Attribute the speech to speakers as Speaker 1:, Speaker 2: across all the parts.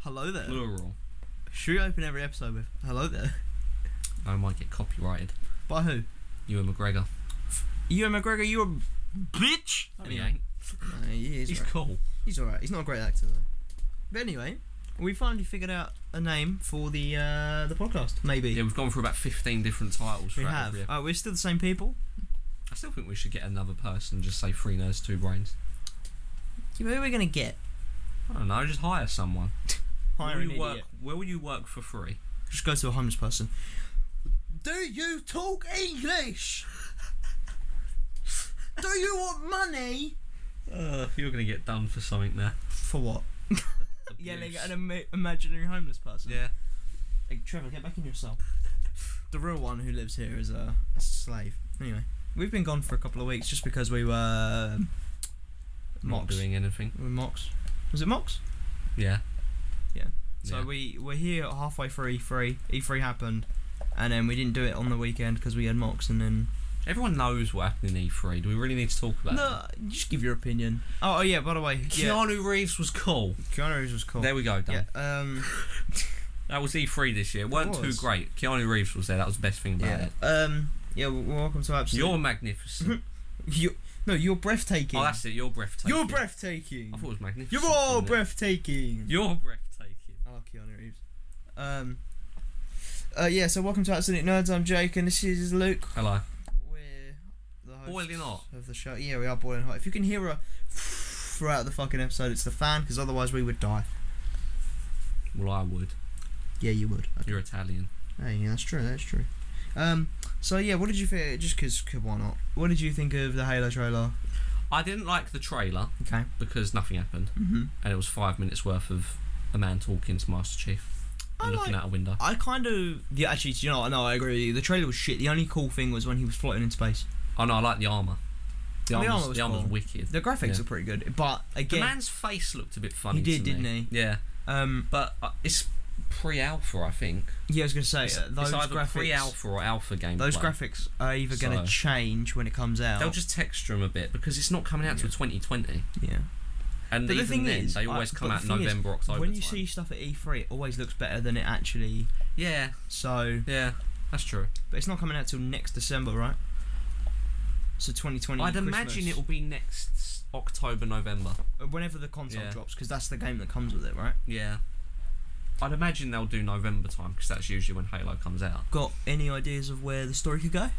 Speaker 1: Hello there.
Speaker 2: Plural.
Speaker 1: Should we open every episode with hello there?
Speaker 2: I might get copyrighted.
Speaker 1: By who?
Speaker 2: You and McGregor.
Speaker 3: You and McGregor, you a bitch.
Speaker 2: Anyway,
Speaker 1: No, he is
Speaker 2: he's
Speaker 1: right.
Speaker 2: cool.
Speaker 1: He's alright. He's not a great actor though. But anyway, we finally figured out a name for the uh, the podcast. Maybe
Speaker 2: Yeah, we've gone through about 15 different titles.
Speaker 1: we
Speaker 2: throughout
Speaker 1: have.
Speaker 2: every ep-
Speaker 1: Uh, we're still the same people.
Speaker 2: I still think we should get another person, just say three nerds, two brains.
Speaker 1: Who are we gonna get?
Speaker 2: I don't know, just hire someone.
Speaker 1: Hire
Speaker 2: where
Speaker 1: an
Speaker 2: would you work,
Speaker 1: idiot.
Speaker 2: Where would you work for free?
Speaker 1: Just go to a homeless person. Do you talk English? Do you want money?
Speaker 2: Uh, you're going to get done for something there.
Speaker 1: For what? Yelling
Speaker 2: Abuse.
Speaker 1: at an ima- imaginary homeless person.
Speaker 2: Yeah.
Speaker 1: Hey, Trevor, get back in your cell. The real one who lives here is a, a slave. Anyway, we've been gone for a couple of weeks just because we were um,
Speaker 2: Not
Speaker 1: Mox.
Speaker 2: doing anything.
Speaker 1: We were Mox. Was it Mox?
Speaker 2: Yeah.
Speaker 1: Yeah. So
Speaker 2: Yeah.
Speaker 1: we we're here halfway through E E3. E3 happened, and then we didn't do it on the weekend because we had Mox, and then
Speaker 2: Everyone knows what happened in E3. Do we really need to talk about it?
Speaker 1: no, you just give your opinion. Oh, oh yeah. By the way, yeah,
Speaker 2: Keanu Reeves was cool.
Speaker 1: Keanu Reeves was cool.
Speaker 2: There we go, done.
Speaker 1: yeah. Um.
Speaker 2: That was E3 this year. It weren't too
Speaker 1: was.
Speaker 2: great. Keanu Reeves was there. That was the best thing about
Speaker 1: Yeah.
Speaker 2: it.
Speaker 1: Um. Yeah. well, Welcome to absolute.
Speaker 2: You're magnificent.
Speaker 1: You're, no, you're breathtaking.
Speaker 2: oh, that's it. You're breathtaking.
Speaker 1: you're breathtaking.
Speaker 2: I thought it was magnificent.
Speaker 1: You're all
Speaker 2: wasn't it?
Speaker 1: breathtaking.
Speaker 2: You're breathtaking.
Speaker 1: I like Keanu Reeves. Um, uh, yeah, so welcome to Absolute Nerds. I'm Jake, and this is Luke.
Speaker 2: Hello.
Speaker 1: We're the hosts
Speaker 2: Boiling hot.
Speaker 1: of the show. Yeah, we are boiling hot. If you can hear a throughout the fucking episode, it's the fan, because otherwise we would die.
Speaker 2: Well, I would.
Speaker 1: Yeah, you would. Okay.
Speaker 2: You're Italian.
Speaker 1: Hey, yeah, that's true. That's true. Um, so yeah, what did you think? Just because, why not? What did you think of the Halo trailer?
Speaker 2: I didn't like the trailer
Speaker 1: Okay.
Speaker 2: because nothing happened,
Speaker 1: Mm-hmm.
Speaker 2: and it was five minutes worth of a man talking to Master Chief and
Speaker 1: I
Speaker 2: looking
Speaker 1: like-
Speaker 2: out a window.
Speaker 1: I kind of yeah. Actually, do you know, what? no, I agree. With you. The trailer was shit. The only cool thing was when he was floating in space.
Speaker 2: Oh no, I like the armor. The
Speaker 1: The
Speaker 2: armor's,
Speaker 1: armour was
Speaker 2: the armor's
Speaker 1: cool.
Speaker 2: wicked.
Speaker 1: The graphics
Speaker 2: Yeah.
Speaker 1: are pretty good, but
Speaker 2: The
Speaker 1: again,
Speaker 2: man's face looked a bit funny.
Speaker 1: did,
Speaker 2: to me.
Speaker 1: didn't he?
Speaker 2: Yeah,
Speaker 1: um,
Speaker 2: but uh, it's pre-alpha, I think.
Speaker 1: yeah, I was gonna say
Speaker 2: It's,
Speaker 1: uh, those
Speaker 2: it's either
Speaker 1: graphics,
Speaker 2: pre-alpha or alpha game.
Speaker 1: those graphics are either
Speaker 2: So-
Speaker 1: gonna change when it comes out.
Speaker 2: They'll just texture them a bit because it's not coming out till 2020.
Speaker 1: yeah.
Speaker 2: And
Speaker 1: But the
Speaker 2: even
Speaker 1: thing
Speaker 2: then,
Speaker 1: is,
Speaker 2: they
Speaker 1: I-
Speaker 2: always come
Speaker 1: but
Speaker 2: out
Speaker 1: the thing is,
Speaker 2: November, October.
Speaker 1: when you
Speaker 2: time.
Speaker 1: see stuff at E3, it always looks better than it actually.
Speaker 2: yeah,
Speaker 1: So,
Speaker 2: yeah, that's true.
Speaker 1: but it's not coming out till next December, right? So 2020.
Speaker 2: I'd imagine it'll be next s- October, November.
Speaker 1: will uh, whenever the console
Speaker 2: Yeah.
Speaker 1: drops, because that's the game that comes with it, right?
Speaker 2: Yeah, I'd imagine they'll do November time because that's usually when Halo comes out.
Speaker 1: Got any ideas of where the story could go?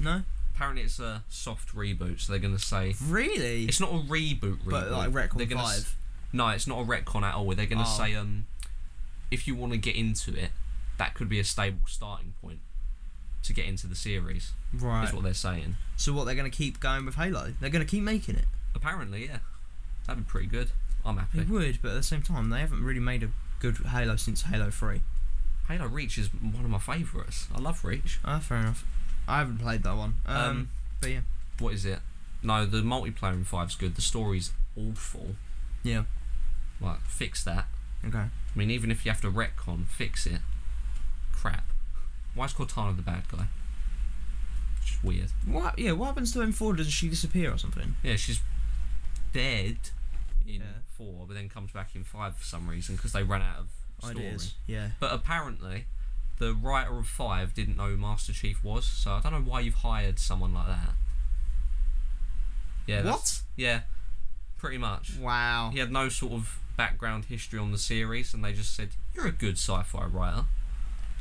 Speaker 1: No,
Speaker 2: Apparently, it's a soft reboot, so they're gonna say
Speaker 1: really.
Speaker 2: it's not a reboot. reboot.
Speaker 1: but like
Speaker 2: they're
Speaker 1: Retcon
Speaker 2: gonna s-
Speaker 1: Five.
Speaker 2: No, it's not a retcon at all. They're going to
Speaker 1: Oh.
Speaker 2: say, um, if you want to get into it, that could be a stable starting point to get into the series.
Speaker 1: Right.
Speaker 2: Is what they're saying.
Speaker 1: So what they're going to keep going with Halo? They're going to keep making it.
Speaker 2: Apparently, yeah, that'd be pretty good. I'm
Speaker 1: They
Speaker 2: happy.
Speaker 1: would, but at the same time, they haven't really made a good Halo since Halo Three.
Speaker 2: Halo Reach is one of my favourites. I love Reach.
Speaker 1: Ah, fair enough. I haven't played that one. Um,
Speaker 2: Um,
Speaker 1: but yeah,
Speaker 2: What is it? No, the multiplayer in five's good. The story's awful.
Speaker 1: yeah,
Speaker 2: Like, fix that.
Speaker 1: okay.
Speaker 2: I mean, even if you have to retcon, fix it. Crap. Why is Cortana the bad guy? It's just weird.
Speaker 1: What? Yeah, what happens to M Four? Does she disappear or something?
Speaker 2: Yeah, she's dead in
Speaker 1: Yeah.
Speaker 2: four, but then comes back in five for some reason because they ran out of story.
Speaker 1: Ideas. Yeah.
Speaker 2: But apparently, the writer of five didn't know who Master Chief was, so I don't know why you've hired someone like that. Yeah. that's- Yeah, pretty much.
Speaker 1: Wow.
Speaker 2: He had no sort of background history on the series, and they just said, "You're a good sci-fi writer.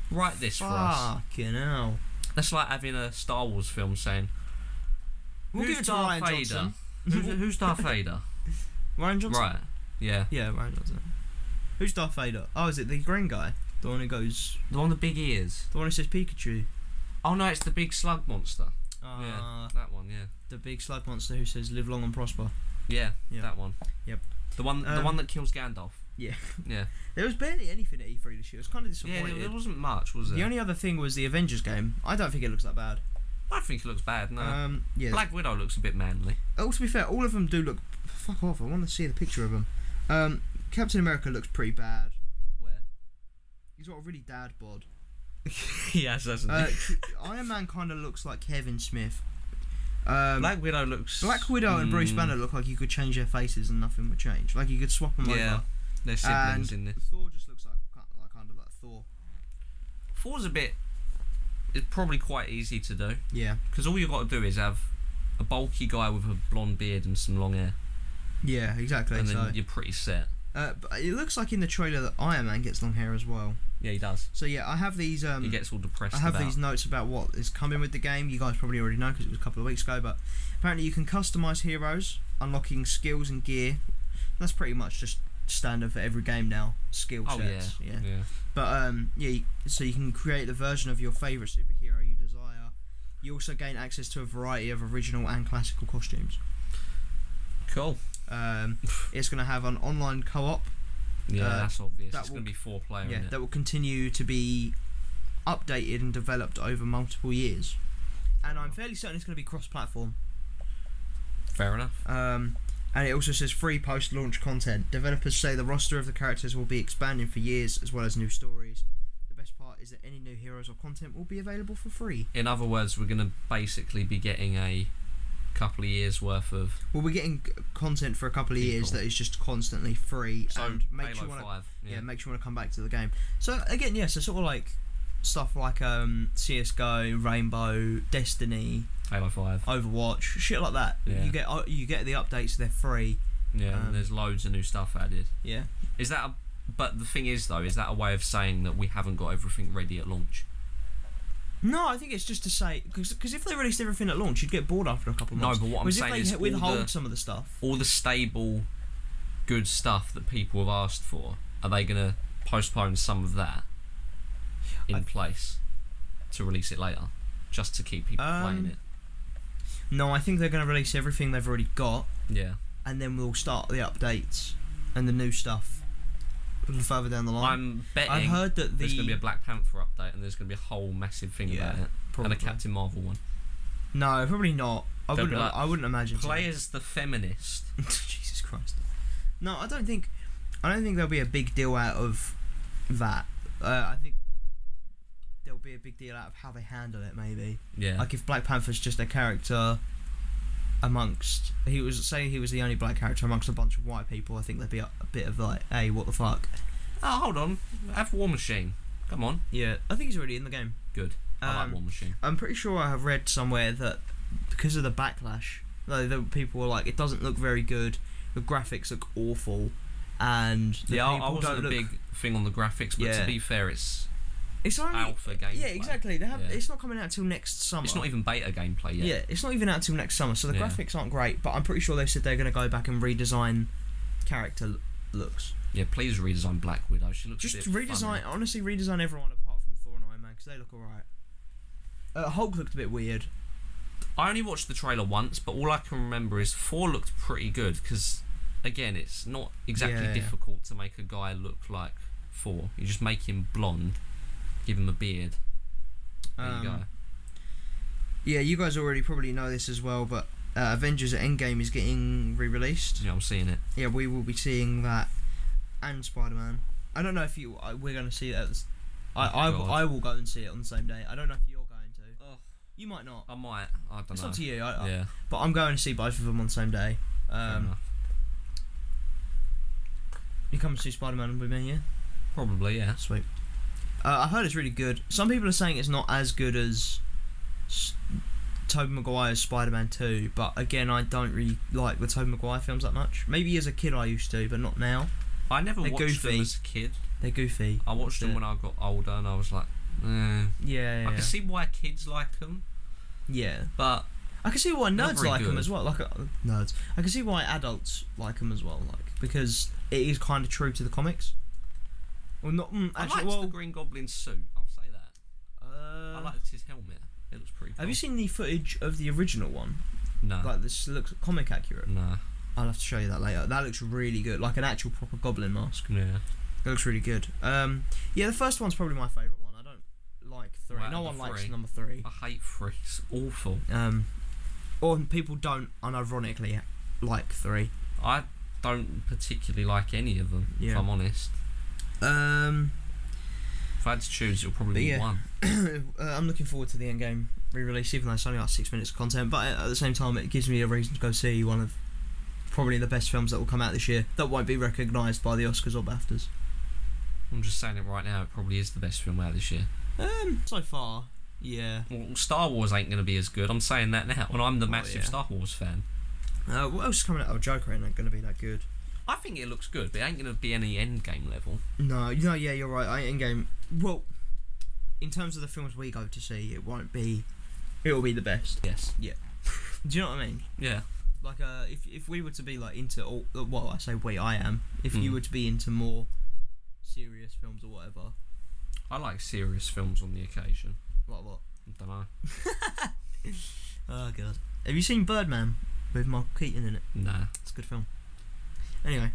Speaker 2: Write this for us."
Speaker 1: Fucking hell.
Speaker 2: That's like having a Star Wars film saying,
Speaker 1: We'll
Speaker 2: "Who's
Speaker 1: give it to
Speaker 2: Darth
Speaker 1: Ryan Johnson.
Speaker 2: Vader? Who's, who's Darth Vader?"
Speaker 1: Ryan Johnson.
Speaker 2: Right. Yeah.
Speaker 1: Yeah, Ryan Johnson. Who's Darth Vader? Oh, is it the green guy? The one who goes.
Speaker 2: The one with the big ears.
Speaker 1: The one who says Pikachu.
Speaker 2: Oh no, it's the big slug monster.
Speaker 1: Uh,
Speaker 2: yeah. That one, yeah.
Speaker 1: The big slug monster who says "Live long and prosper."
Speaker 2: Yeah,
Speaker 1: Yeah.
Speaker 2: that one.
Speaker 1: Yep.
Speaker 2: The one the
Speaker 1: Um,
Speaker 2: one that kills Gandalf.
Speaker 1: Yeah.
Speaker 2: Yeah.
Speaker 1: There was barely anything at E3 this year. It's kind of
Speaker 2: Yeah,
Speaker 1: disappointing.
Speaker 2: there, there wasn't much, was there?
Speaker 1: The only other thing was the Avengers game. I don't think it looks that bad.
Speaker 2: I don't think it looks bad, no.
Speaker 1: Um, yeah.
Speaker 2: Black Widow looks a bit manly.
Speaker 1: oh, to be fair, all of them do look. Fuck off! I want to see the picture of them. Um, Captain America looks pretty bad.
Speaker 2: Where?
Speaker 1: He's got a really dad bod.
Speaker 2: yes, that's
Speaker 1: Uh, Iron Man kind of looks like Kevin Smith. Um, Black,
Speaker 2: Black Widow looks
Speaker 1: Widow and Bruce
Speaker 2: Mm,
Speaker 1: Banner look like you could change their faces and nothing would change. Like you could swap them
Speaker 2: Yeah.
Speaker 1: over.
Speaker 2: They're siblings in this.
Speaker 1: Thor just looks like ki- like kind of like Thor.
Speaker 2: Four's a bit. It's probably quite easy to do
Speaker 1: Yeah.
Speaker 2: because all you got to do is have a bulky guy with a blonde beard and some long hair,
Speaker 1: Yeah, exactly.
Speaker 2: and then
Speaker 1: so,
Speaker 2: you're pretty set.
Speaker 1: uh, but it looks like in the trailer that Iron Man gets long hair as well.
Speaker 2: Yeah, he does.
Speaker 1: So yeah, I have these. Um,
Speaker 2: he gets all depressed
Speaker 1: I have
Speaker 2: about.
Speaker 1: these notes about what is coming with the game. You guys probably already know because it was a couple of weeks ago, but apparently you can customize heroes, unlocking skills and gear. That's pretty much just standard for every game now. Skill
Speaker 2: oh yeah,
Speaker 1: sets.
Speaker 2: yeah,
Speaker 1: But um, yeah, you- so you can create the version of your favorite superhero you desire. You also gain access to a variety of original and classical costumes.
Speaker 2: Cool.
Speaker 1: Um, it's going to have an online co-op
Speaker 2: Yeah,
Speaker 1: Uh,
Speaker 2: that's obvious.
Speaker 1: that
Speaker 2: it's
Speaker 1: will-
Speaker 2: gonna be four player.
Speaker 1: yeah,
Speaker 2: isn't it?
Speaker 1: that will continue to be updated and developed over multiple years. And I'm fairly certain it's going to be cross-platform.
Speaker 2: Fair enough.
Speaker 1: Um, and it also says free post-launch content. Developers say the roster of the characters will be expanding for years, as well as new stories. The best part is that any new heroes or content will be available for free.
Speaker 2: In other words, we're gonna basically be getting a couple of years worth of
Speaker 1: Well, we're getting c- content for a couple of years
Speaker 2: People.
Speaker 1: that is just constantly free,
Speaker 2: so
Speaker 1: and makes
Speaker 2: Halo
Speaker 1: you want to
Speaker 2: Five.
Speaker 1: yeah. makes you want to come back to the game. So again, yeah, so sort of like stuff like um, CS:GO, Rainbow, Destiny,
Speaker 2: Halo Five.
Speaker 1: Overwatch, shit like that.
Speaker 2: Yeah.
Speaker 1: You get uh, you get the updates; they're free.
Speaker 2: Yeah,
Speaker 1: um,
Speaker 2: and there's loads of new stuff added.
Speaker 1: Yeah.
Speaker 2: Is that a, but the thing is though, is that a way of saying that we haven't got everything ready at launch?
Speaker 1: No, I think it's just to say because if they released everything at launch, you'd get bored after a couple of
Speaker 2: No,
Speaker 1: months.
Speaker 2: but what I'm
Speaker 1: Whereas
Speaker 2: saying
Speaker 1: if
Speaker 2: is
Speaker 1: they
Speaker 2: all
Speaker 1: withhold
Speaker 2: the-
Speaker 1: some of the stuff.
Speaker 2: All the stable good stuff that people have asked for, are they gonna postpone some of that in
Speaker 1: I-
Speaker 2: place to release it later? Just to keep people
Speaker 1: Um,
Speaker 2: playing it.
Speaker 1: No, I think they're going to release everything they've already got,
Speaker 2: Yeah.
Speaker 1: and then we'll start the updates and the new stuff a little further down the line.
Speaker 2: I'm betting
Speaker 1: I've heard that the
Speaker 2: there's gonna be a Black Panther update and there's gonna be a whole massive thing about
Speaker 1: Yeah,
Speaker 2: it.
Speaker 1: probably.
Speaker 2: And a Captain Marvel one.
Speaker 1: No, probably not. I
Speaker 2: They'll be
Speaker 1: wouldn't.
Speaker 2: like,
Speaker 1: I wouldn't imagine. so."
Speaker 2: Play as the feminist.
Speaker 1: Jesus Christ. No, I don't think. I don't think there'll be a big deal out of that. Uh, I think there'll be a big deal out of how they handle it. Maybe
Speaker 2: Yeah.
Speaker 1: like if Black Panther's just a character amongst he was say he was the only black character amongst a bunch of white people. I think there'd be a, a bit of like, hey, what the fuck?
Speaker 2: Oh, hold on. Have War Machine. Come on.
Speaker 1: Yeah, I think he's already in the game.
Speaker 2: Good. I like
Speaker 1: Um,
Speaker 2: War Machine.
Speaker 1: I'm pretty sure I have read somewhere that because of the backlash, like, the people were like, it doesn't look very good, the graphics look awful, and the
Speaker 2: Yeah, I- I
Speaker 1: people
Speaker 2: wasn't
Speaker 1: don't
Speaker 2: a
Speaker 1: look.
Speaker 2: big thing on the graphics, but
Speaker 1: Yeah.
Speaker 2: to be fair, it's
Speaker 1: it's only
Speaker 2: alpha gameplay.
Speaker 1: yeah, exactly. They have,
Speaker 2: Yeah.
Speaker 1: It's not coming out till next summer.
Speaker 2: It's not even beta gameplay yet.
Speaker 1: yeah. it's not even out till next summer, so the
Speaker 2: Yeah.
Speaker 1: graphics aren't great. But I'm pretty sure they said they're going to go back and redesign character l- looks.
Speaker 2: Yeah, please redesign Black Widow. She looks a
Speaker 1: Just
Speaker 2: bit
Speaker 1: redesign,
Speaker 2: funny.
Speaker 1: honestly, redesign everyone apart from Thor and Iron Man because they look alright. Uh, Hulk looked a bit weird.
Speaker 2: I only watched the trailer once, but all I can remember is four looked pretty good because, again, it's not exactly
Speaker 1: Yeah.
Speaker 2: difficult to make a guy look like four. You just make him blonde, give him a beard. There
Speaker 1: Um,
Speaker 2: you go.
Speaker 1: Yeah, you guys already probably know this as well, but uh, Avengers Endgame is getting re released.
Speaker 2: Yeah, I'm seeing it.
Speaker 1: Yeah, we will be seeing that and Spider Man. I don't know if you. I, we're going to see that. as- I, I,
Speaker 2: Oh God.
Speaker 1: I will go and see it on the same day. I don't know if you're going to.
Speaker 2: Oh.
Speaker 1: You might not.
Speaker 2: I might. I don't
Speaker 1: It's
Speaker 2: know.
Speaker 1: up to you. I, I-
Speaker 2: Yeah.
Speaker 1: But I'm going to see both of them on the same day.
Speaker 2: fair
Speaker 1: Um,
Speaker 2: enough.
Speaker 1: you come and see Spider Man with me, yeah?
Speaker 2: Probably. Yeah.
Speaker 1: Sweet. Uh, I heard it's really good. Some people are saying it's not as good as S- Tobey Maguire's Spider-Man 2, but again, I don't really like the Tobey Maguire films that much. Maybe as a kid I used to, but not now.
Speaker 2: I never
Speaker 1: They're
Speaker 2: watched
Speaker 1: goofy.
Speaker 2: them as a kid.
Speaker 1: They're goofy.
Speaker 2: I watched them
Speaker 1: Yeah.
Speaker 2: when I got older, and I was like, eh.
Speaker 1: Yeah, yeah.
Speaker 2: I
Speaker 1: yeah.
Speaker 2: can see why kids like them,
Speaker 1: yeah.
Speaker 2: but
Speaker 1: I can see why
Speaker 2: Not
Speaker 1: nerds
Speaker 2: very
Speaker 1: like them
Speaker 2: good.
Speaker 1: as well. Like uh, nerds. I can see why adults like them as well. Like because it is kind of true to the comics. Well, not mm,
Speaker 2: I
Speaker 1: actually.
Speaker 2: liked
Speaker 1: well,
Speaker 2: the Green Goblin suit. I'll say that.
Speaker 1: uh,
Speaker 2: I liked his helmet. It looks pretty. Cool.
Speaker 1: have you seen the footage of the original one?
Speaker 2: No.
Speaker 1: Like this looks comic accurate.
Speaker 2: nah.
Speaker 1: I'll have to show you that later. That looks really good, like an actual proper goblin mask.
Speaker 2: Yeah.
Speaker 1: That looks really good. Um, yeah, the first one's probably my favourite one. I don't like three.
Speaker 2: Right,
Speaker 1: no
Speaker 2: number
Speaker 1: one likes
Speaker 2: three.
Speaker 1: number three.
Speaker 2: I hate three. It's awful.
Speaker 1: Um, or people don't unironically like three.
Speaker 2: I don't particularly like any of them.
Speaker 1: Yeah.
Speaker 2: If I'm honest,
Speaker 1: Um,
Speaker 2: if I had to choose, it'll
Speaker 1: But
Speaker 2: probably be
Speaker 1: yeah.
Speaker 2: one.
Speaker 1: uh, I'm looking forward to the end game re-release, even though it's only like six minutes of content. But at the same time, it gives me a reason to go see one of probably the best films that will come out this year that won't be recognised by the Oscars or BAFTAs.
Speaker 2: I'm just saying it right now. It probably is the best film out this year.
Speaker 1: Um, so far, yeah.
Speaker 2: Well, Star Wars ain't going to be as good. I'm saying that now, and I'm the
Speaker 1: Oh,
Speaker 2: massive
Speaker 1: yeah.
Speaker 2: Star Wars fan.
Speaker 1: Uh, what else is coming out? Oh, Joker ain't going to be that good.
Speaker 2: I think it looks good, but it ain't going to be any Endgame level.
Speaker 1: No, no, yeah, you're right. I Endgame. Well, in terms of the films we go to see, it won't be. It will be the best.
Speaker 2: Yes.
Speaker 1: Do you know what I mean?
Speaker 2: Yeah.
Speaker 1: Like, uh, if if we were to be like into all, uh, well, I say we, I am. If you
Speaker 2: Hmm.
Speaker 1: were to be into more serious films or whatever,
Speaker 2: I like serious films on the occasion.
Speaker 1: what what?
Speaker 2: I don't know.
Speaker 1: Oh god. Have you seen Birdman with Michael Keaton in it?
Speaker 2: Nah.
Speaker 1: It's a good film. Anyway,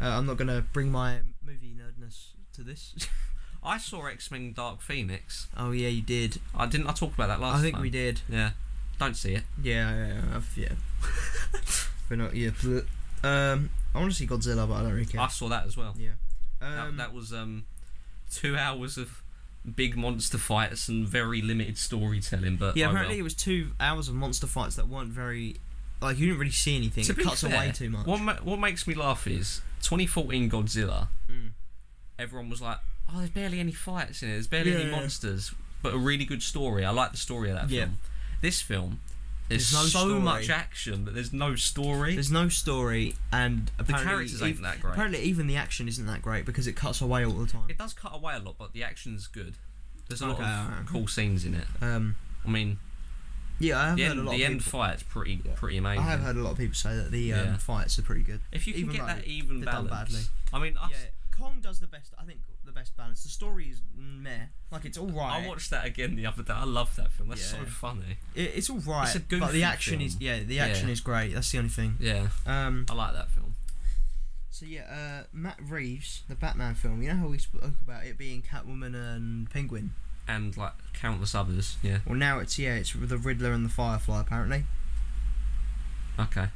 Speaker 1: uh, I'm not gonna bring my movie nerdness to this.
Speaker 2: I saw X Men Dark Phoenix.
Speaker 1: oh yeah, you did.
Speaker 2: I didn't. I talked about that last.
Speaker 1: I think
Speaker 2: time.
Speaker 1: we did.
Speaker 2: Yeah. Don't see it.
Speaker 1: Yeah, yeah, yeah. I've- yeah. We're not. Yeah. bleh. Um, I want to see Godzilla, but I don't really care.
Speaker 2: I saw that as well.
Speaker 1: yeah. Um,
Speaker 2: that, that was um, two hours of big monster fights and very limited storytelling. But oh
Speaker 1: yeah.
Speaker 2: I
Speaker 1: Apparently,
Speaker 2: will.
Speaker 1: it was two hours of monster fights that weren't very. Like you didn't really see anything.
Speaker 2: To
Speaker 1: it
Speaker 2: be
Speaker 1: cuts
Speaker 2: fair,
Speaker 1: away too much.
Speaker 2: What ma- what makes me laugh is 2014 Godzilla.
Speaker 1: Mm.
Speaker 2: Everyone was like, "Oh, there's barely any fights in it. There's barely any
Speaker 1: Yeah.
Speaker 2: monsters, but a really good story. I like the story of that
Speaker 1: Yeah.
Speaker 2: film." This film, there's,
Speaker 1: There's no
Speaker 2: so
Speaker 1: story.
Speaker 2: much action that there's no story.
Speaker 1: There's no story, and
Speaker 2: the
Speaker 1: apparently,
Speaker 2: characters ain't
Speaker 1: ev-
Speaker 2: that great.
Speaker 1: apparently even the action isn't that great because it cuts away all the time.
Speaker 2: It does cut away a lot, but the action's good. There's a lot
Speaker 1: Okay,
Speaker 2: of
Speaker 1: alright.
Speaker 2: cool scenes in it.
Speaker 1: Um,
Speaker 2: I mean,
Speaker 1: yeah, I have
Speaker 2: the
Speaker 1: heard a
Speaker 2: end,
Speaker 1: lot.
Speaker 2: the
Speaker 1: of
Speaker 2: end
Speaker 1: people,
Speaker 2: fight's pretty
Speaker 1: Yeah.
Speaker 2: pretty amazing.
Speaker 1: I have heard a lot of people say that the um,
Speaker 2: Yeah.
Speaker 1: fights are pretty good.
Speaker 2: If you can
Speaker 1: even
Speaker 2: get
Speaker 1: though
Speaker 2: that even
Speaker 1: they're done
Speaker 2: balance,
Speaker 1: badly.
Speaker 2: I mean, I,
Speaker 1: Yeah, Kong does the best. I think the best balance. The story is meh. Like it's all right.
Speaker 2: I watched that again the other day. I love that film. That's
Speaker 1: Yeah.
Speaker 2: so funny.
Speaker 1: It, it's all right.
Speaker 2: It's a
Speaker 1: but
Speaker 2: goofy
Speaker 1: the action is
Speaker 2: film.
Speaker 1: yeah. The action
Speaker 2: Yeah.
Speaker 1: is great. That's the only thing.
Speaker 2: Yeah,
Speaker 1: Um.
Speaker 2: I like that film.
Speaker 1: So yeah, uh, Matt Reeves, the Batman film. You know how we spoke about it being Catwoman and Penguin.
Speaker 2: And like countless others. Yeah.
Speaker 1: Well, now it's yeah, it's the Riddler and the Firefly. Apparently,
Speaker 2: Okay.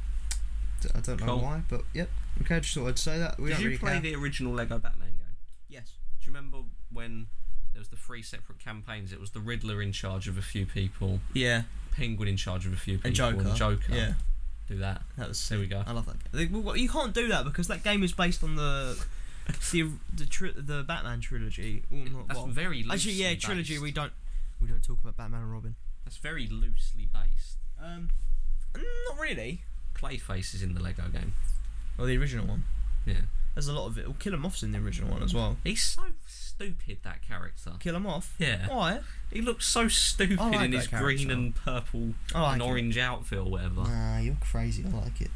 Speaker 1: D- I don't know
Speaker 2: Cool.
Speaker 1: why, but yep. Okay, I just thought I'd say that. We
Speaker 2: Did
Speaker 1: don't
Speaker 2: you
Speaker 1: really
Speaker 2: play
Speaker 1: care.
Speaker 2: the original Lego Batman game?
Speaker 1: yes.
Speaker 2: Do you remember when there was the three separate campaigns? It was the Riddler in charge of a few people,
Speaker 1: Yeah.
Speaker 2: Penguin in charge of a few people,
Speaker 1: And Joker.
Speaker 2: and Joker.
Speaker 1: Yeah. Uh,
Speaker 2: Do that.
Speaker 1: That was
Speaker 2: There we go.
Speaker 1: I love that. Game. Well, well, you can't do that because that game is based on the the the, tri- the Batman trilogy. Well, not,
Speaker 2: That's
Speaker 1: well,
Speaker 2: very loosely
Speaker 1: actually, yeah,
Speaker 2: based.
Speaker 1: trilogy. We don't we don't talk about Batman and Robin.
Speaker 2: That's very loosely based.
Speaker 1: Um, not really.
Speaker 2: Clayface is in the Lego game.
Speaker 1: Well, the original one.
Speaker 2: Yeah.
Speaker 1: There's a lot of it. Well, Killer Moth's in the original one as well.
Speaker 2: He's so stupid that character.
Speaker 1: Killer Moth.
Speaker 2: Yeah.
Speaker 1: Why?
Speaker 2: He looks so stupid
Speaker 1: I like
Speaker 2: in
Speaker 1: that
Speaker 2: his green
Speaker 1: character.
Speaker 2: and purple
Speaker 1: I like
Speaker 2: and
Speaker 1: it.
Speaker 2: orange outfit or whatever.
Speaker 1: Nah, you're crazy. I like it.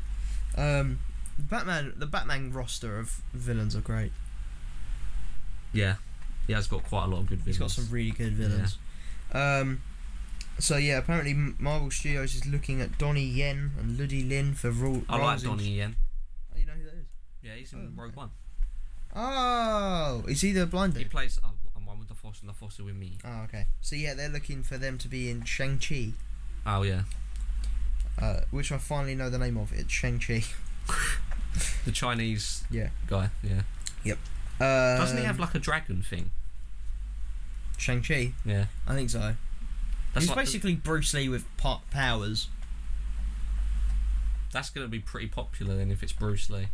Speaker 1: Um, Batman. The Batman roster of villains are great.
Speaker 2: Yeah. He has got quite a lot of good
Speaker 1: He's
Speaker 2: villains.
Speaker 1: got some really good villains. Um, so yeah, apparently M- Marvel Studios is looking at Donnie Yen and Ludie Lin for role.
Speaker 2: I like
Speaker 1: roles in-
Speaker 2: Donnie Yen.
Speaker 1: Oh, you know who that is?
Speaker 2: Yeah, he's in
Speaker 1: Oh,
Speaker 2: Rogue
Speaker 1: okay.
Speaker 2: One.
Speaker 1: Oh, is he the blind
Speaker 2: He
Speaker 1: dude?
Speaker 2: plays uh, I'm one with the force and the force is with me.
Speaker 1: Oh, okay. So yeah, they're looking for them to be in Shang Chi,
Speaker 2: Oh yeah.
Speaker 1: uh, which I finally know the name of. It's Shang Chi.
Speaker 2: The Chinese
Speaker 1: Yeah.
Speaker 2: guy, yeah.
Speaker 1: Um,
Speaker 2: Doesn't he have like a dragon thing?
Speaker 1: Shang Chi?
Speaker 2: Yeah.
Speaker 1: I think so.
Speaker 2: That's
Speaker 1: He's
Speaker 2: like-
Speaker 1: basically Bruce Lee with po- powers.
Speaker 2: that's gonna be pretty popular then if it's Bruce Lee.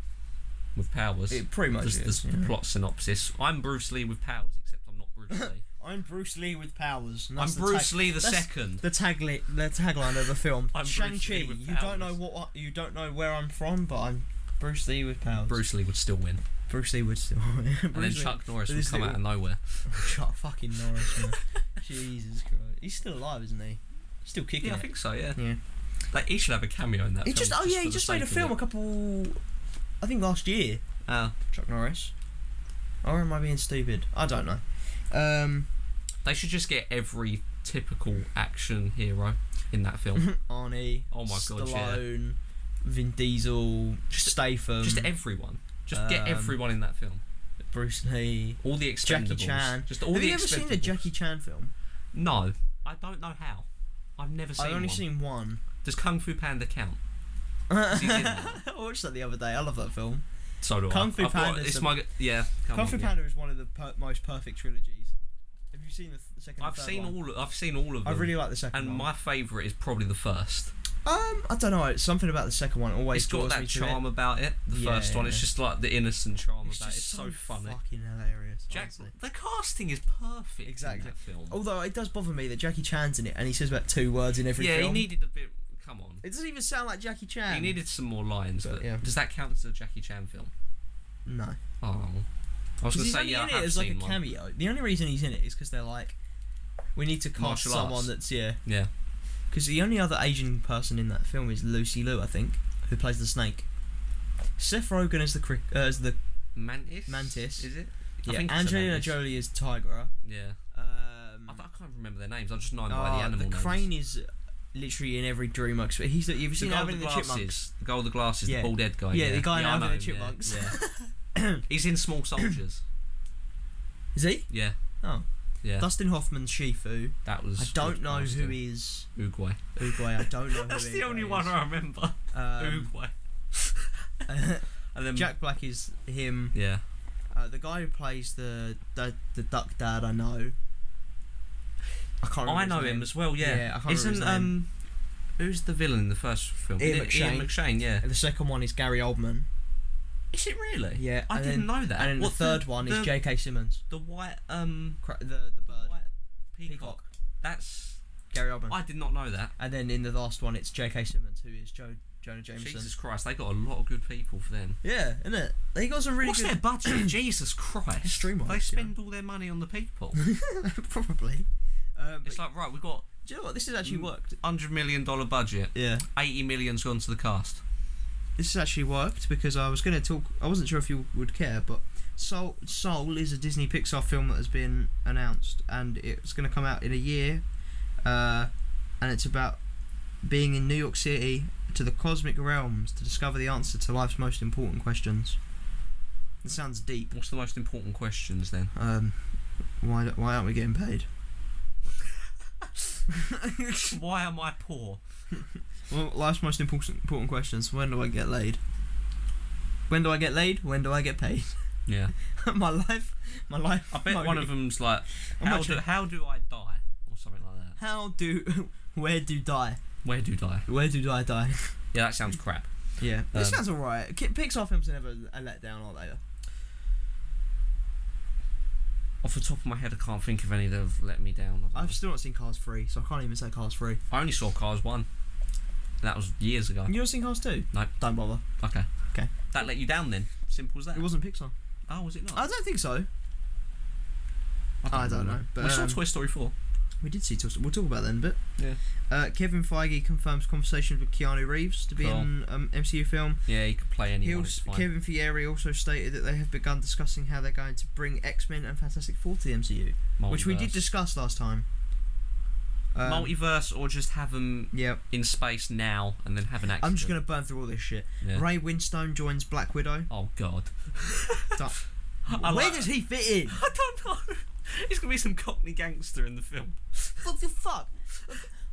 Speaker 2: With powers.
Speaker 1: It pretty much
Speaker 2: Just
Speaker 1: is.
Speaker 2: the
Speaker 1: yeah.
Speaker 2: plot synopsis. I'm Bruce Lee with powers, except I'm not Bruce Lee.
Speaker 1: I'm Bruce Lee with powers. and
Speaker 2: I'm
Speaker 1: that's the
Speaker 2: Bruce
Speaker 1: tag-
Speaker 2: Lee the
Speaker 1: that's-
Speaker 2: second.
Speaker 1: The tagline, the tagline of the film.
Speaker 2: I'm Bruce
Speaker 1: Shang Chi.
Speaker 2: Lee with
Speaker 1: You don't know
Speaker 2: powers.
Speaker 1: what I- you don't know where I'm from, but I'm Bruce Lee with powers.
Speaker 2: Bruce Lee would still win,
Speaker 1: Bruce Lee would still.
Speaker 2: and then Chuck Norris would
Speaker 1: Bruce
Speaker 2: come
Speaker 1: Lee
Speaker 2: out of nowhere.
Speaker 1: Chuck fucking Norris, man. Jesus Christ, he's still alive, isn't he? He's still kicking.
Speaker 2: Yeah, I
Speaker 1: it.
Speaker 2: think so. Yeah,
Speaker 1: Yeah.
Speaker 2: like he should have a cameo in that.
Speaker 1: He
Speaker 2: film
Speaker 1: just. Oh yeah,
Speaker 2: for
Speaker 1: he
Speaker 2: the
Speaker 1: just made a
Speaker 2: sake of
Speaker 1: film a
Speaker 2: it.
Speaker 1: couple. I think last year.
Speaker 2: Oh,
Speaker 1: Chuck Norris. Or am I being stupid? I don't know. Um,
Speaker 2: they should just get every typical action hero in that film.
Speaker 1: Arnie.
Speaker 2: Oh my God, yeah.
Speaker 1: Stallone, Vin Diesel,
Speaker 2: Just-
Speaker 1: Statham,
Speaker 2: just everyone. Just get
Speaker 1: Um,
Speaker 2: everyone in that film.
Speaker 1: Bruce Lee.
Speaker 2: All the expendables.
Speaker 1: Jackie Chan.
Speaker 2: Just all
Speaker 1: Have
Speaker 2: the
Speaker 1: you ever seen the
Speaker 2: Expendables.
Speaker 1: Jackie Chan film?
Speaker 2: No, I don't know how. I've never seen
Speaker 1: I've only
Speaker 2: one.
Speaker 1: seen one.
Speaker 2: Does Kung Fu Panda count? he in
Speaker 1: I
Speaker 2: that?
Speaker 1: watched that the other day. I love that film.
Speaker 2: So do
Speaker 1: Kung
Speaker 2: I.
Speaker 1: Fu
Speaker 2: I've got-
Speaker 1: Panda's
Speaker 2: It's
Speaker 1: the-
Speaker 2: my yeah. come
Speaker 1: Kung
Speaker 2: on,
Speaker 1: Fu
Speaker 2: yeah.
Speaker 1: Panda is one of the per- most perfect trilogies. Have you seen the, th- second? and
Speaker 2: I've
Speaker 1: third
Speaker 2: seen
Speaker 1: one?
Speaker 2: all. I've seen all of them.
Speaker 1: I really like the second
Speaker 2: and
Speaker 1: one.
Speaker 2: my favourite is probably the first.
Speaker 1: Um, I don't know. Something about the second one always
Speaker 2: it's got
Speaker 1: draws
Speaker 2: that
Speaker 1: me to
Speaker 2: charm about it. The
Speaker 1: Yeah,
Speaker 2: first one, it's
Speaker 1: yeah.
Speaker 2: just like the innocent charm
Speaker 1: It.
Speaker 2: about it. It's so, funny.
Speaker 1: Fucking hilarious.
Speaker 2: Jack,
Speaker 1: honestly.
Speaker 2: the casting is perfect.
Speaker 1: Exactly. Oh,
Speaker 2: In that film.
Speaker 1: Although it does bother me that Jackie Chan's in it, and he says about two words in every
Speaker 2: yeah,
Speaker 1: film.
Speaker 2: he needed a bit. Come on.
Speaker 1: it doesn't even sound like Jackie Chan.
Speaker 2: He needed some more lines,
Speaker 1: But,
Speaker 2: but
Speaker 1: yeah.
Speaker 2: does that count as a Jackie Chan film?
Speaker 1: no.
Speaker 2: Oh, I was
Speaker 1: 'Cause
Speaker 2: gonna
Speaker 1: he's
Speaker 2: say
Speaker 1: only
Speaker 2: yeah,
Speaker 1: in
Speaker 2: I
Speaker 1: it
Speaker 2: have
Speaker 1: as like a
Speaker 2: seen one.
Speaker 1: cameo. The only reason he's in it is because they're like, we need to cast
Speaker 2: Martial
Speaker 1: someone
Speaker 2: arts.
Speaker 1: that's yeah.
Speaker 2: Yeah,
Speaker 1: Because the only other Asian person in that film is Lucy Liu, I think, who plays the snake. Seth Rogen is the crick, uh, is the
Speaker 2: Mantis.
Speaker 1: Mantis.
Speaker 2: Is it? I
Speaker 1: yeah.
Speaker 2: think it's a
Speaker 1: Angelina
Speaker 2: Mantis.
Speaker 1: Jolie is Tigra.
Speaker 2: Yeah.
Speaker 1: Um,
Speaker 2: I, th- I can't remember their names. I just know them by
Speaker 1: ah,
Speaker 2: the animal names.
Speaker 1: crane is literally in every DreamWorks. But he's the, you've
Speaker 2: The
Speaker 1: seen
Speaker 2: guy
Speaker 1: Alvin
Speaker 2: with
Speaker 1: and
Speaker 2: the
Speaker 1: the Chipmunks.
Speaker 2: glasses. The guy with the glasses.
Speaker 1: Yeah.
Speaker 2: The bald head guy.
Speaker 1: Yeah,
Speaker 2: Yeah,
Speaker 1: the guy in
Speaker 2: I
Speaker 1: Alvin
Speaker 2: know
Speaker 1: and the
Speaker 2: him, yeah,
Speaker 1: Chipmunks.
Speaker 2: yeah. He's in Small Soldiers.
Speaker 1: Is he?
Speaker 2: yeah.
Speaker 1: Oh.
Speaker 2: Yeah.
Speaker 1: Dustin Hoffman's Shifu.
Speaker 2: that was.
Speaker 1: I don't
Speaker 2: good
Speaker 1: know who
Speaker 2: casting.
Speaker 1: is
Speaker 2: Uruguay.
Speaker 1: Uguay. I don't know. who
Speaker 2: That's the
Speaker 1: Uguay
Speaker 2: only
Speaker 1: is.
Speaker 2: one I remember.
Speaker 1: Um,
Speaker 2: Uruguay. And then
Speaker 1: Jack Black is him.
Speaker 2: Yeah.
Speaker 1: Uh, the guy who plays the, the the duck dad, I know. I can't. Remember
Speaker 2: I know
Speaker 1: his
Speaker 2: him
Speaker 1: name.
Speaker 2: as well. Yeah.
Speaker 1: Yeah, I can't remember
Speaker 2: Isn't
Speaker 1: his name.
Speaker 2: um, who's the villain in the first film?
Speaker 1: Ian
Speaker 2: Is it Ian McShane. Yeah.
Speaker 1: And the second one is Gary Oldman.
Speaker 2: Is it really?
Speaker 1: Yeah,
Speaker 2: I
Speaker 1: and
Speaker 2: didn't
Speaker 1: then-
Speaker 2: know that.
Speaker 1: And then
Speaker 2: What,
Speaker 1: the third one
Speaker 2: the-
Speaker 1: is J.K. Simmons.
Speaker 2: The white um,
Speaker 1: Cra- the the bird.
Speaker 2: white
Speaker 1: Peacock.
Speaker 2: peacock. That's.
Speaker 1: Gary Oldman.
Speaker 2: I did not know that.
Speaker 1: and then in the last one, it's J.K. Simmons, who is Joe Jonah Jameson.
Speaker 2: Jesus Christ, they got a lot of good people for them.
Speaker 1: Yeah, isn't it? They got some really
Speaker 2: What's their
Speaker 1: good.
Speaker 2: budget? Jesus Christ.
Speaker 1: It's DreamWorks,
Speaker 2: They spend all their money on the people.
Speaker 1: probably. Um,
Speaker 2: it's like, right, we've got
Speaker 1: do you know what? This has actually
Speaker 2: Mm.
Speaker 1: worked.
Speaker 2: $100 million budget.
Speaker 1: Yeah,
Speaker 2: 80 million's gone to the cast.
Speaker 1: this has actually worked because I was going to talk. I wasn't sure if you would care, but Soul Soul is a Disney Pixar film that has been announced, and it's going to come out in a year. Uh, and it's about being in New York City to the cosmic realms to discover the answer to life's most important questions. It sounds deep.
Speaker 2: What's the most important questions then?
Speaker 1: Um, why why aren't we getting paid?
Speaker 2: Why am I poor?
Speaker 1: Well, life's most important important questions. When do I get laid? When do I get laid? When do I get paid?
Speaker 2: Yeah.
Speaker 1: my life, my life.
Speaker 2: I bet
Speaker 1: mode.
Speaker 2: one of them's like,
Speaker 1: I'm
Speaker 2: how
Speaker 1: actually-
Speaker 2: do, how do I die? Or something like that.
Speaker 1: How do, where do die?
Speaker 2: Where do I?
Speaker 1: Where do I die?
Speaker 2: Yeah, that sounds crap.
Speaker 1: yeah, this
Speaker 2: Um,
Speaker 1: sounds alright. Ki- Pixar films are never a letdown, are they?
Speaker 2: Off the top of my head, I can't think of any that have let me down. I, don't know.
Speaker 1: I've still not seen Cars three, so I can't even say Cars three.
Speaker 2: I only saw Cars 1. That was years ago.
Speaker 1: You not seen Cars two?
Speaker 2: No.
Speaker 1: Don't bother.
Speaker 2: Okay.
Speaker 1: Mm. Okay.
Speaker 2: That let you down then? Simple as that.
Speaker 1: It wasn't Pixar.
Speaker 2: Oh, was it not?
Speaker 1: I don't think so. I don't know, but,
Speaker 2: we saw
Speaker 1: um,
Speaker 2: Toy Story 4.
Speaker 1: We did see. Toy Story- We'll talk about that in a bit.
Speaker 2: Yeah.
Speaker 1: Uh, Kevin Feige confirms conversations with Keanu Reeves to be
Speaker 2: Cool.
Speaker 1: in um, MCU film.
Speaker 2: Yeah, you can play anyone.
Speaker 1: He
Speaker 2: it's
Speaker 1: also,
Speaker 2: fine.
Speaker 1: Kevin Fieri also stated that they have begun discussing how they're going to bring X Men and Fantastic Four to the MCU, which we did
Speaker 2: Multiverse.
Speaker 1: discuss last time. Um,
Speaker 2: Multiverse or just have them
Speaker 1: yeah,
Speaker 2: in space now and then have an accident.
Speaker 1: I'm just gonna burn through all this shit.
Speaker 2: Yeah.
Speaker 1: Ray Winstone joins Black Widow.
Speaker 2: Oh, God.
Speaker 1: Don't-
Speaker 2: I
Speaker 1: Where
Speaker 2: like-
Speaker 1: does he fit in?
Speaker 2: I don't know. It's going to be some Cockney gangster in the film.
Speaker 1: what the fuck?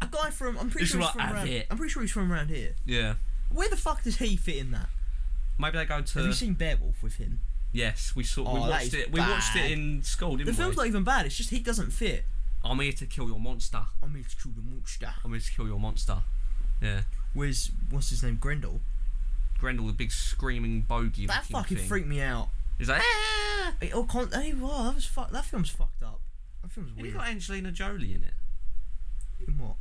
Speaker 1: A guy from I'm pretty
Speaker 2: He's
Speaker 1: sure he's
Speaker 2: right
Speaker 1: from
Speaker 2: out
Speaker 1: around,
Speaker 2: here.
Speaker 1: I'm pretty sure he's from around here.
Speaker 2: Yeah.
Speaker 1: Where the fuck does he fit in that?
Speaker 2: Maybe they go
Speaker 1: Have you
Speaker 2: to.
Speaker 1: seen Beowulf with him?
Speaker 2: Yes, we saw. we
Speaker 1: Oh, that
Speaker 2: watched
Speaker 1: is
Speaker 2: it. We watched
Speaker 1: bad.
Speaker 2: it in school, didn't
Speaker 1: The film's
Speaker 2: we?
Speaker 1: not even bad. It's just he doesn't fit.
Speaker 2: I'm here to kill your monster.
Speaker 1: I mean, it's called a monster.
Speaker 2: I'm here to kill your monster. Yeah.
Speaker 1: Where's what's his name? Grendel.
Speaker 2: Grendel, the big screaming bogey.
Speaker 1: That
Speaker 2: looking
Speaker 1: fucking
Speaker 2: thing.
Speaker 1: freaked me out.
Speaker 2: He's like, ah!
Speaker 1: It all con- hey, wow, that was fu- that film's fucked up. That film's
Speaker 2: Have you
Speaker 1: weird.
Speaker 2: got Angelina Jolie in it?
Speaker 1: In what?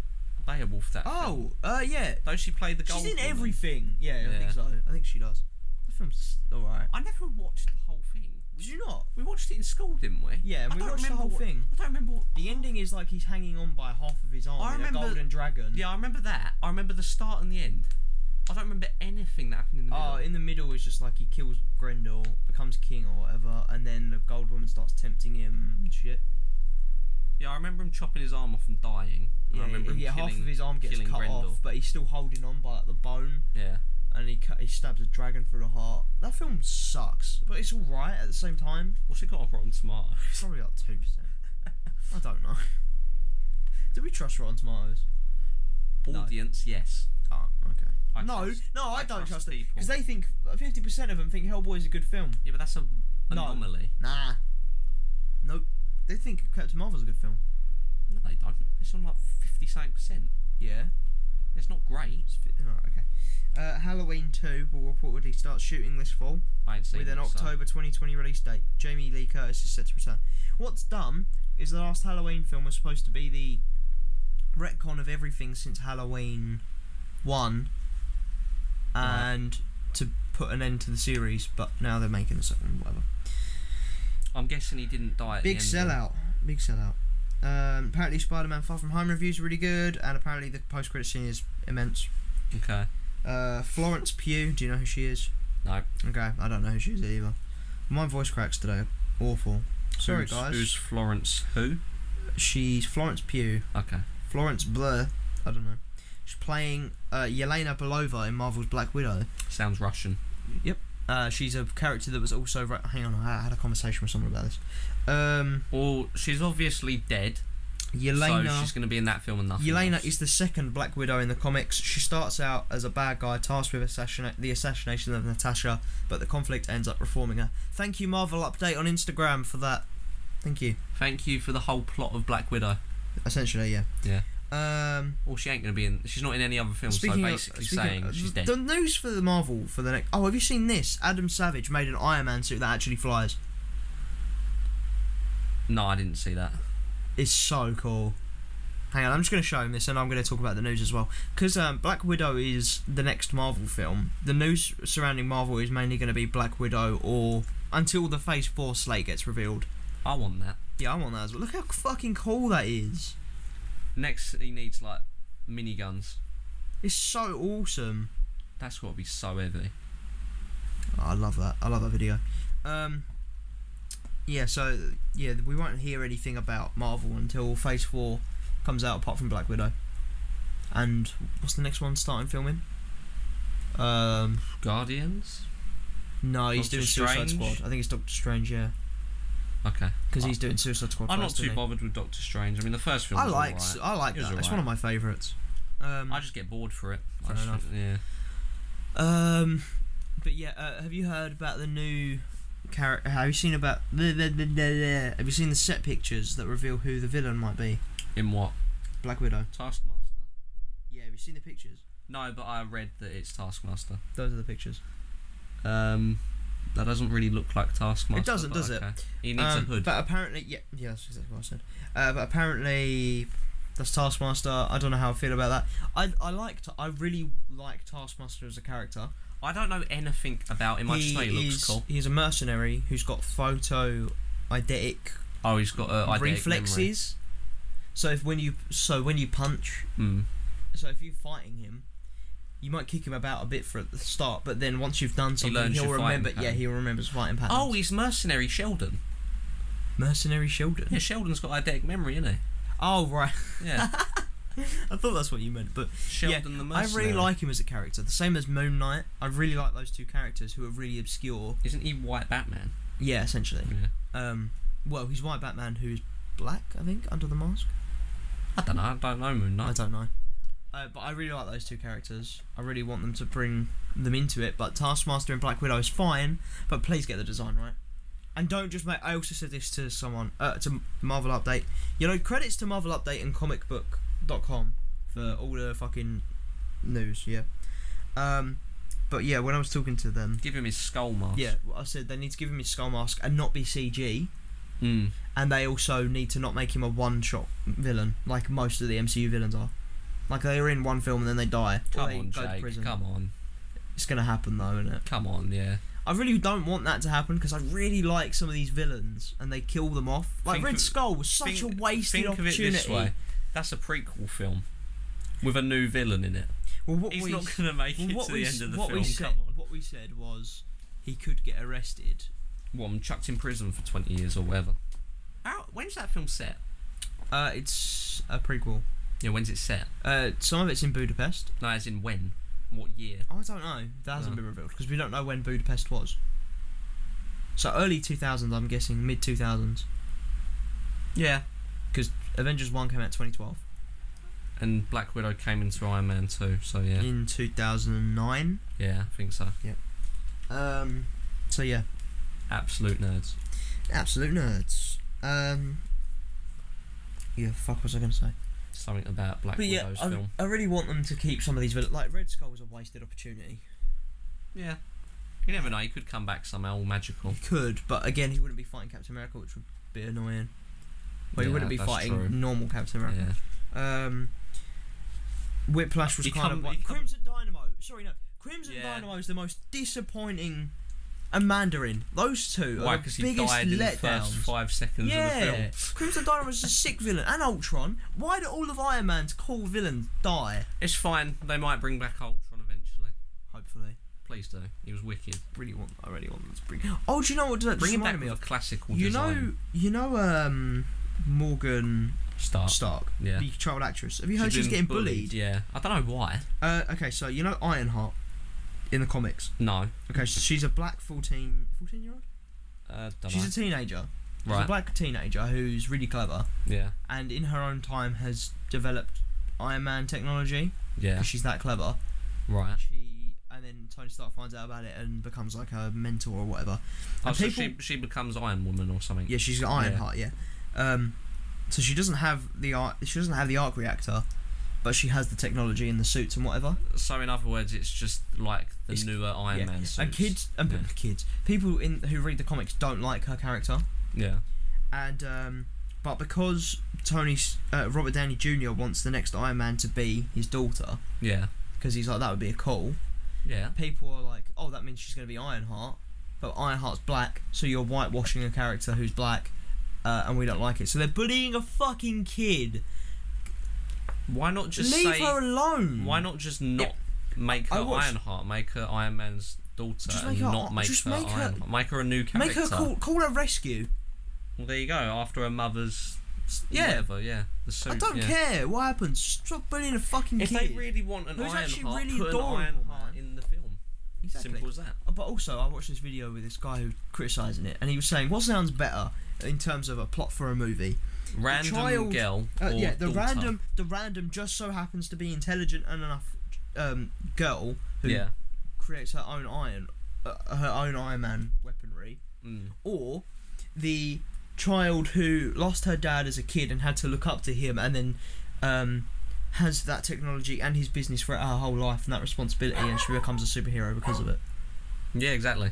Speaker 2: Beowulf, that. film.
Speaker 1: Oh, uh, yeah.
Speaker 2: Don't she play the gold
Speaker 1: She's in
Speaker 2: woman?
Speaker 1: everything. Yeah, I think
Speaker 2: Yeah.
Speaker 1: so. I think she does. That film's alright.
Speaker 2: I never watched the whole thing.
Speaker 1: Did you not?
Speaker 2: We watched it in school, didn't we?
Speaker 1: Yeah, and
Speaker 2: I
Speaker 1: we
Speaker 2: don't
Speaker 1: watched the
Speaker 2: remember
Speaker 1: whole
Speaker 2: what-
Speaker 1: thing.
Speaker 2: I don't remember what.
Speaker 1: The ending is like he's hanging on by half of his arm.
Speaker 2: I
Speaker 1: in
Speaker 2: remember-
Speaker 1: a golden dragon.
Speaker 2: Yeah, I remember that. I remember the start and the end. I don't remember anything that happened in the middle.
Speaker 1: Oh, in the middle is just like he kills Grendel, becomes king or whatever, and then the gold woman starts tempting him. and Shit.
Speaker 2: yeah, I remember him chopping his arm off and dying. And
Speaker 1: Yeah,
Speaker 2: I remember him
Speaker 1: yeah,
Speaker 2: killing,
Speaker 1: half of his arm gets
Speaker 2: killing
Speaker 1: cut
Speaker 2: Grendel.
Speaker 1: off, but he's still holding on by like the bone.
Speaker 2: Yeah.
Speaker 1: and he cut, he stabs a dragon through the heart. That film sucks, but it's all right at the same time.
Speaker 2: What's it got on Rotten Tomatoes?
Speaker 1: It's probably like two percent. I don't know. Do we trust Rotten Tomatoes? No.
Speaker 2: Audience, yes.
Speaker 1: Oh, okay.
Speaker 2: I
Speaker 1: no,
Speaker 2: trust-
Speaker 1: no, I,
Speaker 2: I
Speaker 1: don't
Speaker 2: trust
Speaker 1: trust it
Speaker 2: people.
Speaker 1: because they think fifty percent of them think Hellboy's a good film.
Speaker 2: Yeah, but that's a
Speaker 1: No.
Speaker 2: anomaly.
Speaker 1: Nah, nope. They think Captain Marvel's a good film.
Speaker 2: No, they don't. It's on like fifty something percent.
Speaker 1: Yeah,
Speaker 2: It's not great.
Speaker 1: It's fi- alright, okay. Uh, Halloween 2 will reportedly start shooting this fall
Speaker 2: I ain't seen
Speaker 1: with an
Speaker 2: it, so-
Speaker 1: October 2020 release date. Jamie Lee Curtis is set to return. What's dumb is the last Halloween film was supposed to be the retcon of everything since Halloween 1 and to put an end to the series, but now they're making a second, whatever.
Speaker 2: I'm guessing he didn't die at
Speaker 1: Big
Speaker 2: the end. of it.
Speaker 1: sellout. Big sellout. Um, apparently, Spider Man Far From Home reviews are really good, and apparently, the post credit scene is immense.
Speaker 2: Okay.
Speaker 1: Uh, Florence Pugh, do you know who she is?
Speaker 2: No.
Speaker 1: Okay, I don't know who she is either. My voice cracks today. Awful. Sorry,
Speaker 2: who's,
Speaker 1: guys.
Speaker 2: Who's Florence? Who?
Speaker 1: She's Florence Pugh.
Speaker 2: Okay.
Speaker 1: Florence Blur. I don't know. She's playing uh, Yelena Belova in Marvel's Black Widow.
Speaker 2: Sounds Russian.
Speaker 1: Uh, she's a character that was also. Re- Hang on, I had a conversation with someone about this. Um,
Speaker 2: Well, she's obviously dead, so
Speaker 1: Yelena.
Speaker 2: she's going to be in that film and nothing.
Speaker 1: Yelena
Speaker 2: else.
Speaker 1: is the second Black Widow in the comics. She starts out as a bad guy tasked with assassina- the assassination of Natasha, but the conflict ends up reforming her. Thank you, Marvel Update on Instagram, for that. Thank you.
Speaker 2: Thank you for the whole plot of Black Widow.
Speaker 1: Essentially, yeah.
Speaker 2: Yeah.
Speaker 1: Um,
Speaker 2: Well, she ain't going to be in. She's not in any other film. so basically,
Speaker 1: speaking
Speaker 2: saying
Speaker 1: of- uh,
Speaker 2: she's dead.
Speaker 1: The news for the Marvel for the next. Oh, have you seen this? Adam Savage made an Iron Man suit that actually flies.
Speaker 2: No, I didn't see that.
Speaker 1: It's so cool. Hang on, I'm just going to show him this, and I'm going to talk about the news as well. Because um, Black Widow is the next Marvel film. The news surrounding Marvel is mainly going to be Black Widow, or until the Phase Four slate gets revealed.
Speaker 2: I want that.
Speaker 1: Yeah, I want that as well. Look how fucking cool that is.
Speaker 2: Next, he needs like miniguns.
Speaker 1: It's so awesome.
Speaker 2: That's got to be so heavy.
Speaker 1: Oh, I love that. I love that video. Um, yeah, so yeah, we won't hear anything about Marvel until Phase Four comes out, apart from Black Widow. And what's the next one starting filming? Um,
Speaker 2: Guardians.
Speaker 1: no, he's
Speaker 2: Doctor
Speaker 1: doing Suicide
Speaker 2: Strange?
Speaker 1: Squad. I think it's Doctor Strange, yeah,
Speaker 2: Okay.
Speaker 1: because
Speaker 2: I-
Speaker 1: he's doing Suicide Squad.
Speaker 2: I'm
Speaker 1: first,
Speaker 2: not
Speaker 1: isn't
Speaker 2: too
Speaker 1: he?
Speaker 2: bothered with Doctor Strange. I mean, the first film.
Speaker 1: I
Speaker 2: was
Speaker 1: like,
Speaker 2: alright.
Speaker 1: I like
Speaker 2: It was
Speaker 1: that. It's
Speaker 2: alright.
Speaker 1: one of my favourites. Um,
Speaker 2: I just get bored for it. I
Speaker 1: Fair
Speaker 2: just-
Speaker 1: enough.
Speaker 2: Yeah.
Speaker 1: Um, but yeah, uh, have you heard about the new character? Have you seen about the the the the? Have you seen the set pictures that reveal who the villain might be?
Speaker 2: In what?
Speaker 1: Black Widow.
Speaker 2: Taskmaster.
Speaker 1: Yeah, have you seen the pictures?
Speaker 2: No, but I read that it's Taskmaster.
Speaker 1: Those are the pictures.
Speaker 2: Um, that doesn't really look like Taskmaster.
Speaker 1: It doesn't,
Speaker 2: but
Speaker 1: does it?
Speaker 2: okay. He needs
Speaker 1: Um,
Speaker 2: a hood.
Speaker 1: But apparently, yeah, yeah, that's exactly what I said. Uh, but apparently, that's Taskmaster. I don't know how I feel about that. I I like Ta- I really like Taskmaster as a character.
Speaker 2: I don't know anything about him. I just know he looks
Speaker 1: is-
Speaker 2: cool.
Speaker 1: He's a mercenary who's got photo eidetic
Speaker 2: Oh, he's got a
Speaker 1: reflexes. So if when you so when you punch,
Speaker 2: Mm.
Speaker 1: so if you're fighting him, you might kick him about a bit for at the start, but then once you've done something,
Speaker 2: learns
Speaker 1: he will
Speaker 2: your fighting
Speaker 1: remember. Yeah,
Speaker 2: pattern.
Speaker 1: he remembers fighting patterns.
Speaker 2: Oh, he's mercenary Sheldon.
Speaker 1: mercenary Sheldon.
Speaker 2: Yeah, Sheldon's got eidetic memory, isn't
Speaker 1: Oh right,
Speaker 2: he? Yeah.
Speaker 1: I thought that's what you meant, but
Speaker 2: Sheldon the
Speaker 1: I
Speaker 2: mercenary.
Speaker 1: really like him as a character. The same as Moon Knight, I really like those two characters who are really obscure.
Speaker 2: Isn't he White Batman?
Speaker 1: Yeah, essentially.
Speaker 2: Yeah.
Speaker 1: Um, well, he's white Batman who's black, I think, under the mask.
Speaker 2: I don't know. I don't know Moon
Speaker 1: I
Speaker 2: Knight.
Speaker 1: don't know. Uh, but I really like those two characters. I really want them to bring them into it. But Taskmaster and Black Widow is fine, but please get the design right. And don't just make. I also said this to someone uh, to Marvel Update. You know, credits to Marvel Update and ComicBook.com for all the fucking news. Yeah. Um, but yeah, when I was talking to them,
Speaker 2: Give him his skull mask.
Speaker 1: yeah, I said they need to give him his skull mask and not be CG.
Speaker 2: Mm.
Speaker 1: And they also need to not make him a one-shot villain like most of the MCU villains are. Like they are in one film and then they die. Or
Speaker 2: Come
Speaker 1: they
Speaker 2: on,
Speaker 1: go to
Speaker 2: Jake.
Speaker 1: prison.
Speaker 2: Come on.
Speaker 1: It's gonna happen though, isn't it?
Speaker 2: Come on. Yeah.
Speaker 1: I really don't want that to happen because I really like some of these villains and they kill them off. Like
Speaker 2: Think
Speaker 1: Red
Speaker 2: of-
Speaker 1: Skull was such
Speaker 2: think,
Speaker 1: a wasted
Speaker 2: think
Speaker 1: opportunity.
Speaker 2: of it this way. That's a prequel film with a new villain in it.
Speaker 1: Well, what
Speaker 2: He's
Speaker 1: we,
Speaker 2: not going to make
Speaker 1: well,
Speaker 2: it
Speaker 1: what
Speaker 2: to
Speaker 1: we
Speaker 2: the
Speaker 1: s-
Speaker 2: end of the
Speaker 1: what
Speaker 2: film.
Speaker 1: we said,
Speaker 2: Come on.
Speaker 1: what we said was he could get arrested.
Speaker 2: Well, I'm chucked in prison for 20 years or whatever. How, when's that film set?
Speaker 1: Uh, it's a prequel.
Speaker 2: Yeah, when's it set?
Speaker 1: Uh, some of it's in Budapest.
Speaker 2: No, as in when? What year?
Speaker 1: I don't know. That hasn't
Speaker 2: No.
Speaker 1: been revealed because we don't know when Budapest was. So early 2000s, I'm guessing, mid 2000s.
Speaker 2: Yeah.
Speaker 1: Because Avengers 1 came out 2012.
Speaker 2: And Black Widow came into Iron Man 2, so yeah.
Speaker 1: In 2009.
Speaker 2: Yeah, I think so.
Speaker 1: Um, so yeah,
Speaker 2: Absolute nerds.
Speaker 1: absolute nerds. Um, yeah, fuck, what was I going to say?
Speaker 2: Something about Black
Speaker 1: But yeah,
Speaker 2: Widow's
Speaker 1: I,
Speaker 2: film.
Speaker 1: I really want them to keep some of these villains. Like Red Skull was a wasted opportunity.
Speaker 2: Yeah.
Speaker 3: You never know. He could come back somehow, all magical.
Speaker 1: He could, but again, he wouldn't be fighting Captain America, which would be annoying. Well, he
Speaker 2: Yeah,
Speaker 1: wouldn't be
Speaker 2: that's
Speaker 1: fighting
Speaker 2: true.
Speaker 1: normal Captain America.
Speaker 2: Yeah.
Speaker 1: Um, Whiplash was
Speaker 2: He
Speaker 1: kind
Speaker 2: come-
Speaker 1: of like
Speaker 2: he come-
Speaker 1: Crimson Dynamo. Sorry, no, Crimson
Speaker 2: Yeah.
Speaker 1: Dynamo is the most disappointing. And Mandarin, those two
Speaker 2: Why?
Speaker 1: are the
Speaker 2: Because he
Speaker 1: biggest
Speaker 2: died in the first
Speaker 1: letdowns.
Speaker 2: five seconds of the
Speaker 1: yeah,
Speaker 2: film.
Speaker 1: Crimson Dynamo is a sick villain, and Ultron. Why do all of Iron Man's cool villains die?
Speaker 2: It's fine. They might bring back Ultron eventually.
Speaker 1: Hopefully,
Speaker 2: Please do. He was wicked.
Speaker 1: really want, I really want them to bring. Oh, do you know what? That
Speaker 2: Bring him
Speaker 1: reminded
Speaker 2: back
Speaker 1: me
Speaker 2: with a
Speaker 1: of.
Speaker 2: classical
Speaker 1: You
Speaker 2: design.
Speaker 1: know, you know, um, Morgan
Speaker 2: Star.
Speaker 1: Stark,
Speaker 2: Ah, Yeah.
Speaker 1: the child actress. Have you heard she's,
Speaker 2: been
Speaker 1: getting bullied?
Speaker 2: Yeah. I don't know why.
Speaker 1: Uh, okay, so you know Ironheart in the comics.
Speaker 2: No.
Speaker 1: Okay, so she's a black 14, 14 year old.
Speaker 2: Uh, don't
Speaker 1: She's
Speaker 2: know.
Speaker 1: a teenager. She's a
Speaker 2: Right.
Speaker 1: black teenager who's really clever
Speaker 2: yeah.
Speaker 1: and in her own time has developed Iron Man technology.
Speaker 2: Yeah.
Speaker 1: 'cause She's that clever.
Speaker 2: Right.
Speaker 1: She and then Tony Stark finds out about it and becomes like her mentor or whatever.
Speaker 2: Oh,
Speaker 1: And
Speaker 2: so
Speaker 1: people-
Speaker 2: she, she becomes Iron Woman or something.
Speaker 1: Yeah, she's Ironheart. Yeah. Um, so she doesn't have the arc. She doesn't have the arc reactor, but she has the technology and the suits and whatever.
Speaker 2: So in other words, it's just like the
Speaker 1: It's-
Speaker 2: newer Iron
Speaker 1: yeah.
Speaker 2: Man suits.
Speaker 1: And kids and pe-
Speaker 2: Yeah.
Speaker 1: kids, people in who read the comics don't like her character.
Speaker 2: Yeah.
Speaker 1: and um, but because Tony S- uh, Robert Downey Jr. wants the next Iron Man to be his daughter
Speaker 2: Yeah.
Speaker 1: because he's like that would be a call.
Speaker 2: Yeah.
Speaker 1: People are like, oh, that means she's going to be Ironheart, but Ironheart's black, so you're whitewashing a character who's black, uh, and we don't like it. So they're bullying a fucking kid.
Speaker 2: Why not just
Speaker 1: Leave
Speaker 2: say?
Speaker 1: her alone.
Speaker 2: Why not just not make
Speaker 1: Mm. I
Speaker 2: her
Speaker 1: watched-
Speaker 2: Ironheart? Make her Iron Man's daughter,
Speaker 1: Just
Speaker 2: and
Speaker 1: make her-
Speaker 2: not make
Speaker 1: just
Speaker 2: her
Speaker 1: make her-
Speaker 2: Iron. Make her a new character.
Speaker 1: Make her call call her rescue.
Speaker 2: Well, there you go. After her mother's. s-
Speaker 1: Yeah.
Speaker 2: Whatever. Yeah. The suit.
Speaker 1: I don't
Speaker 2: yeah.
Speaker 1: care what happens. Just stop bullying a fucking
Speaker 2: If
Speaker 1: kid.
Speaker 2: they really want an
Speaker 1: Who's
Speaker 2: Iron
Speaker 1: actually
Speaker 2: Heart,
Speaker 1: really
Speaker 2: put
Speaker 1: adorable,
Speaker 2: an Iron Heart
Speaker 1: man.
Speaker 2: in the film.
Speaker 1: Exactly.
Speaker 2: Simple as that.
Speaker 1: Uh, But also, I watched this video with this guy who was criticising it, and he was saying, what sounds better in terms of a plot for a movie?
Speaker 2: Random
Speaker 1: child-
Speaker 2: girl.
Speaker 1: Uh,
Speaker 2: or
Speaker 1: yeah, the
Speaker 2: daughter.
Speaker 1: random, the random just so happens to be intelligent and enough um, girl who
Speaker 2: Yeah.
Speaker 1: creates her own iron, uh, her own Iron Man weaponry,
Speaker 2: Mm.
Speaker 1: or the child who lost her dad as a kid and had to look up to him, and then um, has that technology and his business for her whole life and that responsibility, and she becomes a superhero because of it.
Speaker 2: Yeah. Exactly.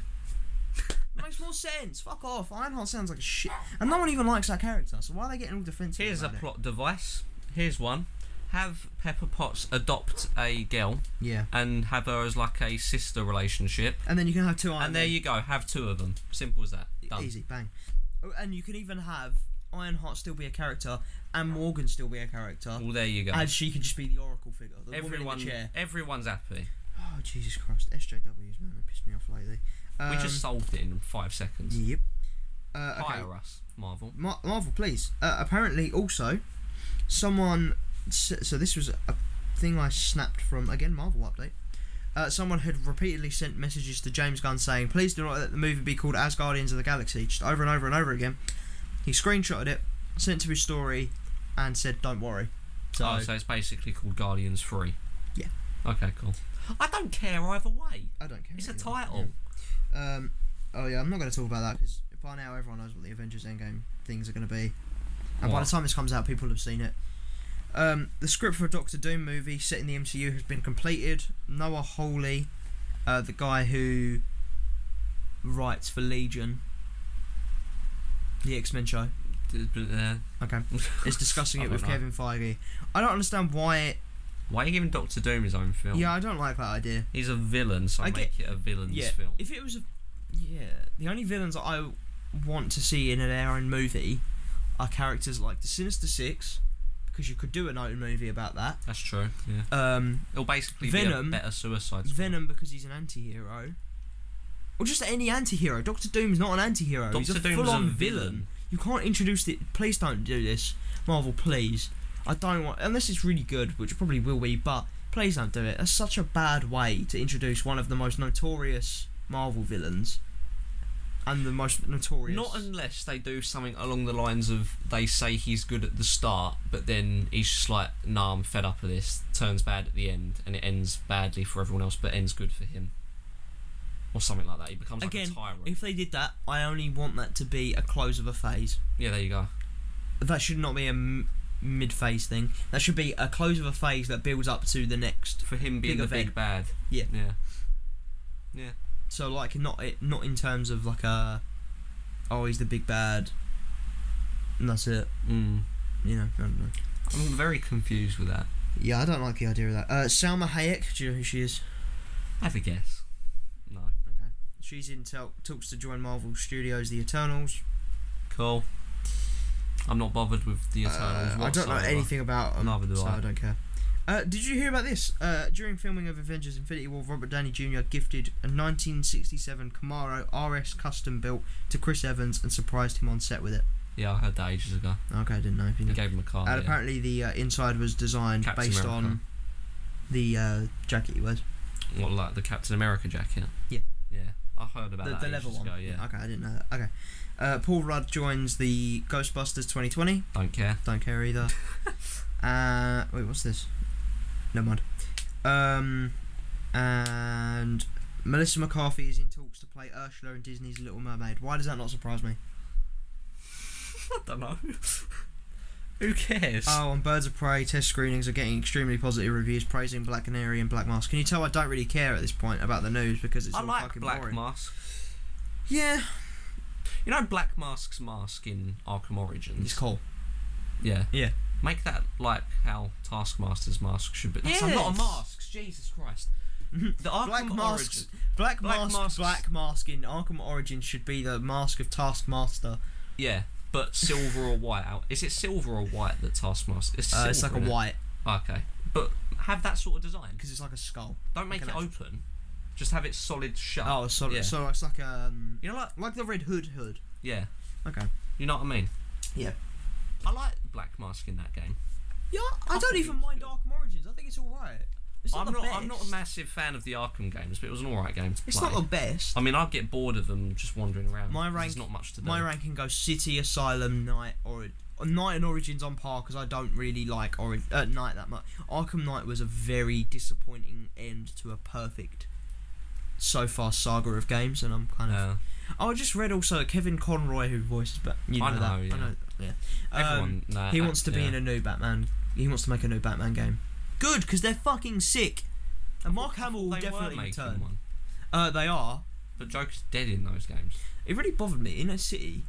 Speaker 1: Makes more sense. Fuck off. Ironheart sounds like a shit, and no one even likes that character. So why are they getting all defensive?
Speaker 2: Here's a
Speaker 1: about it?
Speaker 2: plot device. Here's one. Have Pepper Potts adopt a girl
Speaker 1: Yeah,
Speaker 2: and have her as like a sister relationship,
Speaker 1: and then you can have two Iron
Speaker 2: and there
Speaker 1: Men.
Speaker 2: you go. Have two of them. Simple as that. Done.
Speaker 1: Easy, bang. Oh, And you can even have Ironheart still be a character and Morgan still be a character.
Speaker 2: Well, there you go.
Speaker 1: And she can just be the Oracle figure, the woman in the
Speaker 2: Everyone,
Speaker 1: chair.
Speaker 2: everyone's happy.
Speaker 1: Oh, Jesus Christ. SJWs, man, they pissed me off lately. Um,
Speaker 2: we just solved it in five seconds.
Speaker 1: Yep. Uh, okay.
Speaker 2: Hire us, Marvel.
Speaker 1: Mar- Marvel, please. Uh, apparently, also, someone. So, so this was a thing I snapped from again Marvel update. Uh, someone had repeatedly sent messages to James Gunn saying, "Please do not let the movie be called As Guardians of the Galaxy," just over and over and over again. He screenshotted it, sent it to his story, and said, "Don't worry." So,
Speaker 2: oh, so it's basically called Guardians Free.
Speaker 1: Yeah.
Speaker 2: Okay, cool. I don't care either way.
Speaker 1: I don't care.
Speaker 2: It's a
Speaker 1: anyway.
Speaker 2: title.
Speaker 1: Um, oh yeah, I'm not going to talk about that because by now everyone knows what the Avengers Endgame things are going to be, and by
Speaker 2: What?
Speaker 1: the time this comes out, people have seen it. Um, the script for a Doctor Doom movie set in the MCU has been completed. Noah Hawley, uh, the guy who writes for Legion, the X Men show,
Speaker 2: D- but, uh,
Speaker 1: okay, is discussing
Speaker 2: I
Speaker 1: it
Speaker 2: don't
Speaker 1: with
Speaker 2: know.
Speaker 1: Kevin Feige. I don't understand why it.
Speaker 2: Why are you giving Doctor Doom his own film?
Speaker 1: Yeah, I don't like that idea.
Speaker 2: He's a villain, so
Speaker 1: I
Speaker 2: make it a villain's
Speaker 1: yeah.
Speaker 2: film.
Speaker 1: If it was a, yeah, the only villains that I want to see in an Aaron movie are characters like the Sinister Six, because you could do an own movie about that.
Speaker 2: That's true. Yeah.
Speaker 1: Um,
Speaker 2: It'll basically
Speaker 1: Venom-
Speaker 2: be a better Suicide Squad.
Speaker 1: Venom because he's an anti-hero. or just any anti-hero. Doctor Doom's not an anti-hero. he's
Speaker 2: Doctor
Speaker 1: a
Speaker 2: Doom's
Speaker 1: full-on
Speaker 2: a
Speaker 1: villain.
Speaker 2: villain.
Speaker 1: You can't introduce it. Please don't do this, Marvel. Please, I don't want. Unless it's really good, which it probably will be, but please don't do it. That's such a bad way to introduce one of the most notorious Marvel villains, and the most notorious.
Speaker 2: Not unless they do something along the lines of they say he's good at the start, but then he's just like, nah, I'm fed up of this. Turns bad at the end, and it ends badly for everyone else, but ends good for him, or something like that. He becomes like
Speaker 1: Again,
Speaker 2: a tyrant.
Speaker 1: if they did that, I only want that to be a close of a phase.
Speaker 2: yeah, there you go.
Speaker 1: That should not be a m- mid phase thing. That should be a close of a phase that builds up to the next.
Speaker 2: for him being
Speaker 1: Big
Speaker 2: the
Speaker 1: event.
Speaker 2: big bad.
Speaker 1: Yeah.
Speaker 2: Yeah.
Speaker 1: So like not it not in terms of like a oh he's the big bad and that's it.
Speaker 2: Mm.
Speaker 1: You know. I don't know.
Speaker 2: I'm very confused with that.
Speaker 1: Yeah, I don't like the idea of that. Uh, Salma Hayek, do you know who she is?
Speaker 2: I have a guess. No.
Speaker 1: Okay. She's in tel- talks to join Marvel Studios The Eternals.
Speaker 2: Cool. I'm not bothered with the Eternals.
Speaker 1: Uh, I don't know
Speaker 2: whatsoever.
Speaker 1: anything about them,
Speaker 2: Neither do
Speaker 1: so
Speaker 2: I.
Speaker 1: I don't care. Uh, did you hear about this? Uh, during filming of Avengers Infinity War, Robert Downey Jr. gifted a 1967 Camaro RS custom built to Chris Evans and surprised him on set with it.
Speaker 2: Yeah, I heard that ages ago.
Speaker 1: Okay, I didn't know. If you
Speaker 2: He
Speaker 1: knew.
Speaker 2: gave him a car.
Speaker 1: and
Speaker 2: yeah.
Speaker 1: apparently the uh, inside was designed
Speaker 2: Captain
Speaker 1: based
Speaker 2: America.
Speaker 1: on the uh, jacket he wears.
Speaker 2: What, like the Captain America jacket?
Speaker 1: Yeah.
Speaker 2: Yeah. I heard about
Speaker 1: the,
Speaker 2: that
Speaker 1: the
Speaker 2: ages
Speaker 1: level one.
Speaker 2: ago, yeah.
Speaker 1: Okay, I didn't know that. Okay. Uh, Paul Rudd joins the Ghostbusters 2020.
Speaker 2: Don't care.
Speaker 1: Don't care either. uh, wait, what's this? Never mind. Um, and Melissa McCarthy is in talks to play Ursula in Disney's Little Mermaid. Why does that not surprise me?
Speaker 2: I don't know. Who cares?
Speaker 1: Oh, and Birds of Prey test screenings are getting extremely positive reviews, praising Black Canary and Black Mask. Can you tell I don't really care at this point about the news because it's
Speaker 2: I
Speaker 1: all
Speaker 2: like
Speaker 1: fucking
Speaker 2: Black
Speaker 1: boring.
Speaker 2: Mask.
Speaker 1: yeah,
Speaker 2: You know Black Mask's mask in Arkham Origins?
Speaker 1: it's cool.
Speaker 2: Yeah.
Speaker 1: Yeah.
Speaker 2: Make that like how Taskmaster's mask should be. That's a lot of
Speaker 1: Yes.
Speaker 2: masks. Jesus Christ. The Arkham
Speaker 1: Black masks,
Speaker 2: Origins.
Speaker 1: black,
Speaker 2: Black
Speaker 1: mask,
Speaker 2: masks.
Speaker 1: black mask in Arkham Origins should be the mask of Taskmaster.
Speaker 2: Yeah, but silver or white. out- Is it silver or white that Taskmaster? It's,
Speaker 1: Uh, it's like
Speaker 2: silver,
Speaker 1: a
Speaker 2: isn't it?
Speaker 1: white
Speaker 2: Okay, but have that sort of design.
Speaker 1: because it's like a skull.
Speaker 2: Don't make
Speaker 1: Like
Speaker 2: it
Speaker 1: an
Speaker 2: open. Just have it solid shut.
Speaker 1: Oh, so
Speaker 2: yeah.
Speaker 1: so it's like um,
Speaker 2: You know, like
Speaker 1: like the Red Hood hood.
Speaker 2: yeah.
Speaker 1: Okay.
Speaker 2: You know what I mean?
Speaker 1: Yeah.
Speaker 2: I like Black Mask in that game. I
Speaker 1: Yeah, I,
Speaker 2: thought
Speaker 1: don't
Speaker 2: it was
Speaker 1: even mind
Speaker 2: good.
Speaker 1: Arkham Origins. I think it's all right. It's not
Speaker 2: I'm
Speaker 1: the
Speaker 2: not.
Speaker 1: best.
Speaker 2: I'm not a massive fan of the Arkham games, but it was an alright game to
Speaker 1: It's
Speaker 2: play.
Speaker 1: not the best.
Speaker 2: I mean, I'd get bored of them just wandering around.
Speaker 1: My
Speaker 2: 'cause
Speaker 1: rank-
Speaker 2: There's not much to do.
Speaker 1: My ranking goes City, Asylum, Night, or Night and Origins on par because I don't really like Ori- uh, Night that much. Arkham Knight was a very disappointing end to a perfect so far saga of games, and I'm kind of.
Speaker 2: Uh,
Speaker 1: Oh, I just read also Kevin Conroy who voices, but you know,
Speaker 2: I know,
Speaker 1: that.
Speaker 2: yeah.
Speaker 1: I know, yeah. Um,
Speaker 2: everyone. nah,
Speaker 1: he wants to be
Speaker 2: yeah.
Speaker 1: in a new Batman. He wants to make a new Batman game. Good, because they're fucking sick. And Mark Hamill will
Speaker 2: They were
Speaker 1: definitely
Speaker 2: making
Speaker 1: return.
Speaker 2: one,
Speaker 1: Uh, they are.
Speaker 2: but Joker's dead in those games.
Speaker 1: It really bothered me. In a city,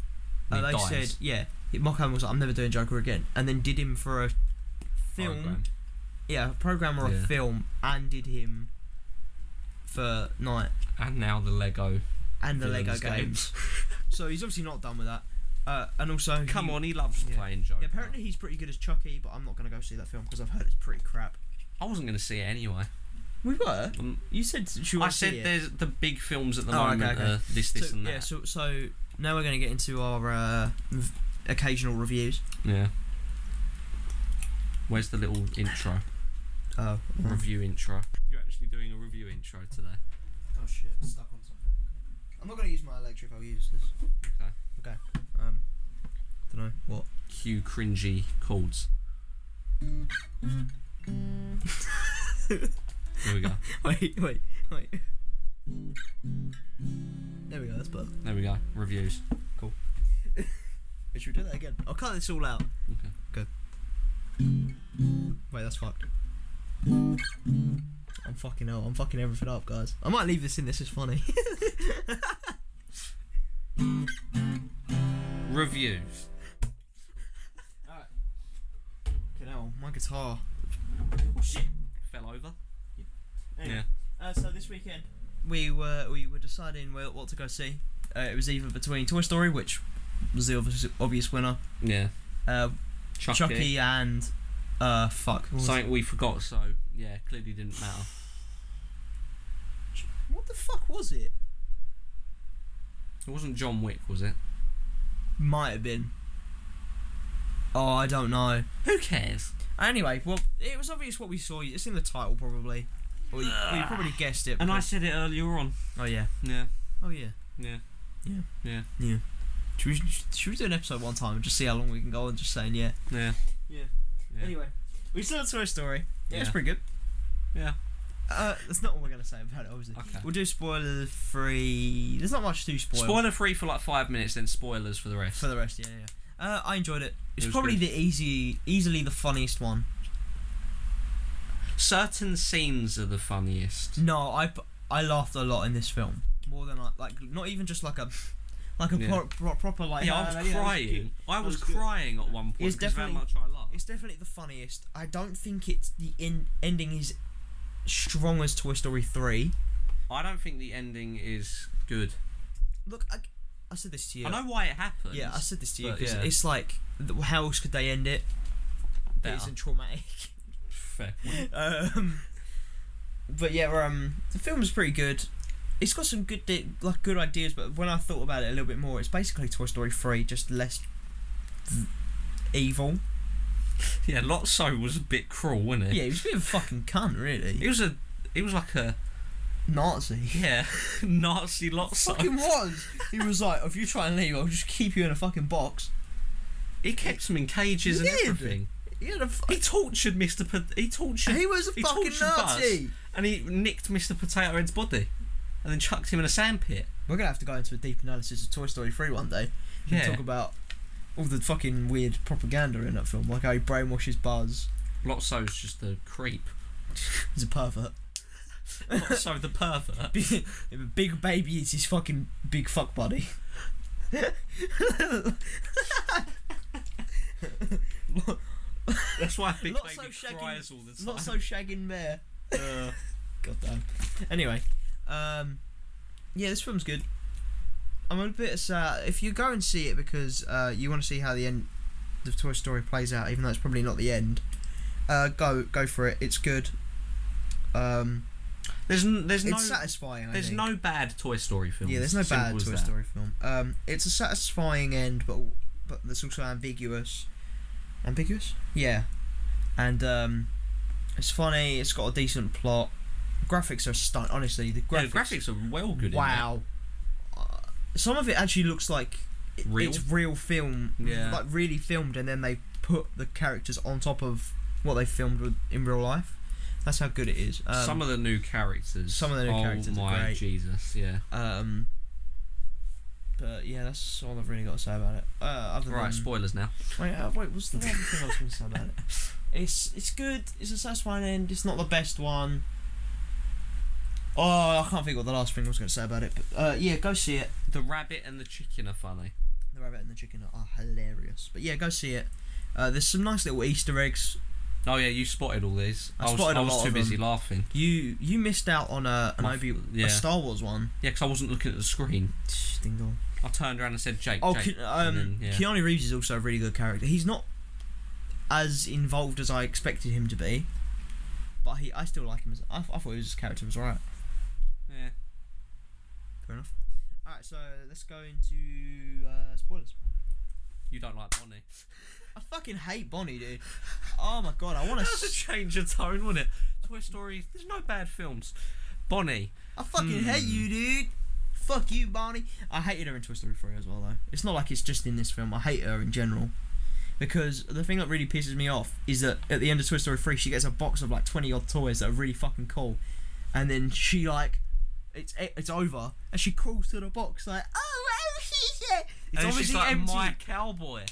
Speaker 1: uh,
Speaker 2: He
Speaker 1: they
Speaker 2: dies.
Speaker 1: said, yeah, Mark Hamill was like, I'm never doing Joker again. And then did him for a film.
Speaker 2: Hologram.
Speaker 1: Yeah, a program or
Speaker 2: Yeah.
Speaker 1: a film, and did him for Night
Speaker 2: And now the Lego.
Speaker 1: and the Lego
Speaker 2: villains game.
Speaker 1: games. so he's obviously not done with that. Uh, and also,
Speaker 2: Come
Speaker 1: he-
Speaker 2: on, he loves
Speaker 1: Yeah.
Speaker 2: playing Joker.
Speaker 1: Yeah, apparently he's pretty good as Chucky, but I'm not going to go see that film because I've heard it's pretty crap.
Speaker 2: I wasn't going to see it anyway.
Speaker 1: We were.
Speaker 2: Um,
Speaker 1: You said she
Speaker 2: I
Speaker 1: was.
Speaker 2: said there's the big films at the
Speaker 1: Oh, okay,
Speaker 2: moment.
Speaker 1: okay.
Speaker 2: Uh, this, this,
Speaker 1: so,
Speaker 2: and that.
Speaker 1: Yeah, so, so now we're going to get into our uh, v- occasional reviews.
Speaker 2: Yeah. Where's the little intro?
Speaker 1: Oh, oh.
Speaker 2: Review intro. You're actually doing a review intro today.
Speaker 1: shit, stuck on something. I'm not going to use my electric. I'll use this.
Speaker 2: Okay.
Speaker 1: Um, don't know what.
Speaker 2: Cue cringy chords. Here we go.
Speaker 1: Wait, wait, wait. There we go. That's better.
Speaker 2: There we go. Reviews.
Speaker 1: We should do that again. I'll cut this all out.
Speaker 2: Okay.
Speaker 1: Wait, that's fucked. I'm fucking out. I'm fucking everything up, guys. I might leave this in. This is funny.
Speaker 2: Reviews.
Speaker 1: Fucking hell, my guitar. Oh,
Speaker 2: Fell over.
Speaker 1: Anyway, Uh, so this weekend we were we were deciding where, what to go see. Uh, it was either between Toy Story, which was the obvious, obvious winner,
Speaker 2: Yeah.
Speaker 1: uh,
Speaker 2: Chucky.
Speaker 1: Chucky, and uh, fuck. What, was-
Speaker 2: Something we forgot, so yeah, clearly didn't matter.
Speaker 1: what the fuck was it?
Speaker 2: It wasn't John Wick, was it?
Speaker 1: Might have been. Oh, I don't know.
Speaker 2: Who cares?
Speaker 1: Anyway, well, it was obvious what we saw. It's in the title, probably. Or you, well, you probably guessed it.
Speaker 2: And I
Speaker 1: because-
Speaker 2: said it earlier on.
Speaker 1: Oh yeah.
Speaker 2: Yeah,
Speaker 1: Oh yeah.
Speaker 2: yeah.
Speaker 1: Should we, should we do an episode one time and just see how long we can go on just saying yeah?
Speaker 2: Yeah.
Speaker 1: Yeah.
Speaker 2: Yeah.
Speaker 1: Anyway, we still saw a story. Yeah, it's
Speaker 2: Yeah.
Speaker 1: pretty good.
Speaker 2: Yeah.
Speaker 1: Uh, that's not all we're gonna say about it, obviously.
Speaker 2: Okay.
Speaker 1: We'll do spoiler free. There's not much to spoil
Speaker 2: Spoiler free for like five minutes, then spoilers for the rest.
Speaker 1: for the rest. Yeah, yeah. Uh, I enjoyed it. It's
Speaker 4: It was
Speaker 1: probably
Speaker 4: good.
Speaker 1: the easy, easily the funniest one.
Speaker 4: Certain scenes are the funniest.
Speaker 1: No, I p- I laughed a lot in this film. More than I like, not even just like a like a
Speaker 4: Yeah.
Speaker 1: pro- pro- proper like.
Speaker 2: yeah, I
Speaker 1: uh,
Speaker 2: was
Speaker 5: yeah, that was
Speaker 2: crying.
Speaker 5: good.
Speaker 2: I
Speaker 5: That
Speaker 2: was
Speaker 5: was good.
Speaker 2: crying at one point
Speaker 1: It's
Speaker 2: because of how
Speaker 1: definitely-
Speaker 2: much I laughed.
Speaker 1: It's definitely the funniest. I don't think it's the in- ending is strong as Toy Story three.
Speaker 2: I don't think the ending is good.
Speaker 1: Look, I, I said this to you.
Speaker 2: I know why it happened.
Speaker 1: Yeah, I said this to you
Speaker 4: But,
Speaker 1: because
Speaker 4: yeah.
Speaker 1: it's like, th- how else could they end it? It
Speaker 2: Better.
Speaker 1: isn't traumatic.
Speaker 4: Fair.
Speaker 1: um, but yeah, um, the film is pretty good. It's got some good di- like good ideas, but when I thought about it a little bit more, it's basically Toy Story three, just less v- evil.
Speaker 2: Yeah, Lotso was a bit cruel, wasn't it?
Speaker 1: Yeah, he was a bit of a fucking cunt,
Speaker 2: He
Speaker 1: really.
Speaker 2: was a. He was like a
Speaker 1: Nazi.
Speaker 2: yeah Nazi Lotso.
Speaker 1: Fucking was. He was like, if you try and leave, I'll just keep you in a fucking box.
Speaker 2: He kept him in cages
Speaker 1: He
Speaker 2: and
Speaker 1: did.
Speaker 2: everything.
Speaker 1: He had a fu-
Speaker 2: He tortured Mr. Po- he tortured
Speaker 1: He was a
Speaker 2: He
Speaker 1: fucking
Speaker 2: tortured
Speaker 1: Nazi.
Speaker 2: and he nicked Mr. Potato Head's body, and then chucked him in a sandpit.
Speaker 1: We're gonna have to go into a deep analysis of Toy Story three one day. and
Speaker 2: Yeah,
Speaker 1: talk about all the fucking weird propaganda in that film, like how he brainwashes Buzz.
Speaker 2: Lotso's just a creep.
Speaker 1: He's a pervert.
Speaker 2: Lotso the pervert.
Speaker 1: Big, big baby is his fucking big fuck buddy.
Speaker 2: That's why Big
Speaker 1: Lotso
Speaker 2: Baby
Speaker 1: shagging-
Speaker 2: cries all the time.
Speaker 1: Not so shagging mare.
Speaker 2: Uh,
Speaker 1: God damn. Anyway, um, yeah, this film's good. I'm a bit sad if you go and see it because uh, you want to see how the end of Toy Story plays out, even though it's probably not the end. Uh, go go for it. It's good. Um,
Speaker 2: there's n- there's no
Speaker 1: it's satisfying. I
Speaker 2: there's
Speaker 1: think.
Speaker 2: no bad Toy Story film.
Speaker 1: Yeah, there's no
Speaker 2: Simple
Speaker 1: bad
Speaker 2: as
Speaker 1: Toy
Speaker 2: that.
Speaker 1: Story film. Um, it's a satisfying end, but but that's also ambiguous. Ambiguous? Yeah. And um, it's funny. It's got a decent plot. Graphics are stunned. Honestly, the
Speaker 2: Yeah,
Speaker 1: graphics.
Speaker 2: the graphics are well good. in
Speaker 1: wow. Uh, some of it actually looks like i-
Speaker 2: Real?
Speaker 1: it's real film.
Speaker 2: Yeah.
Speaker 1: Like really filmed, and then they put the characters on top of what they filmed with, in real life. That's how good it is.
Speaker 2: that.
Speaker 1: Um,
Speaker 2: some of the new characters.
Speaker 1: some of the new
Speaker 2: oh
Speaker 1: characters are
Speaker 2: my
Speaker 1: great.
Speaker 2: Jesus! Yeah.
Speaker 1: Um, but yeah, that's all I've really got to say about it. Uh, other
Speaker 2: Right,
Speaker 1: than
Speaker 2: spoilers now.
Speaker 1: wait, uh, wait, what's the other thing I was going to say about it? It's it's good. It's a satisfying end. It's not the best one. Oh, I can't think what the last thing I was going to say about it. But uh, yeah, go see it.
Speaker 2: The rabbit and the chicken are funny.
Speaker 1: The rabbit and the chicken are hilarious. But yeah, go see it. Uh, there's some nice little Easter eggs.
Speaker 2: Oh yeah, you spotted all these.
Speaker 1: I
Speaker 2: I, was,
Speaker 1: spotted
Speaker 2: I
Speaker 1: a
Speaker 2: was
Speaker 1: lot
Speaker 2: too
Speaker 1: of
Speaker 2: busy
Speaker 1: them.
Speaker 2: laughing.
Speaker 1: You you missed out on a an
Speaker 2: My-
Speaker 1: Obi
Speaker 2: yeah.
Speaker 1: a Star Wars one.
Speaker 2: Yeah, because I wasn't looking at the screen.
Speaker 1: Ding dong.
Speaker 2: I turned around and said, "Jake."
Speaker 1: Oh,
Speaker 2: Jake.
Speaker 1: Ke- um,
Speaker 2: and then, yeah.
Speaker 1: Keanu Reeves is also a really good character. He's not as involved as I expected him to be, but he, I still like him. As, I, I thought his character was alright.
Speaker 2: yeah.
Speaker 1: Fair enough. Alright, so let's go into uh, spoilers.
Speaker 2: You don't like Bonnie.
Speaker 1: I fucking hate Bonnie, dude. Oh my god, I want
Speaker 2: That was a
Speaker 1: to.
Speaker 2: change of tone, wasn't it? Toy Story. There's no bad films. Bonnie.
Speaker 1: I fucking hate you,
Speaker 2: Hmm.
Speaker 1: dude. Fuck you, Bonnie. I hated her in Toy Story 3 as well, though. It's not like it's just in this film. I hate her in general. Because the thing that really pisses me off is that at the end of Toy Story 3, she gets a box of like 20 odd toys that are really fucking cool. And then she, like, it's e, it's over. And she crawls to the box, like, oh, oh, shit.
Speaker 2: and
Speaker 1: It's obviously
Speaker 2: she's like,
Speaker 1: empty.
Speaker 2: my
Speaker 1: My,
Speaker 2: cowboy.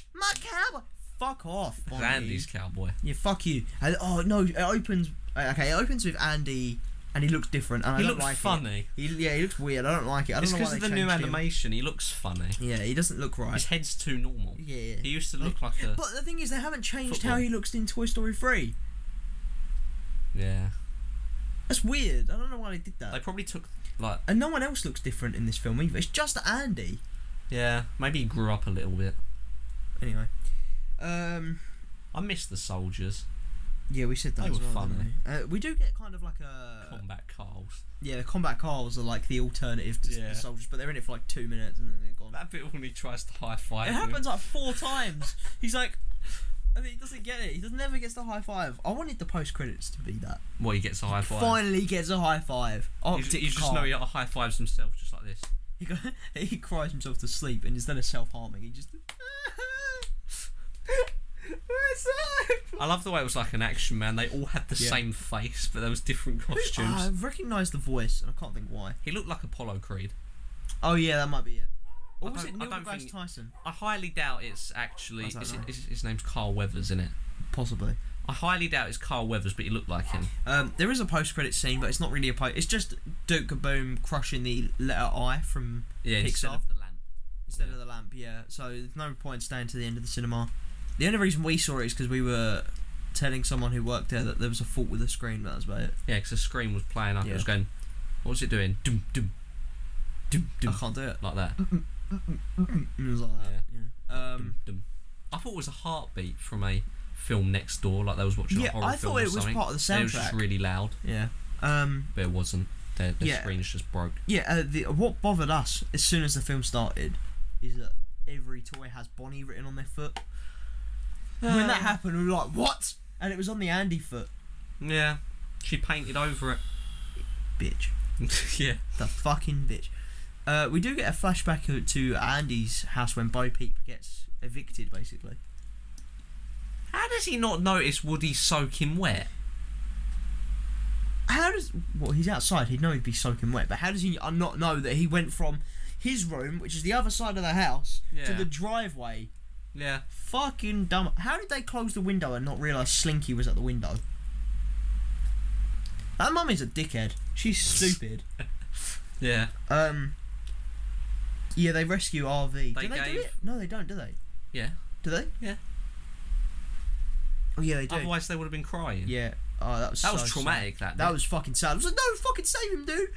Speaker 1: cowboy. Fuck off, Bonnie.
Speaker 2: Andy's cowboy.
Speaker 1: Yeah, fuck you. And, oh, no, it opens. uh, Okay, it opens with Andy. And he looks different. And I
Speaker 2: He
Speaker 1: don't
Speaker 2: looks
Speaker 1: like it.
Speaker 2: funny.
Speaker 1: He, yeah, he looks weird. I don't like it. I don't
Speaker 2: It's
Speaker 1: know why
Speaker 2: because of
Speaker 1: they
Speaker 2: the new
Speaker 1: changed him.
Speaker 2: animation. He looks funny.
Speaker 1: Yeah, he doesn't look right.
Speaker 2: His head's too normal.
Speaker 1: Yeah,
Speaker 2: He
Speaker 1: yeah.
Speaker 2: used to look like a.
Speaker 1: But the thing is, they haven't changed how
Speaker 2: Football.
Speaker 1: he looks in Toy Story 3.
Speaker 2: Yeah.
Speaker 1: That's weird. I don't know why they did that.
Speaker 2: They probably took like.
Speaker 1: and no one else looks different in this film either. It's just Andy.
Speaker 2: Yeah. Maybe he grew up a little bit.
Speaker 1: Anyway. Um.
Speaker 2: I miss the soldiers.
Speaker 1: Yeah, we said that
Speaker 2: They
Speaker 1: as
Speaker 2: were
Speaker 1: well.
Speaker 2: funny.
Speaker 1: didn't we? Uh, we do get kind of like a
Speaker 2: Combat Carls.
Speaker 1: yeah, the combat cars are like the alternative to s-
Speaker 2: Yeah.
Speaker 1: the soldiers, but they're in it for like two minutes and then they're gone.
Speaker 2: That bit when he tries to high five.
Speaker 1: It
Speaker 2: him.
Speaker 1: happens like four times. He's like, I mean, he doesn't get it. He doesn't never gets the high five. I wanted the post credits to be that.
Speaker 2: Well, he gets a high five.
Speaker 1: Finally gets a high five.
Speaker 2: You,
Speaker 1: Arctic
Speaker 2: you just
Speaker 1: Carl.
Speaker 2: know he uh, high fives himself just like this.
Speaker 1: He, go, he cries himself to sleep and is then a self harming. He just. What's up?
Speaker 2: I love the way it was like an action man. They all had the
Speaker 1: Yeah.
Speaker 2: same face, but there was different costumes.
Speaker 1: um, I recognise the voice and I can't think why.
Speaker 2: he looked like Apollo Creed.
Speaker 1: Oh yeah, that might be it. Or
Speaker 2: I
Speaker 1: was
Speaker 2: don't-
Speaker 1: it
Speaker 2: I
Speaker 1: Neil
Speaker 2: don't
Speaker 1: deGrasse
Speaker 2: think-
Speaker 1: Tyson?
Speaker 2: I highly doubt it's actually.
Speaker 1: I don't
Speaker 2: Is,
Speaker 1: know.
Speaker 2: is, his name's Carl Weathers, isn't it?
Speaker 1: Possibly.
Speaker 2: I highly doubt it's Carl Weathers, but he looked like him.
Speaker 1: Um, there is a post-credit scene, but it's not really a post. It's just Duke Kaboom crushing the letter I from
Speaker 2: Yeah, instead
Speaker 1: Pixar.
Speaker 2: of the lamp.
Speaker 1: instead
Speaker 2: Yeah.
Speaker 1: of the lamp. Yeah. So there's no point staying to the end of the cinema. The only reason we saw it is because we were telling someone who worked there that there was a fault with the screen. That was about it.
Speaker 2: Yeah, because the screen was playing up.
Speaker 1: Yeah.
Speaker 2: It was going. What was it doing? Doom, doom, doom, doom,
Speaker 1: I can't do it.
Speaker 2: like that.
Speaker 1: It was like that. Yeah. Uh, Um,
Speaker 2: Dum, dum. I thought it was a heartbeat from a film next door, like they was watching
Speaker 1: yeah,
Speaker 2: a horror
Speaker 1: I
Speaker 2: film
Speaker 1: thought
Speaker 2: or
Speaker 1: it was
Speaker 2: something.
Speaker 1: part of the
Speaker 2: And it was just
Speaker 1: soundtrack.
Speaker 2: really loud,
Speaker 1: Yeah. Um,
Speaker 2: but it wasn't. Their, their
Speaker 1: Yeah.
Speaker 2: screens just broke.
Speaker 1: Yeah, uh, the, what bothered us as soon as the film started is that every toy has Bonnie written on their foot. when
Speaker 2: Uh.
Speaker 1: that happened, we were like, "What?" And it was on the Andy foot,
Speaker 2: Yeah, she painted over
Speaker 1: bitch.
Speaker 2: it. yeah,
Speaker 1: The fucking bitch. Uh, we do get a flashback to Andy's house when Bo Peep gets evicted, basically.
Speaker 2: How does he not notice Woody soaking wet?
Speaker 1: How does well? He's outside. He'd know he'd be soaking wet, but how does he uh, not know that he went from his room, which is the other side of the house, to
Speaker 2: Yeah.
Speaker 1: the driveway?
Speaker 2: Yeah.
Speaker 1: Fucking dumb. How did they close the window and not realise Slinky was at the window? That mum is a dickhead. She's stupid.
Speaker 2: Yeah.
Speaker 1: Um. Yeah, they rescue RV. do
Speaker 2: They
Speaker 1: they do
Speaker 2: gave-
Speaker 1: it? No, they don't. Do they?
Speaker 2: Yeah.
Speaker 1: Do they?
Speaker 2: Yeah.
Speaker 1: Oh yeah, they do.
Speaker 2: Otherwise, they would have been crying.
Speaker 1: yeah. Oh, that was
Speaker 2: That
Speaker 1: so
Speaker 2: was traumatic.
Speaker 1: sad.
Speaker 2: That.
Speaker 1: That
Speaker 2: bit.
Speaker 1: was fucking sad. I was like, no, fucking save him, dude.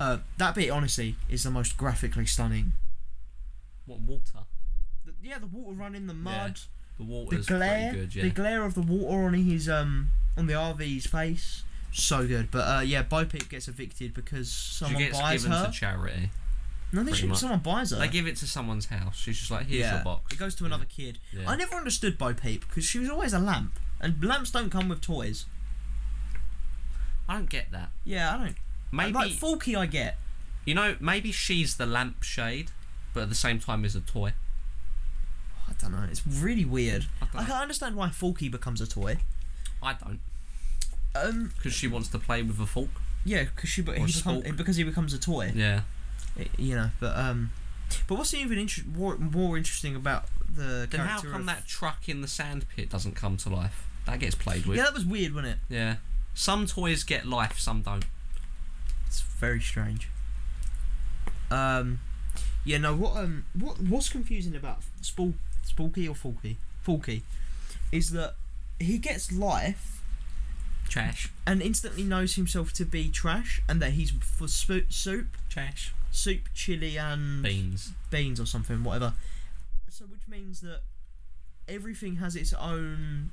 Speaker 1: Uh, that bit honestly is the most graphically stunning.
Speaker 2: What water?
Speaker 1: The- yeah, the water running the mud.
Speaker 2: The water
Speaker 1: the
Speaker 2: is
Speaker 1: glare,
Speaker 2: pretty good. Yeah.
Speaker 1: the glare of the water on his um on the RV's face, so good. But uh, yeah, Bo Peep gets evicted because
Speaker 2: she
Speaker 1: someone
Speaker 2: gets
Speaker 1: buys
Speaker 2: given
Speaker 1: her.
Speaker 2: to charity.
Speaker 1: no, they
Speaker 2: pretty
Speaker 1: should,
Speaker 2: much.
Speaker 1: someone buys her.
Speaker 2: They give it to someone's house. She's just like, here's
Speaker 1: yeah,
Speaker 2: your box.
Speaker 1: it goes to another kid.
Speaker 2: Yeah.
Speaker 1: I never understood Bo Peep because she was always a lamp, and lamps don't come with toys.
Speaker 2: I don't get that.
Speaker 1: Yeah, I don't.
Speaker 2: Maybe
Speaker 1: like Forky, I get.
Speaker 2: you know. Maybe she's the lampshade, but at the same time is a toy.
Speaker 1: Oh, I don't know. It's really weird.
Speaker 2: I don't.
Speaker 1: Like I understand why Forky becomes a toy.
Speaker 2: I don't.
Speaker 1: Um,
Speaker 2: Because she wants to play with a fork.
Speaker 1: yeah, because she but
Speaker 2: Or
Speaker 1: he become,
Speaker 2: Spork.
Speaker 1: because he becomes a toy.
Speaker 2: Yeah.
Speaker 1: it- you know but um but what's even inter- more, more interesting about the
Speaker 2: Then how
Speaker 1: character
Speaker 2: come
Speaker 1: of-
Speaker 2: that truck in the sand pit doesn't come to life? That gets played with.
Speaker 1: yeah that was weird wasn't it
Speaker 2: yeah. Some toys get life, some don't.
Speaker 1: it's very strange um yeah no what um what what's confusing about Spool Spooky or Forky Forky is that he gets life
Speaker 2: Trash.
Speaker 1: and instantly knows himself to be trash and that he's for spo- soup
Speaker 2: Trash.
Speaker 1: soup chili and
Speaker 2: Beans.
Speaker 1: beans or something, whatever. So, which means that everything has its own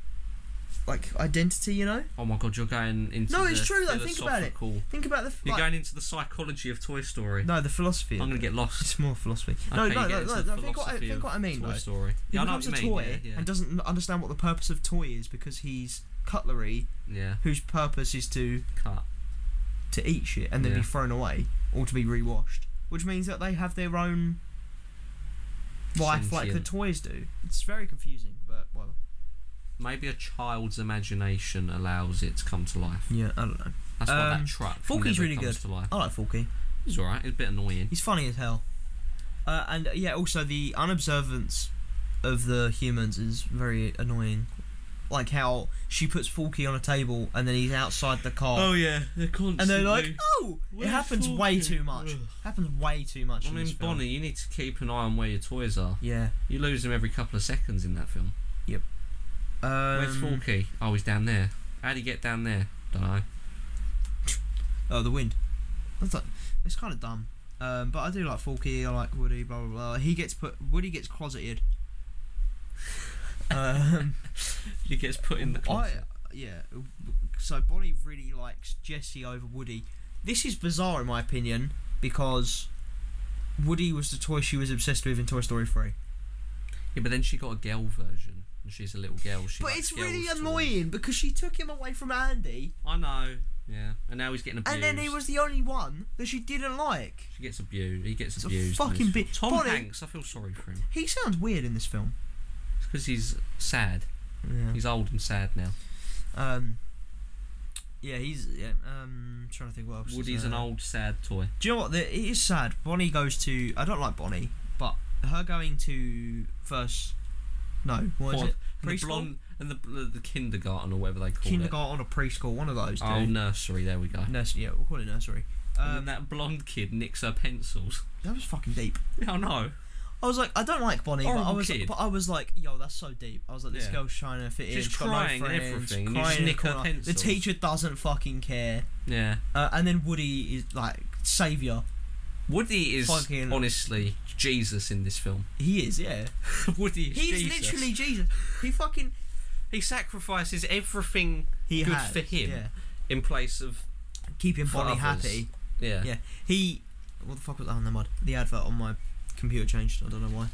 Speaker 1: like identity, you know.
Speaker 2: Oh my god, you're going into
Speaker 1: No, it's
Speaker 2: the
Speaker 1: true, though, think about it.
Speaker 2: philosophical-
Speaker 1: Think about the
Speaker 2: You're
Speaker 1: like,
Speaker 2: going into the psychology of Toy Story.
Speaker 1: no the philosophy. of
Speaker 2: I'm gonna
Speaker 1: it.
Speaker 2: get lost.
Speaker 1: It's more philosophy. no,
Speaker 2: Okay,
Speaker 1: no,
Speaker 2: you get
Speaker 1: no,
Speaker 2: into
Speaker 1: no,
Speaker 2: the
Speaker 1: no. Think what I,
Speaker 2: philosophy
Speaker 1: think
Speaker 2: of
Speaker 1: what I mean.
Speaker 2: Toy
Speaker 1: Though.
Speaker 2: Story.
Speaker 1: He
Speaker 2: Yeah, I know
Speaker 1: becomes
Speaker 2: what you
Speaker 1: a
Speaker 2: mean.
Speaker 1: toy
Speaker 2: yeah, yeah.
Speaker 1: and doesn't n- understand what the purpose of toy is because he's cutlery,
Speaker 2: yeah,
Speaker 1: whose purpose is to
Speaker 2: cut.
Speaker 1: to eat shit and then be
Speaker 2: Yeah.
Speaker 1: thrown away or to be rewashed, which means that they have their own life like the
Speaker 2: Sentient.
Speaker 1: toys do. It's very confusing, but well,
Speaker 2: Maybe a child's imagination allows it to come to life.
Speaker 1: yeah, I don't know.
Speaker 2: That's why
Speaker 1: Um,
Speaker 2: that truck.
Speaker 1: Forky's
Speaker 2: never
Speaker 1: really
Speaker 2: comes
Speaker 1: good.
Speaker 2: To life.
Speaker 1: I like Forky.
Speaker 2: He's alright. He's a bit annoying.
Speaker 1: He's funny as hell. Uh, and uh, yeah, also the unobservance of the humans is very annoying. Like how she puts Forky on a table and then he's outside the car.
Speaker 2: Oh, yeah, they're constantly.
Speaker 1: Oh. and they're like, oh, it
Speaker 2: Where's
Speaker 1: happens way
Speaker 2: Forky?
Speaker 1: too much.
Speaker 2: Ugh.
Speaker 1: Happens way too much.
Speaker 2: I
Speaker 1: in this
Speaker 2: mean,
Speaker 1: film.
Speaker 2: Bonnie, you need to keep an eye on where your toys are.
Speaker 1: Yeah.
Speaker 2: You lose them every couple of seconds in that film.
Speaker 1: Um,
Speaker 2: Where's Forky? Oh, he's down there. How'd he get down there? Don't know.
Speaker 1: Oh, the wind. That's like, it's kind of dumb. Um, but I do like Forky. I like Woody. Blah blah blah. He gets put. Woody gets closeted. um,
Speaker 2: He gets put in the closet.
Speaker 1: I, yeah. So Bonnie really likes Jesse over Woody. This is bizarre in my opinion because Woody was the toy she was obsessed with in Toy Story 3.
Speaker 2: Yeah, but then she got a girl version, and she's a little girl. She
Speaker 1: But
Speaker 2: likes
Speaker 1: it's
Speaker 2: girls
Speaker 1: really
Speaker 2: toys.
Speaker 1: annoying because she took him away from Andy
Speaker 2: I know. Yeah, and now he's getting abused.
Speaker 1: and then he was the only one that she didn't like.
Speaker 2: She gets abused. He gets
Speaker 1: It's a
Speaker 2: abused. in
Speaker 1: fucking
Speaker 2: this film.
Speaker 1: bit-
Speaker 2: Tom
Speaker 1: Bonnie-
Speaker 2: Hanks. I feel sorry for him
Speaker 1: He sounds weird in this film.
Speaker 2: because he's sad. He's old and sad now.
Speaker 1: Um yeah, he's yeah, um trying to think what else. is
Speaker 2: Woody's an
Speaker 1: there.
Speaker 2: old sad toy.
Speaker 1: Do you know what? The, it is sad. Bonnie goes to. I don't like Bonnie, but her going to first. No, what is
Speaker 2: Fourth-
Speaker 1: it?
Speaker 2: And the
Speaker 1: Preschool,
Speaker 2: blonde and the bl- the kindergarten or whatever they call
Speaker 1: kindergarten, or preschool, one of those.
Speaker 2: it.
Speaker 1: Dude.
Speaker 2: Oh, nursery. There we go.
Speaker 1: nursery. Yeah, we'll call it nursery.
Speaker 2: and then
Speaker 1: Um, that,
Speaker 2: that blonde kid nicks her pencils.
Speaker 1: was fucking deep.
Speaker 2: I know.
Speaker 1: I was like, I don't like Bonnie, but I
Speaker 2: Horrible
Speaker 1: was,
Speaker 2: kid.
Speaker 1: but I was like, yo, that's so deep. I was like, this
Speaker 2: Yeah.
Speaker 1: girl's trying to fit in.
Speaker 2: She's
Speaker 1: got no
Speaker 2: crying and
Speaker 1: friends,
Speaker 2: everything, and you
Speaker 1: crying
Speaker 2: just
Speaker 1: in the
Speaker 2: nick her
Speaker 1: corner. The
Speaker 2: pencils.
Speaker 1: teacher doesn't fucking care.
Speaker 2: Yeah.
Speaker 1: Uh, and then Woody is like savior.
Speaker 2: Woody is
Speaker 1: Fucking-
Speaker 2: honestly Jesus in this film.
Speaker 1: He is, yeah.
Speaker 2: Woody is
Speaker 1: He's
Speaker 2: Jesus.
Speaker 1: literally Jesus. He fucking
Speaker 2: he sacrifices everything
Speaker 1: he
Speaker 2: Good
Speaker 1: has,
Speaker 2: for him.
Speaker 1: Yeah,
Speaker 2: in place of
Speaker 1: keeping
Speaker 2: For
Speaker 1: Bonnie
Speaker 2: others.
Speaker 1: happy.
Speaker 2: yeah.
Speaker 1: Yeah. He. What the fuck was that on the mud? The advert on my computer changed. I don't know why.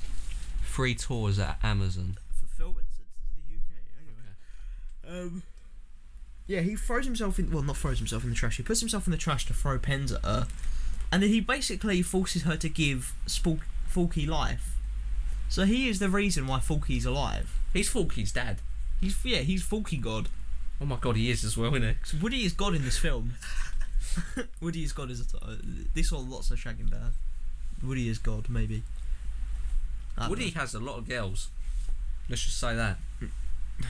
Speaker 2: Free tours at Amazon.
Speaker 1: For film instances, the UK. Um. Yeah, he throws himself in. Well, not throws himself in the trash. He puts himself in the trash to throw pens at her, and then he basically forces her to give Spal- Falky life. So he is the reason why Falky's alive.
Speaker 2: He's Falky's dad.
Speaker 1: He's yeah, he's Falky God.
Speaker 2: Oh my god, he is as well, isn't he?
Speaker 1: So Woody is God in this film. Woody is God is a t- uh, this or lots of shagging bear. Woody is God, maybe. I don't
Speaker 2: Woody
Speaker 1: know.
Speaker 2: has a lot of girls. Let's just say that.
Speaker 1: he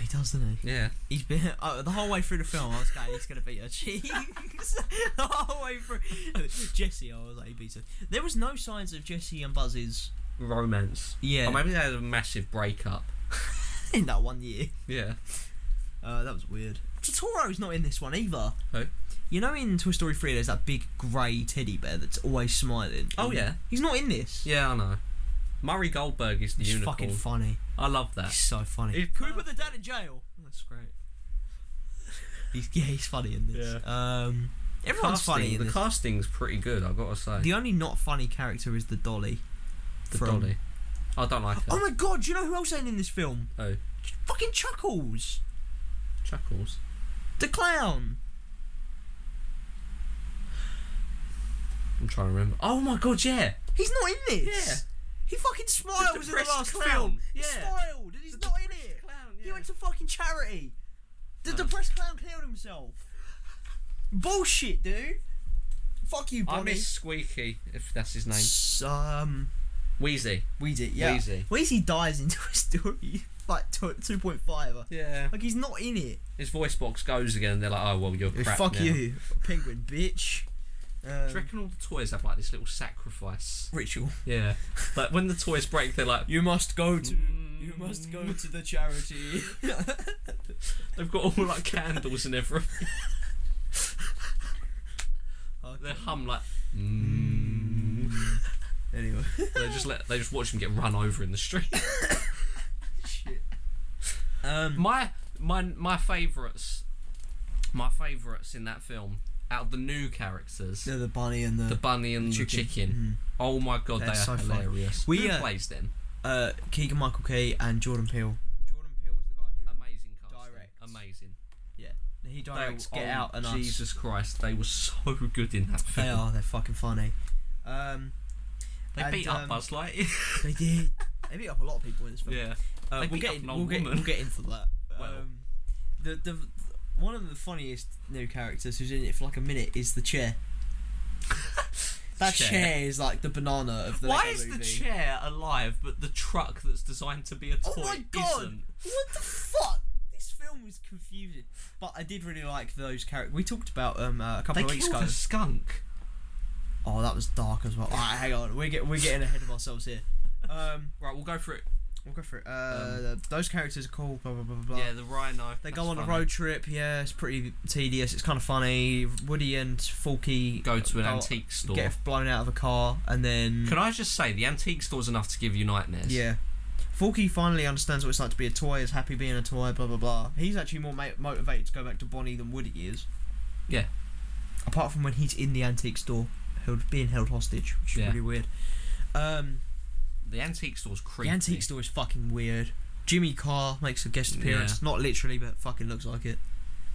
Speaker 1: does, doesn't he?
Speaker 2: Yeah.
Speaker 1: He's been oh, the whole way through the film. I was going, he's gonna beat her cheeks. the whole way through. Jesse, I was like, he beats her. There was no signs of Jesse and Buzz's.
Speaker 2: Romance.
Speaker 1: Yeah,
Speaker 2: Or maybe they had a massive breakup.
Speaker 1: in that one year.
Speaker 2: Yeah.
Speaker 1: Uh, that was weird. Totoro's not in this one either.
Speaker 2: Who?
Speaker 1: You know, in Toy Story 3, there's that big grey teddy bear that's always smiling.
Speaker 2: Oh, yeah.
Speaker 1: He's not in this.
Speaker 2: Yeah, I know. Murray Goldberg is the
Speaker 1: He's
Speaker 2: unicorn.
Speaker 1: fucking funny.
Speaker 2: I love
Speaker 1: He's
Speaker 2: that.
Speaker 1: so funny.
Speaker 2: He's
Speaker 1: Can we
Speaker 2: perfect.
Speaker 1: put the dad in jail?
Speaker 2: That's great.
Speaker 1: He's, yeah, he's funny in this. Um, everyone's funny in
Speaker 2: The
Speaker 1: this.
Speaker 2: casting's pretty good, I've got to say.
Speaker 1: the only not funny character is the dolly.
Speaker 2: The
Speaker 1: from-
Speaker 2: dolly. I don't like her.
Speaker 1: Oh my god, do you know who else ain't in this film?
Speaker 2: Who?
Speaker 1: Fucking Chuckles!
Speaker 2: Chuckles.
Speaker 1: The clown!
Speaker 2: I'm trying to remember. Oh my god, yeah.
Speaker 1: He's not in this!
Speaker 2: Yeah.
Speaker 1: He fucking
Speaker 2: The
Speaker 1: smiles in the
Speaker 2: depressed
Speaker 1: last
Speaker 2: clown.
Speaker 1: film!
Speaker 2: Yeah.
Speaker 1: He smiled and he's
Speaker 2: The
Speaker 1: not in
Speaker 2: depressed
Speaker 1: it!
Speaker 2: clown,
Speaker 1: He
Speaker 2: yeah.
Speaker 1: went to fucking charity! The
Speaker 2: No.
Speaker 1: depressed clown killed himself! Bullshit, dude! Fuck you,
Speaker 2: I
Speaker 1: Bonnie.
Speaker 2: miss Squeaky, if that's his name.
Speaker 1: S- Um,
Speaker 2: Wheezy.
Speaker 1: Weezy, yeah.
Speaker 2: Wheezy.
Speaker 1: Weezy dies in Toy Story like tw- 2.5.
Speaker 2: Yeah.
Speaker 1: Like, he's not in it.
Speaker 2: His voice box goes again, and they're like, oh, well, you're crap.
Speaker 1: Fuck
Speaker 2: now.
Speaker 1: you, penguin bitch.
Speaker 2: Do you
Speaker 1: Um,
Speaker 2: reckon all the toys have like this little sacrifice?
Speaker 1: ritual.
Speaker 2: Yeah. like when the toys break, they're like,
Speaker 1: You must go to.
Speaker 2: you
Speaker 1: You must go to the charity.
Speaker 2: They've got all like candles and everything. They hum like. Mm.
Speaker 1: Anyway.
Speaker 2: they just let they just watch him get run over in the street.
Speaker 1: Shit. Um.
Speaker 2: my my my favourites, my favourites in that film out of the new characters,
Speaker 1: the Hmm. bunny and
Speaker 2: the bunny and the chicken. Oh my god,
Speaker 1: They're
Speaker 2: they are
Speaker 1: so funny.
Speaker 2: hilarious.
Speaker 1: We,
Speaker 2: Who
Speaker 1: uh,
Speaker 2: plays them?
Speaker 1: Uh, Keegan Michael Key and Jordan Peele. Jordan Peele was the guy who
Speaker 2: Amazing casting.
Speaker 1: Direct.
Speaker 2: Amazing.
Speaker 1: Um, he
Speaker 2: They
Speaker 1: directs
Speaker 2: were-
Speaker 1: Get
Speaker 2: oh,
Speaker 1: Out and Us.
Speaker 2: Jesus Christ, they were so good in that
Speaker 1: They
Speaker 2: film.
Speaker 1: are. They're fucking funny. Um.
Speaker 2: They,
Speaker 1: And,
Speaker 2: beat up
Speaker 1: um,
Speaker 2: Buzz Lightyear.
Speaker 1: They did. they beat up a lot of people in this film.
Speaker 2: yeah.
Speaker 1: Uh,
Speaker 2: They
Speaker 1: we'll
Speaker 2: beat
Speaker 1: get
Speaker 2: up
Speaker 1: in,
Speaker 2: an
Speaker 1: we'll
Speaker 2: old
Speaker 1: get
Speaker 2: woman.
Speaker 1: we'll get into that.
Speaker 2: Well.
Speaker 1: Um, the the one of the funniest new characters who's in it for like a minute is the chair. that chair.
Speaker 2: Chair.
Speaker 1: is like the banana of the.
Speaker 2: Why
Speaker 1: Lego
Speaker 2: is the
Speaker 1: movie.
Speaker 2: chair alive, but the truck that's designed to be a toy
Speaker 1: Oh my god!
Speaker 2: isn't?
Speaker 1: What the fuck? This film is confusing. But I did really like those characters. We talked about um uh, a couple
Speaker 2: They
Speaker 1: of weeks
Speaker 2: killed
Speaker 1: ago.
Speaker 2: a skunk.
Speaker 1: Oh, that was dark as well. All right, hang on. We're get, we're getting ahead of ourselves here. Um,
Speaker 2: Right, we'll go for it.
Speaker 1: we'll go for it. Uh, those characters are cool. Blah blah blah blah. blah.
Speaker 2: Um. yeah, the rhino.
Speaker 1: They
Speaker 2: that's
Speaker 1: go on
Speaker 2: funny.
Speaker 1: a road trip. Yeah, it's pretty tedious. It's kind of funny. Woody and Falky
Speaker 2: Go to an
Speaker 1: go-
Speaker 2: antique store.
Speaker 1: Get blown out of a car, and then
Speaker 2: Can I just say the antique store's enough to give you nightmares?
Speaker 1: yeah, Falky finally understands what it's like to be a toy. Is happy being a toy. Blah blah blah. He's actually more ma- motivated to go back to Bonnie than Woody is.
Speaker 2: Yeah.
Speaker 1: Apart from when he's in the antique store, held, being held hostage, which is
Speaker 2: Yeah.
Speaker 1: really weird. Um,
Speaker 2: The antique store's creepy.
Speaker 1: the antique store is fucking weird. Jimmy Carr makes a guest
Speaker 2: Yeah.
Speaker 1: appearance, not literally, but fucking looks like it.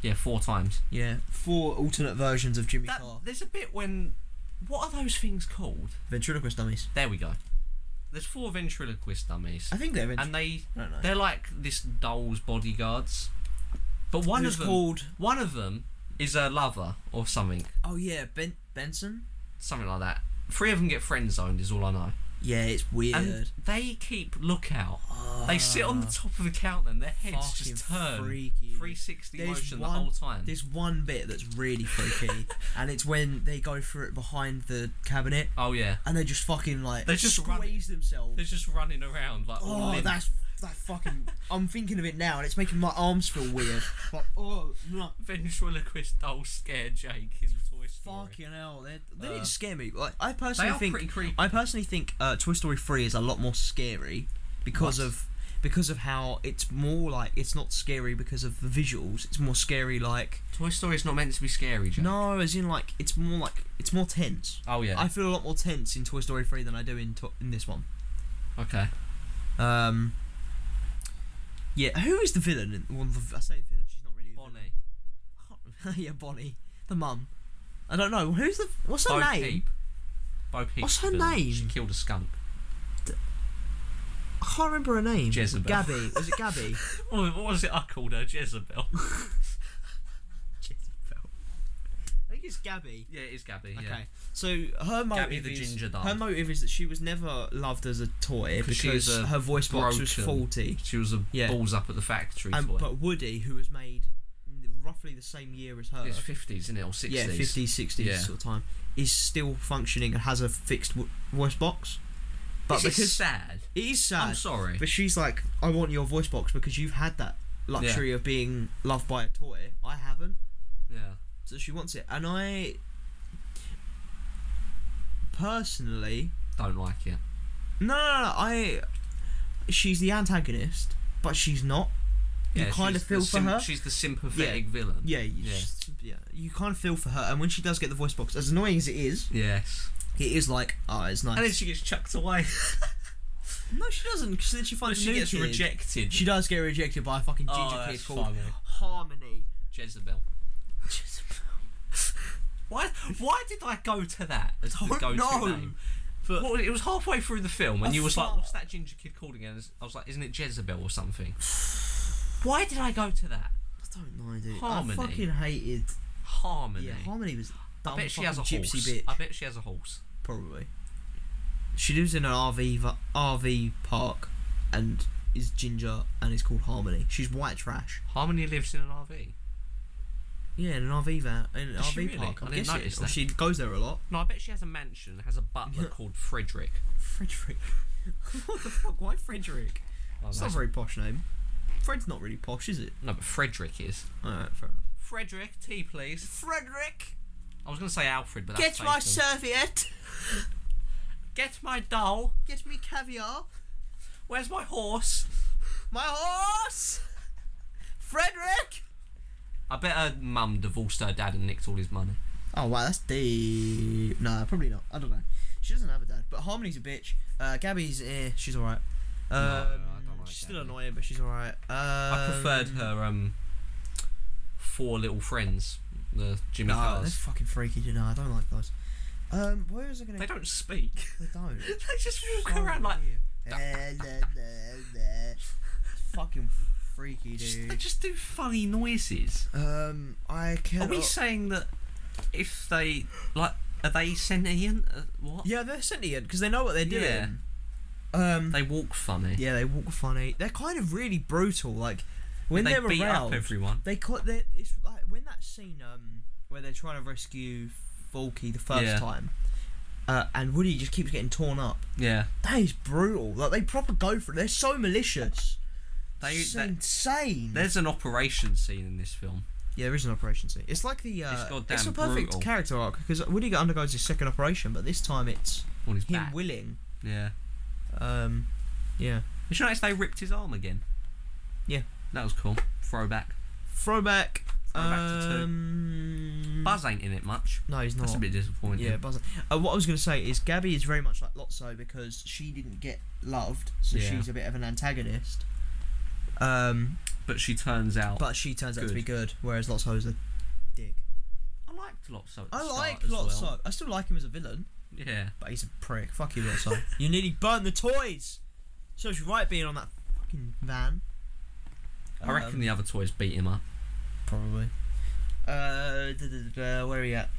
Speaker 2: Yeah, four times.
Speaker 1: Yeah, four alternate versions of Jimmy
Speaker 2: That,
Speaker 1: Carr.
Speaker 2: there's a bit when. What are those things called?
Speaker 1: ventriloquist dummies.
Speaker 2: There we go. There's four ventriloquist dummies,
Speaker 1: I think they're ventriloquist.
Speaker 2: and they
Speaker 1: I don't know.
Speaker 2: they're like this doll's bodyguards. But one
Speaker 1: Who's
Speaker 2: of them,
Speaker 1: called?
Speaker 2: one of them is a lover or something,
Speaker 1: Oh yeah, Ben Benson.
Speaker 2: something like that. Three of them get friend zoned, is all I know.
Speaker 1: Yeah, it's weird.
Speaker 2: And they keep lookout. They sit on the
Speaker 1: Ah,
Speaker 2: top of the counter and their heads
Speaker 1: fucking
Speaker 2: just turn
Speaker 1: freaky.
Speaker 2: 360
Speaker 1: There's
Speaker 2: motion
Speaker 1: one-
Speaker 2: the whole time.
Speaker 1: There's one bit that's really freaky, and it's when they go for it behind the cabinet,
Speaker 2: oh yeah,
Speaker 1: and they just fucking like
Speaker 2: They just run-
Speaker 1: squeeze themselves.
Speaker 2: they're just running around like. all
Speaker 1: oh,
Speaker 2: in.
Speaker 1: that's that fucking. I'm thinking of it now, and it's making my arms feel weird. Like, oh no,
Speaker 2: ventriloquist doll scare Jake in Toy Story.
Speaker 1: fucking hell! They they
Speaker 2: Uh,
Speaker 1: didn't scare me. Like, I
Speaker 2: They
Speaker 1: personally
Speaker 2: are
Speaker 1: think
Speaker 2: pretty creepy.
Speaker 1: I personally think uh, Toy Story Three is a lot more scary because
Speaker 2: What?
Speaker 1: of because of how it's more like it's not scary because of the visuals. It's more scary like
Speaker 2: Toy Story is not meant to be scary, Jake.
Speaker 1: no, as in like it's more like it's more tense.
Speaker 2: Oh yeah.
Speaker 1: I feel a lot more tense in Toy Story Three than I do in to- in this one.
Speaker 2: okay.
Speaker 1: Um, yeah, who is the villain? In, well, the, I say the villain. She's not really. a villain.
Speaker 2: Bonnie.
Speaker 1: yeah, Bonnie, the mum. I don't know who's the what's her
Speaker 2: Bo
Speaker 1: name.
Speaker 2: Peep. Bo Peep.
Speaker 1: What's her name?
Speaker 2: She killed a skunk.
Speaker 1: I can't remember her name.
Speaker 2: Jezebel.
Speaker 1: Gabby. Was it Gabby?
Speaker 2: What, what was it? I called her Jezebel.
Speaker 1: Jezebel. I think it's Gabby.
Speaker 2: yeah, it is Gabby.
Speaker 1: Okay.
Speaker 2: Yeah.
Speaker 1: So her motive
Speaker 2: Gabby the
Speaker 1: is
Speaker 2: ginger doll.
Speaker 1: her motive is that she was never loved as a toy
Speaker 2: 'Cause she
Speaker 1: because
Speaker 2: was a
Speaker 1: her voice box was
Speaker 2: broken
Speaker 1: faulty.
Speaker 2: She was a
Speaker 1: Yeah.
Speaker 2: balls up at the factory
Speaker 1: And
Speaker 2: toy.
Speaker 1: but Woody, who was made roughly the same year as her,
Speaker 2: it's fifties, isn't it, or sixties?
Speaker 1: yeah, 50s, 60s
Speaker 2: Yeah.
Speaker 1: sort of time, is still functioning and has a fixed w- voice box. But
Speaker 2: This is
Speaker 1: because
Speaker 2: sad.
Speaker 1: it is
Speaker 2: I'm
Speaker 1: sad,
Speaker 2: sorry.
Speaker 1: but she's like, I want your voice box because you've had that luxury of being loved by a toy. I haven't.
Speaker 2: yeah.
Speaker 1: so she wants it and i personally
Speaker 2: Don't like it.
Speaker 1: no no no i she's the antagonist but she's not You
Speaker 2: Yeah,
Speaker 1: kinda
Speaker 2: she's the
Speaker 1: feel for
Speaker 2: sym-
Speaker 1: her?
Speaker 2: She's the sympathetic villain.
Speaker 1: yeah you,
Speaker 2: Yeah.
Speaker 1: yeah you kind of feel for her and when she does get the voice box as annoying as it is
Speaker 2: Yes.
Speaker 1: it is like oh it's nice
Speaker 2: And then she gets chucked away.
Speaker 1: no she doesn't because then she
Speaker 2: No,
Speaker 1: finds a
Speaker 2: she
Speaker 1: new
Speaker 2: gets
Speaker 1: kid.
Speaker 2: rejected.
Speaker 1: she does get rejected by a fucking ginger
Speaker 2: Oh,
Speaker 1: kid
Speaker 2: that's
Speaker 1: called
Speaker 2: funny.
Speaker 1: harmony
Speaker 2: Jezebel. Why? Why did I go to that as the
Speaker 1: Don't
Speaker 2: go-to
Speaker 1: know,
Speaker 2: name?
Speaker 1: but-
Speaker 2: Well, it was halfway through the film when
Speaker 1: I
Speaker 2: you was like,
Speaker 1: thought-
Speaker 2: "What's that ginger kid called again?" I was like, "Isn't it Jezebel or something?" Why did I go to that?
Speaker 1: i don't know dude
Speaker 2: Harmony.
Speaker 1: i fucking hated
Speaker 2: Harmony.
Speaker 1: yeah harmony was a
Speaker 2: I
Speaker 1: dumb
Speaker 2: bet she has a
Speaker 1: fucking
Speaker 2: horse.
Speaker 1: gypsy bitch
Speaker 2: I bet she has a horse.
Speaker 1: Probably. She lives in an RV va- RV park, and is ginger and is called Harmony. She's white trash.
Speaker 2: Harmony lives in an RV.
Speaker 1: Yeah, in an RV van, in an
Speaker 2: Does
Speaker 1: RV
Speaker 2: she really?
Speaker 1: park.
Speaker 2: I
Speaker 1: I'm
Speaker 2: didn't
Speaker 1: guessing.
Speaker 2: notice
Speaker 1: Or
Speaker 2: that.
Speaker 1: she goes there a lot.
Speaker 2: No, I bet she has a mansion. and Has a butler
Speaker 1: Yeah.
Speaker 2: called Frederick.
Speaker 1: Frederick. what the fuck? Why Frederick?
Speaker 2: Oh,
Speaker 1: It's not a
Speaker 2: that's-
Speaker 1: very posh name. Fred's not really posh, is it?
Speaker 2: no, but Frederick is.
Speaker 1: Alright, fair enough.
Speaker 2: Frederick, tea please.
Speaker 1: Frederick,
Speaker 2: I was gonna say Alfred, but that's
Speaker 1: get my
Speaker 2: Faithful.
Speaker 1: serviette.
Speaker 2: Get my doll.
Speaker 1: Get me caviar.
Speaker 2: Where's my horse?
Speaker 1: My horse. Frederick.
Speaker 2: I bet her mum divorced her dad and nicked all his money.
Speaker 1: Oh wow, that's deep. No, probably not. I don't know. She doesn't have a dad, but Harmony's a bitch. Uh, Gabby's eh, she's all right. Um,
Speaker 2: I don't like
Speaker 1: she's still
Speaker 2: Gabby.
Speaker 1: annoying, but she's all right. Um,
Speaker 2: I preferred her um four little friends, the Jimmy
Speaker 1: No, Oh, they're
Speaker 2: Cars.
Speaker 1: fucking freaky. You know, I don't like those. Um, where is it gonna?
Speaker 2: They don't speak.
Speaker 1: They don't.
Speaker 2: they just walk
Speaker 1: So
Speaker 2: around like
Speaker 1: weird. Eh, nah, nah, nah. fucking freaky
Speaker 2: just, they
Speaker 1: dude.
Speaker 2: just do funny noises.
Speaker 1: Um, I
Speaker 2: Are
Speaker 1: cannot.
Speaker 2: we saying that if they like are they sentient? Uh, what?
Speaker 1: yeah, they're sentient because they know what they're doing.
Speaker 2: Yeah.
Speaker 1: Um,
Speaker 2: They walk funny.
Speaker 1: Yeah, they walk funny. They're kind of really brutal. Like when
Speaker 2: they
Speaker 1: are
Speaker 2: beat
Speaker 1: around,
Speaker 2: up everyone.
Speaker 1: they caught. They, it's like when that scene um where they're trying to rescue Volky the first
Speaker 2: Yeah.
Speaker 1: time, uh, and Woody just keeps getting torn up.
Speaker 2: Yeah.
Speaker 1: That is brutal. Like they proper go for it. They're so malicious.
Speaker 2: They,
Speaker 1: it's
Speaker 2: they-
Speaker 1: insane.
Speaker 2: there's an operation scene in this film.
Speaker 1: yeah, there is an operation scene. It's like the uh,
Speaker 2: It's goddamn
Speaker 1: a perfect
Speaker 2: brutal.
Speaker 1: character arc because Woody undergoes his second operation, but this time it's
Speaker 2: On his
Speaker 1: him
Speaker 2: back.
Speaker 1: willing.
Speaker 2: yeah.
Speaker 1: Um, yeah.
Speaker 2: Did you notice they ripped his arm again?
Speaker 1: Yeah.
Speaker 2: That was cool. Throwback.
Speaker 1: Throwback.
Speaker 2: Throwback to two.
Speaker 1: um,
Speaker 2: Buzz ain't in it much.
Speaker 1: No, he's not.
Speaker 2: That's a bit disappointing.
Speaker 1: Yeah, Buzz. Uh, what I was going to say is Gabby is very much like Lotso because she didn't get loved, so
Speaker 2: Yeah.
Speaker 1: she's a bit of an antagonist. Um,
Speaker 2: But she turns out.
Speaker 1: but she turns out to be good, whereas Lotso's a dick.
Speaker 2: I liked Lotso. At the
Speaker 1: I
Speaker 2: start
Speaker 1: like
Speaker 2: as well.
Speaker 1: Lotso. I still like him as a villain,
Speaker 2: Yeah.
Speaker 1: but he's a prick. Fuck you, Lotso. you nearly burned the toys. So she's right being on that fucking van.
Speaker 2: I reckon
Speaker 1: Um,
Speaker 2: the other toys beat him up.
Speaker 1: probably. Uh, da, da, da, da, where are we at?